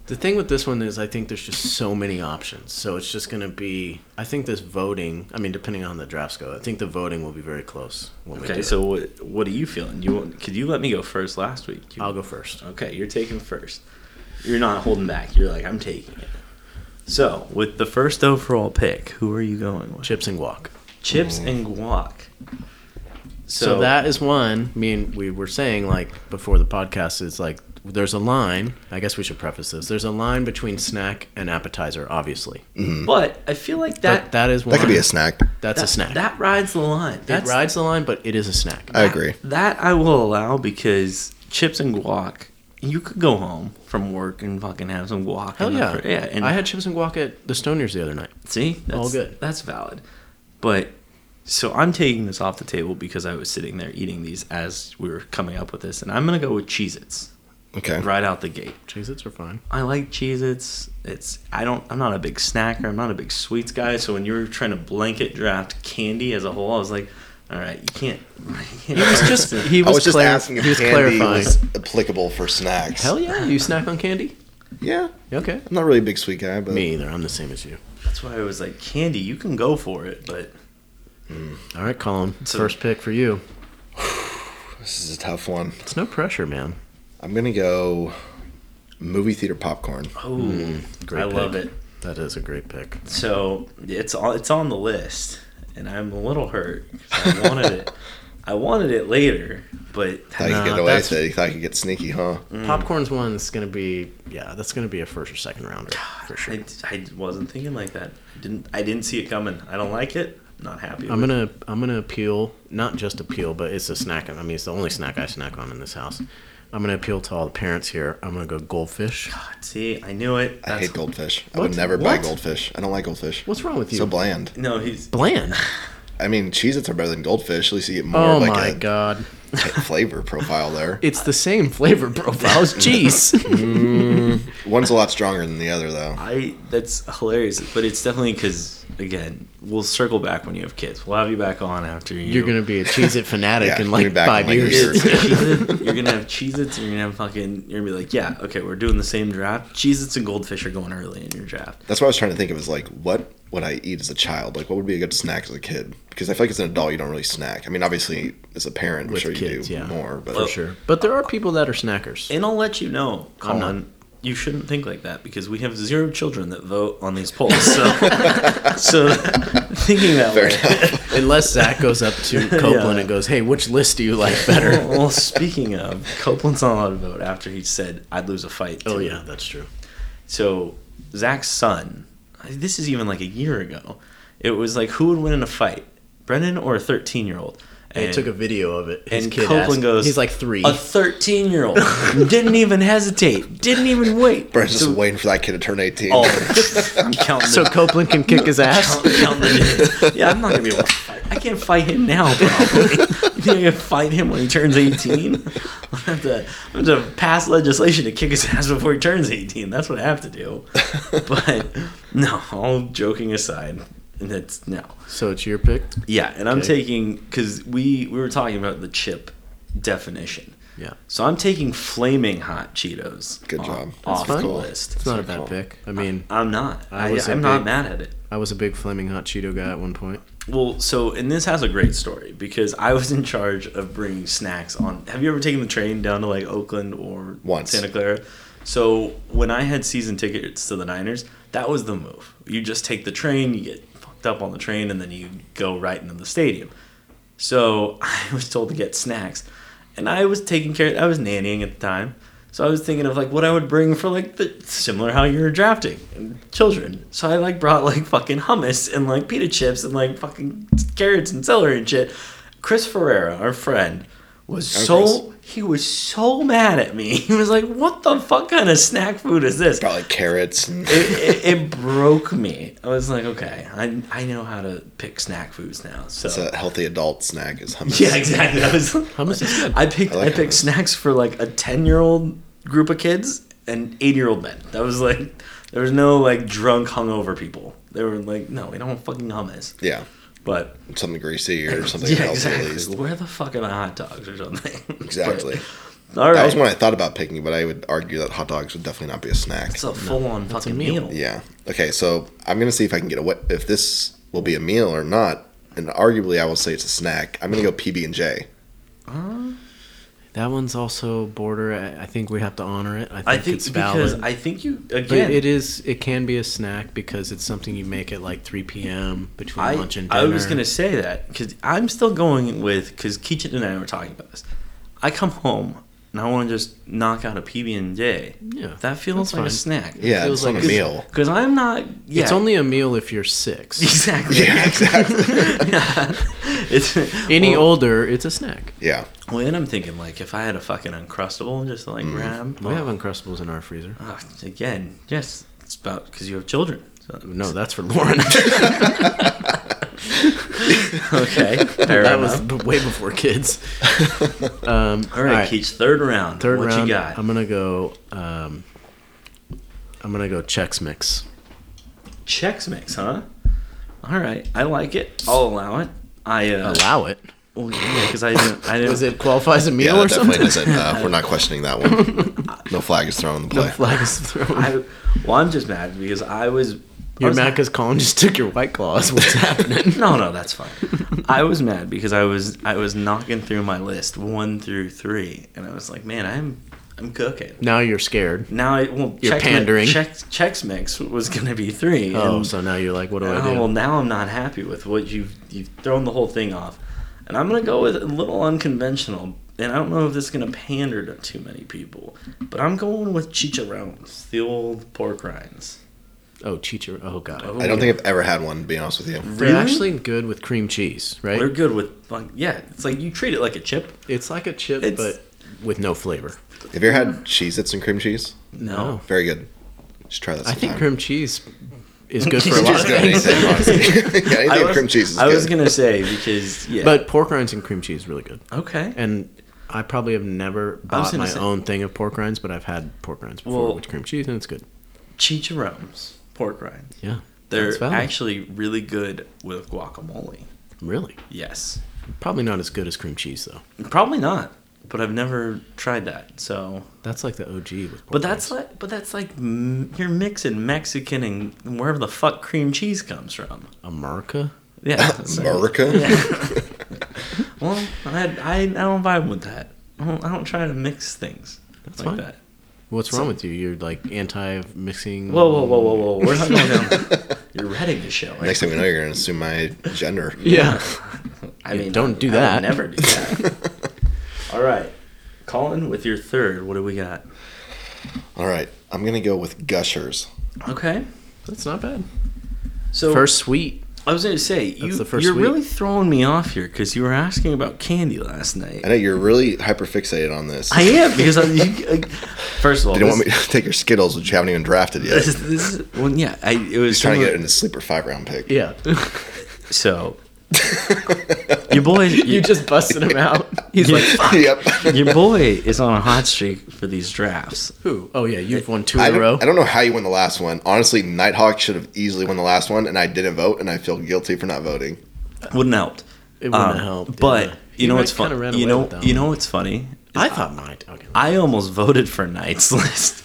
Speaker 1: The thing with this one is, I think there's just so many options. So it's just going to be. I think this voting. I mean, depending on how the drafts go, I think the voting will be very close. When we do
Speaker 3: Okay,
Speaker 1: it.
Speaker 3: so what, what are you feeling? You want- could you let me go first last week? You-
Speaker 1: I'll go first.
Speaker 3: Okay, you're taking first. You're not holding back. You're like, I'm taking it. So, with the first overall pick, who are you going with?
Speaker 1: Chips and guac.
Speaker 3: Chips and guac.
Speaker 1: Mm. So, that is one. Me and we were saying like before the podcast is like there's a line. I guess we should preface this. There's a line between snack and appetizer, obviously.
Speaker 2: Mm.
Speaker 3: But I feel like that
Speaker 1: That that is one.
Speaker 2: Mm-hmm. That could be a snack.
Speaker 1: That's
Speaker 3: that,
Speaker 1: a snack.
Speaker 3: that rides the line.
Speaker 1: it
Speaker 3: That's,
Speaker 1: rides the line, but it is a snack.
Speaker 2: I agree.
Speaker 3: That I will allow because chips and guac. You could go home from work and fucking have some guac.
Speaker 1: Hell
Speaker 3: in the
Speaker 1: yeah.
Speaker 3: fr- yeah. And
Speaker 1: I had chips and guac at the Stoners the other night.
Speaker 3: See, that's,
Speaker 1: All good.
Speaker 3: That's valid. But so I'm taking this off the table because I was sitting there eating these as we were coming up with this, and I'm gonna go with Cheez-Its
Speaker 2: Okay.
Speaker 3: right out the gate.
Speaker 1: Cheez-Its are fine.
Speaker 3: I like Cheez-Its. It's I don't I'm not a big snacker. I'm not a big sweets guy. So when you were trying to blanket draft candy as a whole, I was like, all right, you can't. He
Speaker 1: was just- he
Speaker 2: I
Speaker 1: was
Speaker 2: was just
Speaker 1: clar-
Speaker 2: asking if
Speaker 1: he was
Speaker 2: candy
Speaker 1: clarifying.
Speaker 2: was applicable for snacks.
Speaker 1: Hell yeah. You snack on candy?
Speaker 2: yeah.
Speaker 1: Okay.
Speaker 2: I'm not really a big sweet guy, but
Speaker 1: Me either. I'm the same as you.
Speaker 3: That's why I was like, candy, you can go for it, but
Speaker 1: All right, Colin.
Speaker 3: So-
Speaker 1: first pick for you.
Speaker 2: this is a tough one.
Speaker 1: It's no pressure, man.
Speaker 2: I'm gonna go movie theater popcorn.
Speaker 3: oh,
Speaker 1: Hmm, great
Speaker 3: I love
Speaker 1: pick.
Speaker 3: it.
Speaker 1: That is a great pick.
Speaker 3: So it's on it's on the list, and I'm a little hurt. 'cause I wanted it. I wanted it later, but
Speaker 2: Thought you
Speaker 1: Nah,
Speaker 2: could get away
Speaker 1: that's-
Speaker 2: with it. You thought you could get sneaky, huh?
Speaker 1: Popcorn's one's gonna be yeah, that's gonna be a first or second rounder for sure.
Speaker 3: I, I wasn't thinking like that. I didn't I didn't see it coming. I don't like it. I'm not happy.
Speaker 1: I'm
Speaker 3: with
Speaker 1: gonna I'm gonna appeal not just appeal, but it's a snack. I mean, it's the only snack I snack on in this house. I'm gonna appeal to all the parents here. I'm gonna go goldfish.
Speaker 3: it. See, I knew it.
Speaker 2: I hate goldfish. I would
Speaker 1: What?
Speaker 2: never buy
Speaker 1: What?
Speaker 2: goldfish. I don't like goldfish.
Speaker 1: What's wrong with you?
Speaker 2: So bland.
Speaker 3: No, he's
Speaker 1: Bland.
Speaker 2: I mean, Cheez-Its are better than goldfish. At least you get more
Speaker 1: Oh
Speaker 2: like
Speaker 1: my
Speaker 2: a
Speaker 1: god,
Speaker 2: flavor profile there.
Speaker 1: it's the same flavor profile as cheese.
Speaker 2: Mm-hmm. One's a lot stronger than the other, though.
Speaker 3: I. That's hilarious. But it's definitely because again, we'll circle back when you have kids. We'll have you back on after you.
Speaker 1: You're gonna be a cheese it fanatic
Speaker 2: Yeah,
Speaker 1: in
Speaker 2: give me
Speaker 1: like
Speaker 2: back
Speaker 1: five
Speaker 2: my
Speaker 1: years.
Speaker 2: years.
Speaker 3: Cheez-It, you're gonna have Cheez-Its and you're gonna have fucking you're gonna be like, yeah, okay, we're doing the same draft. Cheez-Its and goldfish are going early in your draft.
Speaker 2: That's what I was trying to think of. Is like, what would I eat as a child? Like, what would be a good snack as a kid? Because I feel like as an adult, you don't really snack. I mean, obviously, as a parent, I'm
Speaker 1: With
Speaker 2: sure
Speaker 1: kids,
Speaker 2: you do
Speaker 1: yeah.
Speaker 2: more. But
Speaker 1: For sure, but there are people that are snackers.
Speaker 3: And I'll let you know,
Speaker 1: I'm not-
Speaker 3: Colin, you shouldn't think like that because we have zero children that vote on these polls. So, so thinking that
Speaker 2: Fair
Speaker 3: way.
Speaker 2: enough.
Speaker 1: Unless Zach goes up to Copeland and goes, "Hey, which list do you like better?" Oh,
Speaker 3: Well, well, speaking of, Copeland's not allowed to vote after he said, I'd lose a fight.
Speaker 1: Oh
Speaker 3: to
Speaker 1: yeah, that's true.
Speaker 3: So Zach's son, this is even like a year ago. It was like who would win in a fight, Brennan or a thirteen-year-old?
Speaker 1: And he took a video of it. His
Speaker 3: and
Speaker 1: kid
Speaker 3: Copeland
Speaker 1: asked-
Speaker 3: goes,
Speaker 1: He's like three.
Speaker 3: a thirteen-year-old didn't even hesitate, didn't even wait.
Speaker 2: Brent's just
Speaker 3: So-
Speaker 2: waiting for that kid to turn 18.
Speaker 3: oh, I'm counting.
Speaker 1: so
Speaker 3: the,
Speaker 1: Copeland can kick his ass.
Speaker 3: count- counting the days. yeah, I'm not gonna be able to fight. I can't fight him now. Probably. you think I can fight him when he turns eighteen? I have to, I have to pass legislation to kick his ass before he turns eighteen. That's what I have to do. But no, all joking aside, that's no.
Speaker 1: So it's your pick.
Speaker 3: Yeah, and I'm
Speaker 1: Okay.
Speaker 3: taking because we we were talking about the chip definition.
Speaker 1: Yeah,
Speaker 3: So I'm taking flaming hot Cheetos.
Speaker 2: Good
Speaker 3: off-
Speaker 2: job. That's
Speaker 3: Off
Speaker 1: fine.
Speaker 3: the list.
Speaker 1: it's not a bad
Speaker 2: cool.
Speaker 1: pick. I mean,
Speaker 3: I'm not. I,
Speaker 1: I was a
Speaker 3: I'm not
Speaker 1: big-
Speaker 3: mad at it.
Speaker 1: I was a big flaming hot Cheeto guy at one point.
Speaker 3: Well, so and this has a great story because I was in charge of bringing snacks on. Have you ever taken the train down to like Oakland or
Speaker 2: Once.
Speaker 3: Santa Clara? So when I had season tickets to the Niners, that was the move. You just take the train, you get fucked up on the train, and then you go right into the stadium. So I was told to get snacks, and I was taking care. I was nannying at the time, so I was thinking of like what I would bring for like the similar how you're drafting and children. So I like brought like fucking hummus and like pita chips and like fucking carrots and celery and shit. Chris Ferrera, our friend, was
Speaker 2: Hi,
Speaker 3: so he was so mad at me. He was like, "What the fuck kind of snack food is this?"
Speaker 2: Probably carrots. And
Speaker 3: It, it, it broke me. I was like, "Okay, I I know how to pick snack foods now." So
Speaker 2: it's a healthy adult snack is hummus.
Speaker 3: yeah, exactly. I was
Speaker 1: Hummus is good.
Speaker 3: I picked I,
Speaker 2: I like
Speaker 3: picked
Speaker 2: hummus.
Speaker 3: snacks for like a ten year old group of kids and eighty year old men. That was like there was no like drunk hungover people. They were like, no, we don't want fucking hummus.
Speaker 2: Yeah.
Speaker 3: But
Speaker 2: Something greasy or something
Speaker 3: yeah,
Speaker 2: healthy at
Speaker 3: exactly.
Speaker 2: least.
Speaker 3: Where the fuck are the hot dogs or something?
Speaker 2: Exactly.
Speaker 3: All
Speaker 2: That was
Speaker 3: right.
Speaker 2: one I thought about picking, but I would argue that hot dogs would definitely not be a snack.
Speaker 3: It's a full on
Speaker 1: that's a
Speaker 3: fucking
Speaker 1: meal.
Speaker 3: meal.
Speaker 2: Yeah. Okay, so I'm gonna see if I can get away if this will be a meal or not. And arguably, I will say it's a snack. I'm gonna go PB and J.
Speaker 1: That one's also border. I I think we have to honor it. I think,
Speaker 3: I think
Speaker 1: it's valid.
Speaker 3: because I think you
Speaker 1: but
Speaker 3: again.
Speaker 1: it is. It can be a snack because it's something you make at like 3 p.m. between
Speaker 3: I,
Speaker 1: lunch and dinner.
Speaker 3: I was gonna say that because I'm still going with because Keechan and I were talking about this. I come home and I want to just knock out a PB and J.
Speaker 1: Yeah,
Speaker 3: that feels
Speaker 1: that's
Speaker 3: like
Speaker 1: fine.
Speaker 3: a snack.
Speaker 2: Yeah,
Speaker 1: Feels
Speaker 2: it's
Speaker 1: like
Speaker 2: not a
Speaker 1: it's-
Speaker 2: meal.
Speaker 3: because I'm not. Yeah,
Speaker 1: It's only a meal if you're six.
Speaker 3: exactly.
Speaker 2: Yeah, exactly.
Speaker 3: it's
Speaker 1: Any
Speaker 3: well,
Speaker 1: older, it's a snack.
Speaker 2: yeah.
Speaker 3: Well, and I'm thinking like if I had a fucking uncrustable and just like
Speaker 2: Mm.
Speaker 3: grab.
Speaker 1: We have uncrustables in our freezer.
Speaker 3: Ah, again, yes, it's about because you have children. So,
Speaker 1: No, that's for Lauren.
Speaker 3: okay, fair
Speaker 1: that
Speaker 3: enough.
Speaker 1: was b- way before kids. Um,
Speaker 3: All right, Keach, third round.
Speaker 1: Third
Speaker 3: what
Speaker 1: round.
Speaker 3: you got?
Speaker 1: I'm gonna go. Um, I'm gonna go Chex Mix.
Speaker 3: Chex Mix, huh? All right, I like it. I'll allow it. I uh,
Speaker 1: Allow it.
Speaker 3: Well, yeah, because I didn't. I didn't.
Speaker 1: Does it qualify as a
Speaker 2: Yeah,
Speaker 1: meal or
Speaker 2: that definitely
Speaker 1: something?
Speaker 2: doesn't. Uh, we're not questioning that one. No flag is thrown on the play.
Speaker 1: The flag is thrown.
Speaker 3: I, well, I'm just mad because I was. I
Speaker 1: Your
Speaker 3: was-
Speaker 1: Mac is Colin just took your white claws. What's happening?
Speaker 3: No, no, that's fine. I was mad because I was I was knocking through my list one through three, and I was like, man, I'm I'm cooking.
Speaker 1: Now you're scared.
Speaker 3: Now I well,
Speaker 1: You're
Speaker 3: Chex Mi-
Speaker 1: pandering.
Speaker 3: Chex, Chex Mix was gonna be three.
Speaker 1: Oh,
Speaker 3: and-
Speaker 1: so now you're like, what do I
Speaker 3: Oh,
Speaker 1: do?
Speaker 3: well, now I'm not happy with what you've you've thrown the whole thing off, and I'm gonna go with a little unconventional. And I don't know if this is gonna pander to too many people, but I'm going with chicharrones, the old pork rinds.
Speaker 1: oh, chicharron. Oh, god.
Speaker 3: Oh,
Speaker 2: I don't think I've ever had one, to be honest with you.
Speaker 1: They're
Speaker 3: Really?
Speaker 1: actually good with cream cheese, right?
Speaker 3: they're good with like yeah. It's like you treat it like a chip.
Speaker 1: It's like a chip,
Speaker 3: It's-
Speaker 1: but with no flavor.
Speaker 2: Have you ever had Cheez Its and cream cheese?
Speaker 1: Oh,
Speaker 3: No,
Speaker 2: Very good. Just try that
Speaker 1: I
Speaker 2: sometime.
Speaker 1: think cream cheese is good for a
Speaker 3: Cheese
Speaker 1: lot of
Speaker 2: cheese is good.
Speaker 1: things.
Speaker 2: Anything, honestly. yeah, anything with cream cheese is
Speaker 3: I
Speaker 2: good.
Speaker 3: was gonna say because yeah,
Speaker 1: But pork rinds and cream cheese is really good.
Speaker 3: okay.
Speaker 1: And I probably have never
Speaker 3: was
Speaker 1: bought
Speaker 3: gonna
Speaker 1: my
Speaker 3: say-
Speaker 1: own thing of pork rinds, but I've had pork rinds before
Speaker 3: Well-
Speaker 1: with cream cheese, and it's good.
Speaker 3: Chicharrones, pork rinds.
Speaker 1: Yeah,
Speaker 3: They're
Speaker 1: that's valid.
Speaker 3: actually really good with guacamole.
Speaker 1: really
Speaker 3: Yes.
Speaker 1: probably not as good as cream cheese though.
Speaker 3: Probably not, but I've never tried that. So,
Speaker 1: That's like the OG with. Pork
Speaker 3: but that's
Speaker 1: rinds.
Speaker 3: like, but that's like m- you're mixing Mexican and wherever the fuck cream cheese comes from.
Speaker 1: America.
Speaker 3: Yeah, so-
Speaker 2: America.
Speaker 3: Yeah. well, I, I I don't vibe with that. I don't, I don't try to mix things
Speaker 1: That's
Speaker 3: like
Speaker 1: fine.
Speaker 3: that.
Speaker 1: What's
Speaker 3: So-
Speaker 1: wrong with you? You're like anti mixing.
Speaker 3: Whoa, whoa, whoa, whoa, whoa! We're not going down. You're reading the show.
Speaker 2: Next thing we know, you're gonna assume my gender.
Speaker 1: Yeah.
Speaker 3: I
Speaker 1: Yeah, don't do
Speaker 3: I
Speaker 1: that.
Speaker 3: Would never do that. All right, Colin, with your third, what do we got?
Speaker 2: All right, I'm gonna go with Gushers.
Speaker 3: Okay,
Speaker 1: that's not bad.
Speaker 3: so
Speaker 1: First sweet.
Speaker 3: I was going to say you,
Speaker 1: the first
Speaker 3: you're
Speaker 1: week.
Speaker 3: really throwing me off here because you were asking about candy last night.
Speaker 2: I know you're really hyper fixated on this.
Speaker 3: I am because I, you, I, first of all,
Speaker 2: You don't
Speaker 3: this,
Speaker 2: want me to take your Skittles, which you haven't even drafted yet.
Speaker 3: this,
Speaker 2: He's
Speaker 3: is- this is well, yeah. I it was
Speaker 2: trying to get
Speaker 3: similar-
Speaker 2: in the sleeper five round pick.
Speaker 1: Yeah.
Speaker 3: so your boy,
Speaker 1: you
Speaker 3: you
Speaker 1: just busted him out. He's like, fuck.
Speaker 2: yep.
Speaker 3: your boy is on a hot streak for these drafts.
Speaker 1: Who? Oh yeah, you've won two
Speaker 2: I
Speaker 1: in a row.
Speaker 2: don't, I don't know how you won the last one. Honestly, Nighthawk should have easily won the last one, and I didn't vote, and I feel guilty for not voting.
Speaker 3: Wouldn't help.
Speaker 1: It wouldn't
Speaker 3: Um,
Speaker 1: help.
Speaker 3: But
Speaker 1: yeah. He
Speaker 3: you know
Speaker 1: might
Speaker 3: what's
Speaker 1: kinda ran
Speaker 3: funny? You
Speaker 1: away
Speaker 3: know,
Speaker 1: with that
Speaker 3: you
Speaker 1: one.
Speaker 3: know what's funny?
Speaker 1: I thought mine. Okay.
Speaker 3: I almost voted for Knight's list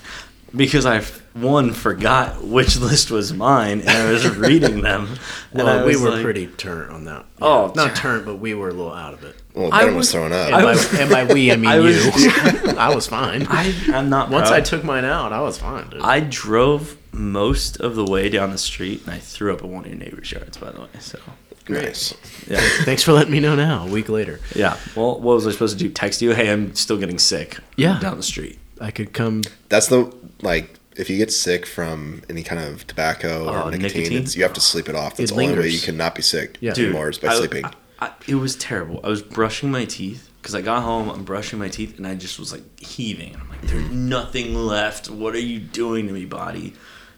Speaker 3: because I one forgot which list was mine and I was reading them. and I
Speaker 1: Well, we
Speaker 3: was
Speaker 1: were
Speaker 3: like-
Speaker 1: pretty turnt on that.
Speaker 3: Oh,
Speaker 1: not
Speaker 3: tur-
Speaker 1: turnt, but we were a little out of it.
Speaker 2: Well,
Speaker 3: I
Speaker 2: Ben was,
Speaker 3: was-
Speaker 2: throwing
Speaker 1: And
Speaker 2: up.
Speaker 3: I
Speaker 1: by,
Speaker 3: was-
Speaker 1: and by we, I mean
Speaker 3: I was-
Speaker 1: you. I was fine.
Speaker 3: I I'm not
Speaker 1: Once
Speaker 3: proud.
Speaker 1: I took mine out, I was fine, dude.
Speaker 3: I drove most of the way down the street and I threw up at one of your neighbor's yards. By the way, so
Speaker 2: nice.
Speaker 3: yeah,
Speaker 1: Thanks for letting me know now. A week later,
Speaker 3: yeah. Well, what was I supposed to do? Text you? Hey, I'm still getting sick.
Speaker 1: Yeah.
Speaker 3: down the street.
Speaker 1: I could come.
Speaker 2: That's the like. If you get sick from any kind of tobacco
Speaker 3: Oh,
Speaker 1: Uh,
Speaker 2: or nicotine,
Speaker 3: nicotine?
Speaker 2: It's, you have to sleep it off. That's
Speaker 1: It
Speaker 2: the only way
Speaker 1: lingers.
Speaker 2: you cannot be sick
Speaker 1: Yeah. Dude,
Speaker 2: anymore is by
Speaker 3: I-
Speaker 2: sleeping.
Speaker 3: I- I- it was terrible. I was brushing my teeth because I got home. I'm brushing my teeth and I just was like heaving. I'm like, there's
Speaker 2: Mm-hmm.
Speaker 3: nothing left. What are you doing to me, body?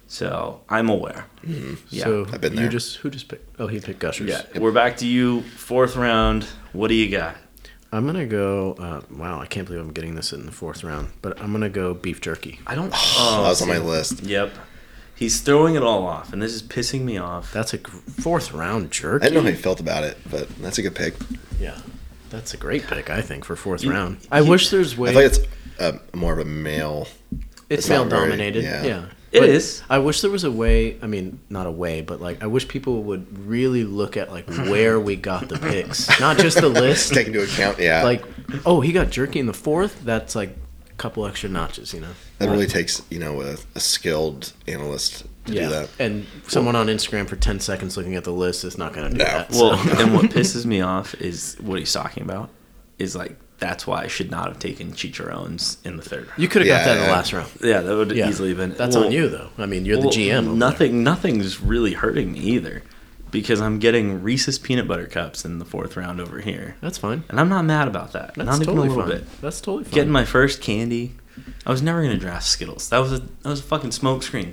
Speaker 3: So I'm aware.
Speaker 2: Mm-hmm.
Speaker 3: Yeah.
Speaker 1: so
Speaker 2: I've been
Speaker 1: you
Speaker 2: there.
Speaker 1: just who just picked? Oh, he picked Gushers.
Speaker 3: yeah. We're back to you. Fourth round. What do you got?
Speaker 1: I'm gonna go. Uh, wow, I can't believe I'm getting this in the fourth round, but I'm gonna go beef jerky.
Speaker 3: I don't.
Speaker 2: that
Speaker 3: Oh,
Speaker 2: was on
Speaker 3: see.
Speaker 2: my list.
Speaker 3: Yep. He's throwing it all off, and this is pissing me off.
Speaker 1: That's a gr- fourth round
Speaker 2: I
Speaker 1: jerky.
Speaker 2: didn't know how you felt about it, but that's a good pick.
Speaker 1: Yeah, that's a great pick, I think, for fourth
Speaker 3: You-
Speaker 1: round. I wish there's
Speaker 2: I
Speaker 1: way.
Speaker 2: feel like it's a, more of a male.
Speaker 1: It's
Speaker 2: It's not
Speaker 1: male
Speaker 2: very-
Speaker 1: dominated.
Speaker 2: yeah.
Speaker 1: yeah.
Speaker 3: It
Speaker 1: It is.
Speaker 3: is.
Speaker 1: I wish there was a way. I mean, not a way, but like I wish people would really look at like where we got the picks, not just the list.
Speaker 2: Take into account, yeah.
Speaker 1: like, oh, he got jerky in the fourth. That's like a couple extra notches, you know.
Speaker 2: that really takes you know a, a skilled analyst to do that.
Speaker 1: And someone on Instagram for ten seconds looking at the list is not going to do
Speaker 2: No.
Speaker 1: that.
Speaker 3: Well,
Speaker 1: so.
Speaker 3: and what pisses me off is what he's talking about is like that's why I should not have taken Chicharrones in the third round.
Speaker 1: you could have
Speaker 2: Yeah,
Speaker 1: got that in the
Speaker 2: yeah.
Speaker 1: last round.
Speaker 3: Yeah, that would
Speaker 1: Yeah,
Speaker 3: easily have been.
Speaker 1: That's
Speaker 3: well,
Speaker 1: on you though. I mean, you're
Speaker 3: well,
Speaker 1: the GM. over
Speaker 3: Nothing, nothing's really hurting me either, because I'm getting Reese's peanut butter cups in the fourth round over here,
Speaker 1: there. That's fine.
Speaker 3: and I'm not mad about that.
Speaker 1: That's
Speaker 3: not
Speaker 1: totally
Speaker 3: even a
Speaker 1: fine.
Speaker 3: little bit.
Speaker 1: That's totally fine.
Speaker 3: Getting my first candy. I was never gonna draft Skittles. That was a that was a fucking smokescreen,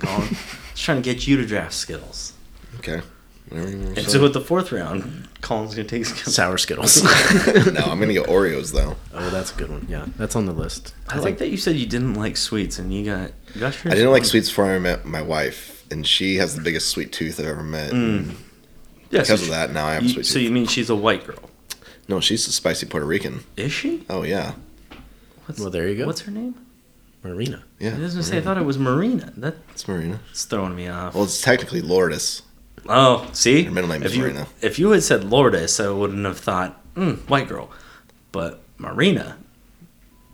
Speaker 3: Colin. I was trying to get you to draft Skittles.
Speaker 2: Okay. Whatever you wanna
Speaker 3: And
Speaker 2: say.
Speaker 3: so with the fourth round, Colin's gonna take Skittles.
Speaker 1: sour Skittles.
Speaker 2: no, I'm gonna go Oreos though.
Speaker 1: oh, that's a good one. Yeah, that's on the list.
Speaker 3: I like that you said you didn't like sweets and you got you got yours.
Speaker 2: I didn't like
Speaker 3: on-
Speaker 2: sweets before I met my wife, and she has the biggest sweet tooth I've ever met.
Speaker 1: Mm.
Speaker 3: Hmm. yeah,
Speaker 2: Because
Speaker 3: so
Speaker 2: of
Speaker 3: she-
Speaker 2: that, now I have a
Speaker 3: you-
Speaker 2: sweet
Speaker 3: so
Speaker 2: tooth.
Speaker 3: you mean she's a white girl?
Speaker 2: No, she's a spicy Puerto Rican.
Speaker 3: Is she?
Speaker 2: Oh yeah,
Speaker 3: What's,
Speaker 1: Well, there you go.
Speaker 3: What's her name?
Speaker 1: Marina.
Speaker 2: yeah.
Speaker 3: I was gonna say I
Speaker 2: Marina.
Speaker 3: thought it was Marina. That's
Speaker 2: It's Marina.
Speaker 3: throwing me off.
Speaker 2: Well, it's technically Lourdes.
Speaker 3: oh, see,
Speaker 2: Her middle name
Speaker 3: if
Speaker 2: is
Speaker 3: you,
Speaker 2: Marina.
Speaker 3: If you had said Lourdes, I wouldn't have thought mm, white girl, but Marina.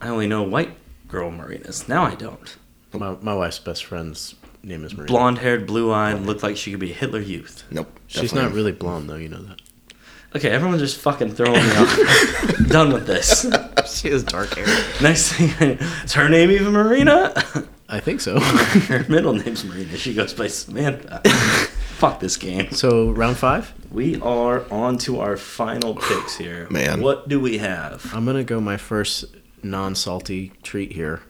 Speaker 3: I only know white girl Marinas. Now I don't.
Speaker 1: My, my wife's best friend's name is Marina.
Speaker 3: Blonde haired, blue eyed, looked like she could be Hitler Youth.
Speaker 2: Nope.
Speaker 1: She's
Speaker 2: definitely
Speaker 1: not really blonde though. You know that.
Speaker 3: Okay, everyone's just fucking throwing me off. Done with this.
Speaker 1: She has dark hair.
Speaker 3: Next thing, I- is her name even Marina?
Speaker 1: I think so.
Speaker 3: her middle name's Marina. She goes by Samantha. Fuck this game.
Speaker 1: so round five,
Speaker 3: We are on to our final picks here.
Speaker 2: Man.
Speaker 3: What do we have?
Speaker 1: I'm gonna go my first non-salty treat here,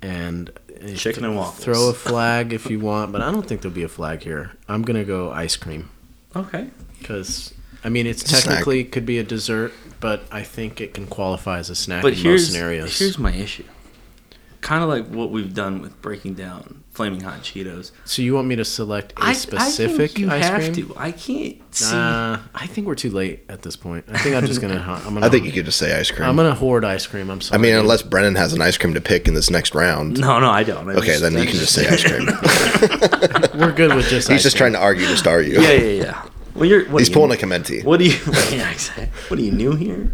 Speaker 1: and and
Speaker 3: Chicken and waffles.
Speaker 1: Throw a flag if you want, but I don't think there'll be a flag here. I'm gonna go ice cream
Speaker 3: Okay.
Speaker 1: because I mean it's
Speaker 2: Snack.
Speaker 1: technically could be a dessert, but I think it can qualify as a snack
Speaker 3: But
Speaker 1: in
Speaker 3: here's,
Speaker 1: most scenarios.
Speaker 3: here's my issue. Kind of like what we've done with breaking down Flaming Hot Cheetos.
Speaker 1: so you want me to select a
Speaker 3: I-
Speaker 1: specific
Speaker 3: I think you
Speaker 1: ice
Speaker 3: have
Speaker 1: cream?
Speaker 3: to. I can't see.
Speaker 1: Nah, I think we're too late at this point. I think I'm just gonna. I'm gonna
Speaker 2: I think you could just say ice cream. i
Speaker 1: I'm gonna hoard ice cream. I'm sorry.
Speaker 2: mean, unless Brennan has an ice cream to pick in this next round.
Speaker 3: no, no, I don't. I
Speaker 2: Okay,
Speaker 3: just-
Speaker 2: then you
Speaker 3: that's
Speaker 2: can just say ice cream.
Speaker 1: we're good with just.
Speaker 2: He's just trying to argue to star you.
Speaker 3: Yeah, yeah, yeah. Well, you're. What
Speaker 2: He's
Speaker 3: are you-
Speaker 2: pulling a Comenti.
Speaker 3: What do you? Yeah, exactly. What are you new here?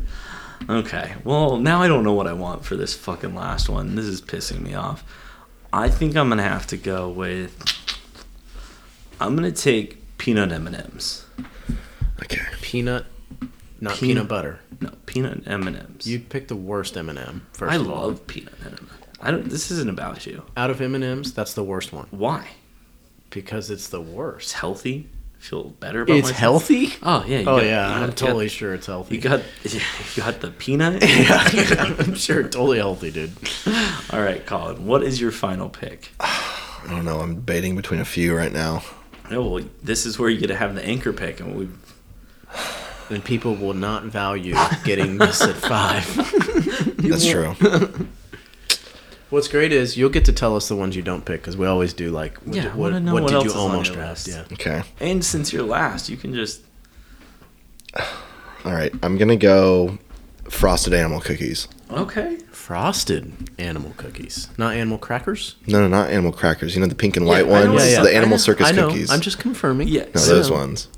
Speaker 3: Okay. Well, now I don't know what I want for this fucking last one. This is pissing me off. I think I'm gonna have to go with. I'm gonna take peanut M and M's.
Speaker 2: Okay.
Speaker 1: peanut, not peanut,
Speaker 3: Peanut.
Speaker 1: butter.
Speaker 3: No, peanut M and M's.
Speaker 1: You picked the worst M and M first.
Speaker 3: I
Speaker 1: of all.
Speaker 3: love peanut M and M's. I don't. This isn't about you.
Speaker 1: out of M and M's. That's the worst one
Speaker 3: Why?
Speaker 1: because it's the
Speaker 3: It's
Speaker 1: worst.
Speaker 3: healthy. I feel better about
Speaker 1: It's
Speaker 3: myself.
Speaker 1: healthy.
Speaker 3: Oh yeah. you
Speaker 1: Oh
Speaker 3: got-
Speaker 1: yeah,
Speaker 3: you got-
Speaker 1: I'm
Speaker 3: you
Speaker 1: totally
Speaker 3: Got,
Speaker 1: sure it's healthy.
Speaker 3: you got you got the peanut.
Speaker 1: yeah, yeah, I'm sure it's totally healthy, dude.
Speaker 3: All right, Colin. What is your final pick?
Speaker 2: I don't know. I'm debating between a few right now.
Speaker 3: Oh, well, this is where you get to have the anchor pick, and we
Speaker 1: And people will not value getting this at five.
Speaker 2: That's true.
Speaker 1: What's great is you'll get to tell us the ones you don't pick because we always do like what,
Speaker 3: Yeah, I
Speaker 1: what,
Speaker 3: wanna know
Speaker 1: what
Speaker 3: what
Speaker 1: did
Speaker 3: else
Speaker 1: you
Speaker 3: is on
Speaker 1: almost
Speaker 3: your
Speaker 1: draft?
Speaker 3: list.
Speaker 1: Yeah.
Speaker 2: Okay.
Speaker 3: and since you're last, you can just
Speaker 2: All right. I'm gonna go frosted animal cookies.
Speaker 3: okay.
Speaker 1: Frosted animal cookies, not animal crackers.
Speaker 2: No, no, not animal crackers. You know the pink and white
Speaker 3: I know
Speaker 2: ones,
Speaker 3: what-
Speaker 2: the
Speaker 3: yeah,
Speaker 2: animal
Speaker 3: I know-
Speaker 2: circus
Speaker 1: I know.
Speaker 2: cookies.
Speaker 1: I'm just confirming.
Speaker 3: Yeah,
Speaker 2: no,
Speaker 3: I
Speaker 2: those
Speaker 1: know.
Speaker 2: ones.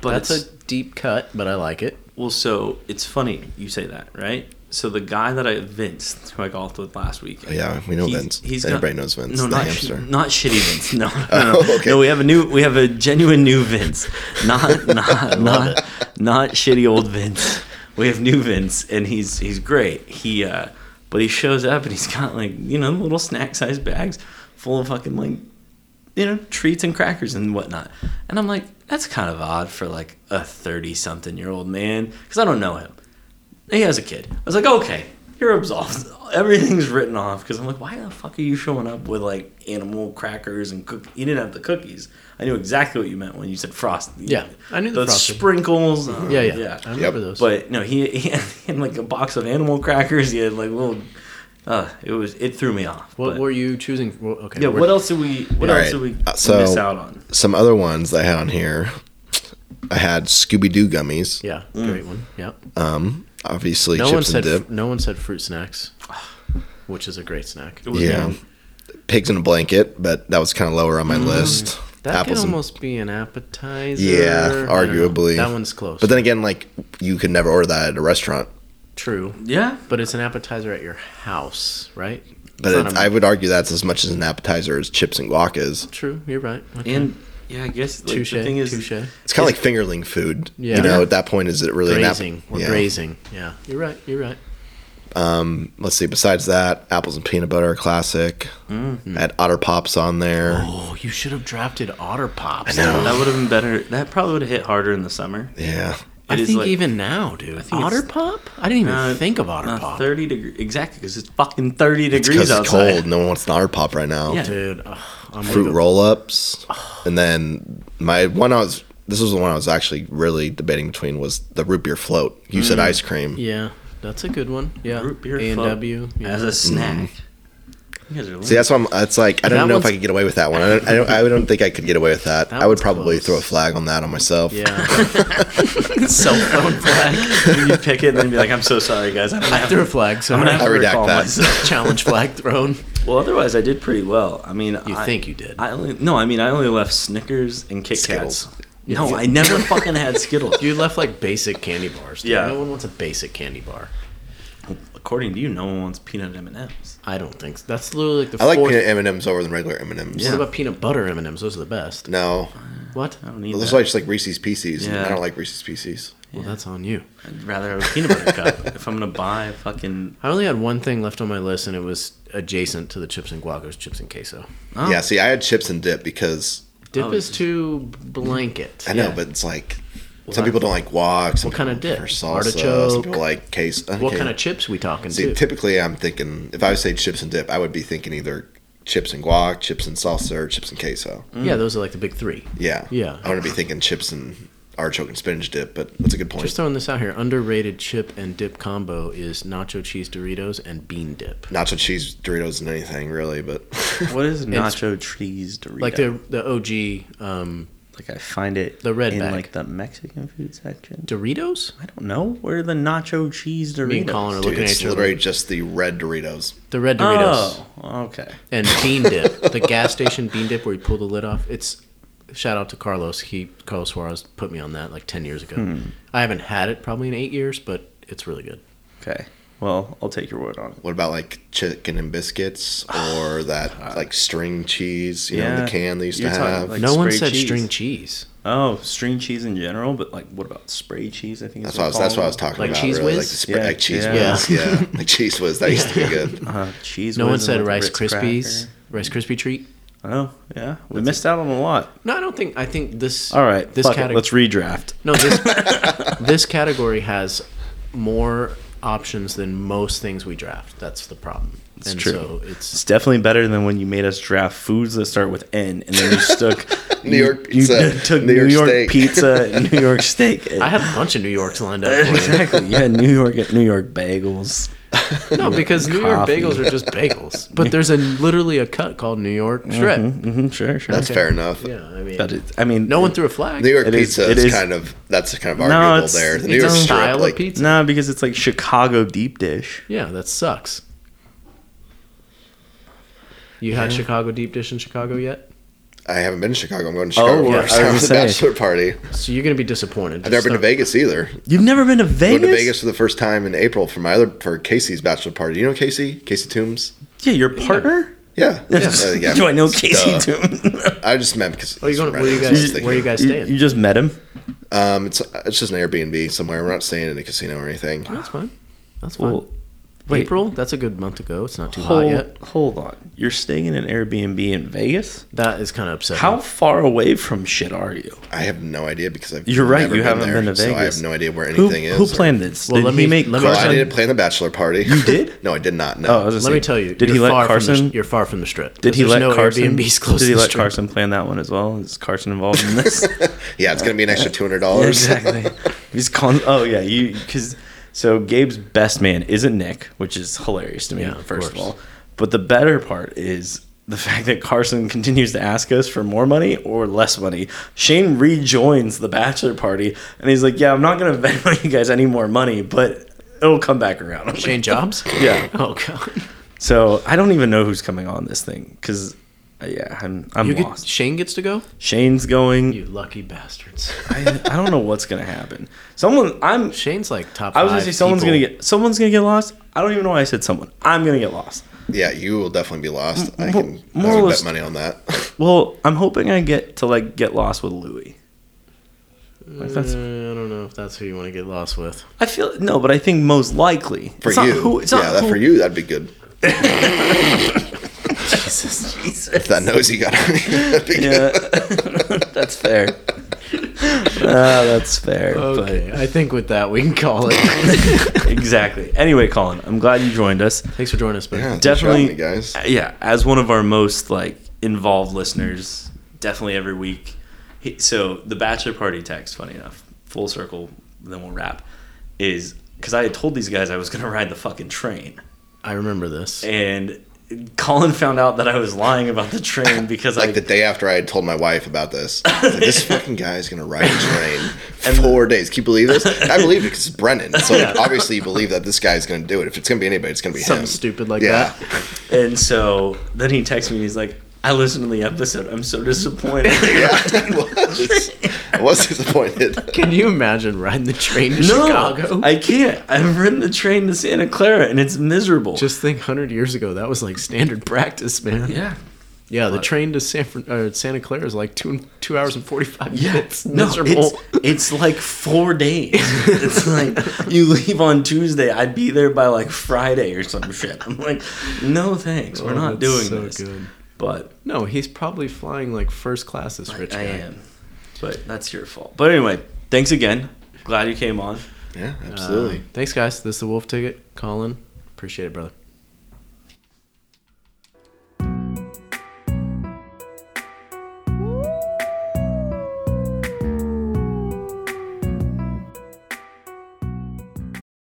Speaker 3: But
Speaker 1: That's
Speaker 3: it's,
Speaker 1: a deep cut, but I like it.
Speaker 3: well, so it's funny you say that, right? So the guy that I Vince, who I golfed with last week.
Speaker 2: Oh, Yeah, we know Vince. Everybody knows Vince,
Speaker 3: No,
Speaker 2: the
Speaker 3: not
Speaker 2: hamster.
Speaker 3: sh- not shitty Vince. No, no, no.
Speaker 2: Oh, okay.
Speaker 3: no. We have a new, we have a genuine new Vince. Not, not, not, not shitty old Vince. We have new Vince, and he's he's great. He, uh, but he shows up and he's got like you know little snack sized bags full of fucking like you know treats and crackers and whatnot. And I'm like, that's kind of odd for like a thirty something year old man because I don't know him he has a kid. I was like, okay, you're absolved. Everything's written off because I'm like, why the fuck are you showing up with like animal crackers and cook? You didn't have the cookies. I knew exactly what you meant when you said frost.
Speaker 1: Yeah, I knew the
Speaker 3: the
Speaker 1: frosted.
Speaker 3: sprinkles. uh,
Speaker 1: Yeah, yeah. I remember
Speaker 3: yeah.
Speaker 2: Oh, Yep.
Speaker 1: those.
Speaker 3: But no, he, he, had, he had like a box of animal crackers. He had like little. Uh, it was it threw me off.
Speaker 1: what
Speaker 3: but-
Speaker 1: were you choosing? Well, okay.
Speaker 3: yeah,
Speaker 1: we're-
Speaker 3: what else did we? What
Speaker 2: All
Speaker 3: else
Speaker 2: right,
Speaker 3: did we
Speaker 2: uh, so-
Speaker 3: miss out on?
Speaker 2: Some other ones that I had on here. I had Scooby Doo gummies.
Speaker 1: Yeah, great one. Yep.
Speaker 2: Um, obviously
Speaker 1: No one
Speaker 2: Mm. chips and
Speaker 1: said
Speaker 2: dip.
Speaker 1: no one said fruit snacks. which is a great snack.
Speaker 3: It was
Speaker 2: Yeah.
Speaker 3: good.
Speaker 2: Pigs in a blanket, but that was kind of lower on my list.
Speaker 1: That could
Speaker 2: and-
Speaker 1: almost be an appetizer.
Speaker 2: Yeah,
Speaker 1: I don't know.
Speaker 2: arguably.
Speaker 1: That one's close.
Speaker 2: But then again, like you could never order that at a restaurant.
Speaker 1: True.
Speaker 3: Yeah.
Speaker 1: But it's an appetizer at your house, right?
Speaker 2: But
Speaker 1: It's
Speaker 2: it's
Speaker 1: not a-
Speaker 2: I would argue that's as much as an appetizer as chips and guac is.
Speaker 1: True, you're right. Okay.
Speaker 3: And yeah, I guess like,
Speaker 1: touche,
Speaker 3: the thing is,
Speaker 1: touche.
Speaker 2: It's kind of like fingerling food.
Speaker 1: Yeah.
Speaker 2: You know, at that point, is it really
Speaker 1: Grazing.
Speaker 2: an app-
Speaker 1: We're
Speaker 2: yeah.
Speaker 1: grazing. Yeah, you're right. You're right.
Speaker 2: Let's see. Besides that, apples and peanut butter are classic. Had otter pops on there.
Speaker 1: Mm-hmm. Oh, you should have drafted Otter Pops.
Speaker 2: I know.
Speaker 3: that would have been better. That probably would have hit harder in the summer.
Speaker 2: Yeah.
Speaker 1: I
Speaker 3: It is
Speaker 1: think
Speaker 3: like-
Speaker 1: even now, dude.
Speaker 3: think
Speaker 1: Otter
Speaker 3: it's-
Speaker 1: Pop? I didn't even
Speaker 3: Uh,
Speaker 1: think of Otter
Speaker 3: Uh,
Speaker 1: Pop.
Speaker 3: Thirty degree exactly because it's fucking thirty degrees
Speaker 2: Because it's
Speaker 3: outside.
Speaker 2: cold. No one wants an otter pop right now.
Speaker 3: Yeah.
Speaker 1: Dude, ugh, I'm gonna
Speaker 2: Fruit
Speaker 1: go-
Speaker 2: roll ups. And then my one I was, this was the one I was actually really debating between was the root beer float. You
Speaker 1: Mm.
Speaker 2: said ice cream.
Speaker 1: Yeah, that's a good one. Yeah,
Speaker 3: Root beer
Speaker 1: A and
Speaker 3: float
Speaker 1: W
Speaker 3: as a snack. You guys are lame.
Speaker 2: Mm-hmm. See, that's why I'm, it's like, I
Speaker 1: That
Speaker 2: don't know if I
Speaker 1: one's-
Speaker 2: could get away with that one. I don't, I don't, I don't think I could get away with that.
Speaker 1: That
Speaker 2: I would
Speaker 1: one's
Speaker 2: probably
Speaker 1: close.
Speaker 2: throw a flag on that on myself.
Speaker 1: Yeah,
Speaker 3: cell phone flag. And you pick it and then be like, "I'm so sorry, guys. I'm gonna
Speaker 1: I
Speaker 3: have
Speaker 1: threw a
Speaker 3: to."
Speaker 1: flag. So
Speaker 3: I'm gonna have
Speaker 2: I
Speaker 3: to
Speaker 2: redact
Speaker 3: recall
Speaker 2: that.
Speaker 3: myself.
Speaker 1: challenge flag thrown.
Speaker 3: Well, otherwise, I did pretty well. I mean,
Speaker 1: You
Speaker 3: I,
Speaker 1: think you did?
Speaker 3: I only no. I mean, I only left Snickers and Kit
Speaker 2: Skittles.
Speaker 3: Kats. No, I never fucking had Skittles.
Speaker 1: you left like basic candy bars. dude.
Speaker 3: Yeah.
Speaker 1: no one wants a basic candy bar.
Speaker 3: According to you, no one wants peanut M and M's.
Speaker 1: I don't think so. that's literally like the
Speaker 2: I like
Speaker 1: fourth.
Speaker 2: peanut M&Ms over the regular M&Ms.
Speaker 1: What about peanut butter M and M's? Those are the best.
Speaker 2: No.
Speaker 1: What?
Speaker 3: I don't need
Speaker 2: Well,
Speaker 3: that.
Speaker 2: those are just like Reese's Pieces.
Speaker 3: Yeah.
Speaker 2: I don't like Reese's Pieces.
Speaker 1: Well, that's on you.
Speaker 3: I'd rather have a peanut butter cup if I'm gonna buy a fucking.
Speaker 1: I only had one thing left on my list, and it was adjacent to the chips and guacos, chips and queso.
Speaker 3: Oh.
Speaker 2: Yeah, see, I had chips and dip because
Speaker 1: Dip
Speaker 3: Oh,
Speaker 1: is
Speaker 3: it's-
Speaker 1: too blanket.
Speaker 2: I know,
Speaker 1: Yeah.
Speaker 2: but it's like some people don't like guac. Some
Speaker 1: What kind of
Speaker 2: people
Speaker 1: dip?
Speaker 2: prefer Salsa, Some
Speaker 1: Artichoke?
Speaker 2: people like queso.
Speaker 1: what kind of chips we talking?
Speaker 2: See,
Speaker 1: too?
Speaker 2: typically I'm thinking if I would say chips and dip, I would be thinking either chips and guac, chips and salsa, or chips and queso.
Speaker 1: Yeah, those are like the big three.
Speaker 2: Yeah,
Speaker 1: Yeah.
Speaker 2: I want to be thinking chips and artichoke and spinach dip, but that's a good point.
Speaker 1: Just throwing this out here, underrated chip and dip combo is nacho cheese Doritos and bean dip.
Speaker 2: Nacho cheese Doritos and anything really, but
Speaker 3: What is nacho cheese Dorito?
Speaker 1: Like the the OG um,
Speaker 3: like I find it
Speaker 1: The red
Speaker 3: in
Speaker 1: bag.
Speaker 3: like the Mexican food section.
Speaker 1: Doritos.
Speaker 3: I don't know where the nacho cheese Doritos.
Speaker 1: Me and Colin are
Speaker 2: dude,
Speaker 1: looking at
Speaker 2: it's
Speaker 1: each other.
Speaker 2: literally just the red Doritos.
Speaker 1: The red Doritos
Speaker 3: Oh, okay.
Speaker 1: and bean dip. the gas station bean dip where you pull the lid off. It's shout out to Carlos. He Carlos Suarez put me on that like ten years ago.
Speaker 3: Hmm.
Speaker 1: I haven't had it probably in eight years, but it's really good.
Speaker 3: Okay. Well, I'll take your word on it.
Speaker 2: What about like chicken and biscuits or that like string cheese? You know,
Speaker 3: Yeah.
Speaker 2: the can they used
Speaker 3: You're
Speaker 2: to
Speaker 3: talking,
Speaker 2: have.
Speaker 3: like,
Speaker 1: no one
Speaker 3: spray
Speaker 1: said
Speaker 3: cheese.
Speaker 1: string cheese.
Speaker 3: Oh, string cheese in general, but like, what about spray cheese? I think is
Speaker 2: That's what I was, that's what I was talking
Speaker 1: Like
Speaker 2: about.
Speaker 1: Cheese
Speaker 2: really.
Speaker 1: Whiz?
Speaker 2: Like, the sp-
Speaker 3: Yeah.
Speaker 2: like cheese
Speaker 3: Yeah.
Speaker 2: whiz. Yeah. like cheese whiz. That used to be good.
Speaker 3: Uh, cheese.
Speaker 1: No one
Speaker 3: whiz and
Speaker 1: said
Speaker 3: with a
Speaker 1: Rice
Speaker 3: Ritz
Speaker 1: Krispies. Rice Krispie treat.
Speaker 3: cracker. Oh yeah, we missed out on a lot.
Speaker 1: No, I don't think. I think this.
Speaker 3: All right,
Speaker 1: This
Speaker 3: fuck it,
Speaker 1: category.
Speaker 3: Let's redraft.
Speaker 1: No, this this category has more options than most things we draft. That's the problem. It's
Speaker 3: true.
Speaker 1: So
Speaker 3: It's
Speaker 1: it's
Speaker 3: definitely better than when you made us draft foods that start with N, and then you stuck
Speaker 2: New York
Speaker 3: you
Speaker 2: pizza,
Speaker 3: took
Speaker 2: New
Speaker 3: New,
Speaker 2: York
Speaker 3: York,
Speaker 2: steak.
Speaker 3: pizza, New York steak.
Speaker 1: I had a bunch of New Yorks lined up. For
Speaker 3: exactly. Yeah, New York, New York bagels.
Speaker 1: you. No, because New York
Speaker 3: Coffee.
Speaker 1: bagels are just bagels. But there's a literally a cut called New York strip.
Speaker 3: hmm sure, sure.
Speaker 2: That's fair enough.
Speaker 1: Yeah, I mean,
Speaker 3: That is, I mean,
Speaker 1: no one threw a flag.
Speaker 2: New York
Speaker 3: It is-
Speaker 2: pizza
Speaker 3: it
Speaker 2: is,
Speaker 3: is-
Speaker 2: kind of that's kind of
Speaker 3: No,
Speaker 2: arguable
Speaker 3: it's-
Speaker 2: there. The New
Speaker 1: it's
Speaker 2: York
Speaker 1: a
Speaker 2: strip,
Speaker 1: style
Speaker 2: like
Speaker 1: of pizza.
Speaker 3: No, because it's like Chicago deep dish.
Speaker 1: Yeah, that sucks. You had Chicago deep dish in Chicago yet?
Speaker 2: I haven't been to Chicago. I'm going to Chicago
Speaker 3: Oh, well,
Speaker 2: for
Speaker 3: I was gonna
Speaker 2: the
Speaker 3: say.
Speaker 2: bachelor party.
Speaker 1: So you're gonna be disappointed.
Speaker 2: I've never been to Vegas either.
Speaker 3: You've never been to Vegas?
Speaker 2: Went to Vegas for the first time in April for my other for Casey's bachelor party. You know Casey? Casey Toombs.
Speaker 3: Yeah, your partner.
Speaker 2: Yeah. Uh, yeah.
Speaker 3: Do I know Casey
Speaker 2: Duh.
Speaker 3: Toon?
Speaker 2: I just meant because.
Speaker 1: Oh, you going? Where you
Speaker 2: I was
Speaker 1: guys?
Speaker 2: thinking-
Speaker 1: Where you guys
Speaker 3: you,
Speaker 1: staying?
Speaker 3: you just met him.
Speaker 2: Um, it's it's just an Airbnb somewhere. We're not staying in a casino or anything.
Speaker 1: That's fine. That's fine.
Speaker 3: Well, wait.
Speaker 1: April. That's a good month to go. It's not too hot
Speaker 3: hold,
Speaker 1: yet.
Speaker 3: hold on. You're staying in an Airbnb in Vegas.
Speaker 1: That is kind of upsetting.
Speaker 3: How far away from shit are you?
Speaker 2: I have no idea because I've
Speaker 3: You're right.
Speaker 2: never
Speaker 3: You haven't
Speaker 2: there,
Speaker 3: been to Vegas.
Speaker 2: so I have no idea where
Speaker 3: Who,
Speaker 2: anything is.
Speaker 3: who
Speaker 2: or-
Speaker 3: planned this?
Speaker 1: Well,
Speaker 3: did
Speaker 1: let
Speaker 3: he
Speaker 1: me-
Speaker 3: make
Speaker 1: let me-
Speaker 2: Oh,
Speaker 1: Carson-
Speaker 2: I didn't plan the bachelor party. You
Speaker 3: did?
Speaker 2: no, I did not.
Speaker 3: Oh, I was
Speaker 2: No,
Speaker 3: gonna
Speaker 1: Let
Speaker 3: say,
Speaker 1: me tell you.
Speaker 3: Did
Speaker 1: you're
Speaker 3: he let
Speaker 1: far from the
Speaker 3: Carson?
Speaker 1: st- you're far from the strip.
Speaker 3: did he
Speaker 1: There's
Speaker 3: let
Speaker 1: no
Speaker 3: Carson?
Speaker 1: Airbnbs close
Speaker 3: did he
Speaker 1: to the
Speaker 3: let
Speaker 1: strip.
Speaker 3: Carson plan that one as well? Is Carson involved in this?
Speaker 2: yeah, it's gonna be an extra two hundred dollars.
Speaker 3: exactly. He's con. Oh yeah, you because so Gabe's best man isn't Nick, which is hilarious to me.
Speaker 1: Yeah, of
Speaker 3: first of,
Speaker 1: course.
Speaker 3: all, but the better part is the fact that Carson continues to ask us for more money or less money. Shane rejoins the bachelor party, and he's like, "Yeah, I'm not gonna vent on you guys any more money, but it'll come back around." I'm like,
Speaker 1: Shane Jobs?
Speaker 3: Yeah.
Speaker 1: Oh god.
Speaker 3: So I don't even know who's coming on this thing because, yeah, I'm I'm
Speaker 1: You get,
Speaker 3: lost.
Speaker 1: Shane gets to go.
Speaker 3: Shane's going.
Speaker 1: You lucky bastards.
Speaker 3: I, I don't know what's gonna happen. Someone, I'm.
Speaker 1: Shane's like top.
Speaker 3: I was gonna
Speaker 1: five
Speaker 3: say someone's
Speaker 1: people.
Speaker 3: gonna get someone's gonna get lost. I don't even know why I said someone. I'm gonna get lost.
Speaker 2: Yeah, you will definitely be lost. I
Speaker 3: M-
Speaker 2: can I
Speaker 3: more or
Speaker 2: would
Speaker 3: less-
Speaker 2: bet money on that.
Speaker 3: Well, I'm hoping I get to like get lost with Louis. Like that's,
Speaker 1: Uh, I don't know if that's who you want to get lost with.
Speaker 3: I feel no, but I think most likely
Speaker 2: for
Speaker 3: It's not
Speaker 2: you,
Speaker 3: who- it's
Speaker 2: yeah,
Speaker 3: not
Speaker 2: that
Speaker 3: who-
Speaker 2: for you, that'd be good.
Speaker 3: Jesus, Jesus.
Speaker 2: If that nosy got on you, that'd be
Speaker 3: yeah,
Speaker 2: good.
Speaker 3: that's fair. Ah, that's fair.
Speaker 1: Okay, I think with that we can call it.
Speaker 3: But exactly. Anyway, Colin, I'm glad you joined us.
Speaker 1: Thanks for joining us, buddy.
Speaker 2: Yeah, thanks for
Speaker 3: Definitely,
Speaker 2: having me, guys.
Speaker 3: uh, Yeah, as one of our most like involved listeners, definitely every week. He- So the bachelor party text, funny enough, full circle. Then we'll wrap. Is because I had told these guys I was gonna ride the fucking train,
Speaker 1: I remember this.
Speaker 3: and Colin found out that I was lying about the train because I
Speaker 2: Like the day after I had told my wife about this, I was like, this fucking guy is gonna ride a train four days. Can you believe this? I believe it because it's Brennan. So like, obviously you believe that this guy is gonna do it. If it's gonna be anybody, it's gonna be
Speaker 1: Something
Speaker 2: him.
Speaker 1: stupid like
Speaker 2: yeah,
Speaker 1: that.
Speaker 3: And so then he texts me and he's like, I listened to the episode. I'm so disappointed.
Speaker 2: yeah. I was, I was disappointed.
Speaker 1: Can you imagine riding the train to
Speaker 3: no,
Speaker 1: Chicago?
Speaker 3: I can't. I've ridden the train to Santa Clara and it's miserable.
Speaker 1: Just think, hundred years ago, that was like standard practice, man.
Speaker 3: yeah.
Speaker 1: Yeah, the train to San Fran- uh, Santa Clara is like two two hours and forty five
Speaker 3: Yeah,
Speaker 1: minutes.
Speaker 3: no,
Speaker 1: Miserable.
Speaker 3: It's, it's like four days. It's like you leave on Tuesday. I'd be there by like Friday or some shit. I'm like, no thanks. We're
Speaker 1: Oh,
Speaker 3: not
Speaker 1: that's
Speaker 3: doing
Speaker 1: so
Speaker 3: this.
Speaker 1: good.
Speaker 3: But
Speaker 1: No, he's probably flying like first class. This rich guy.
Speaker 3: I am. But that's your fault. But anyway, thanks again. Glad you came on.
Speaker 2: Yeah,
Speaker 1: Um,
Speaker 2: absolutely.
Speaker 1: thanks, guys. This is the Wolf Ticket. Colin, appreciate it, brother.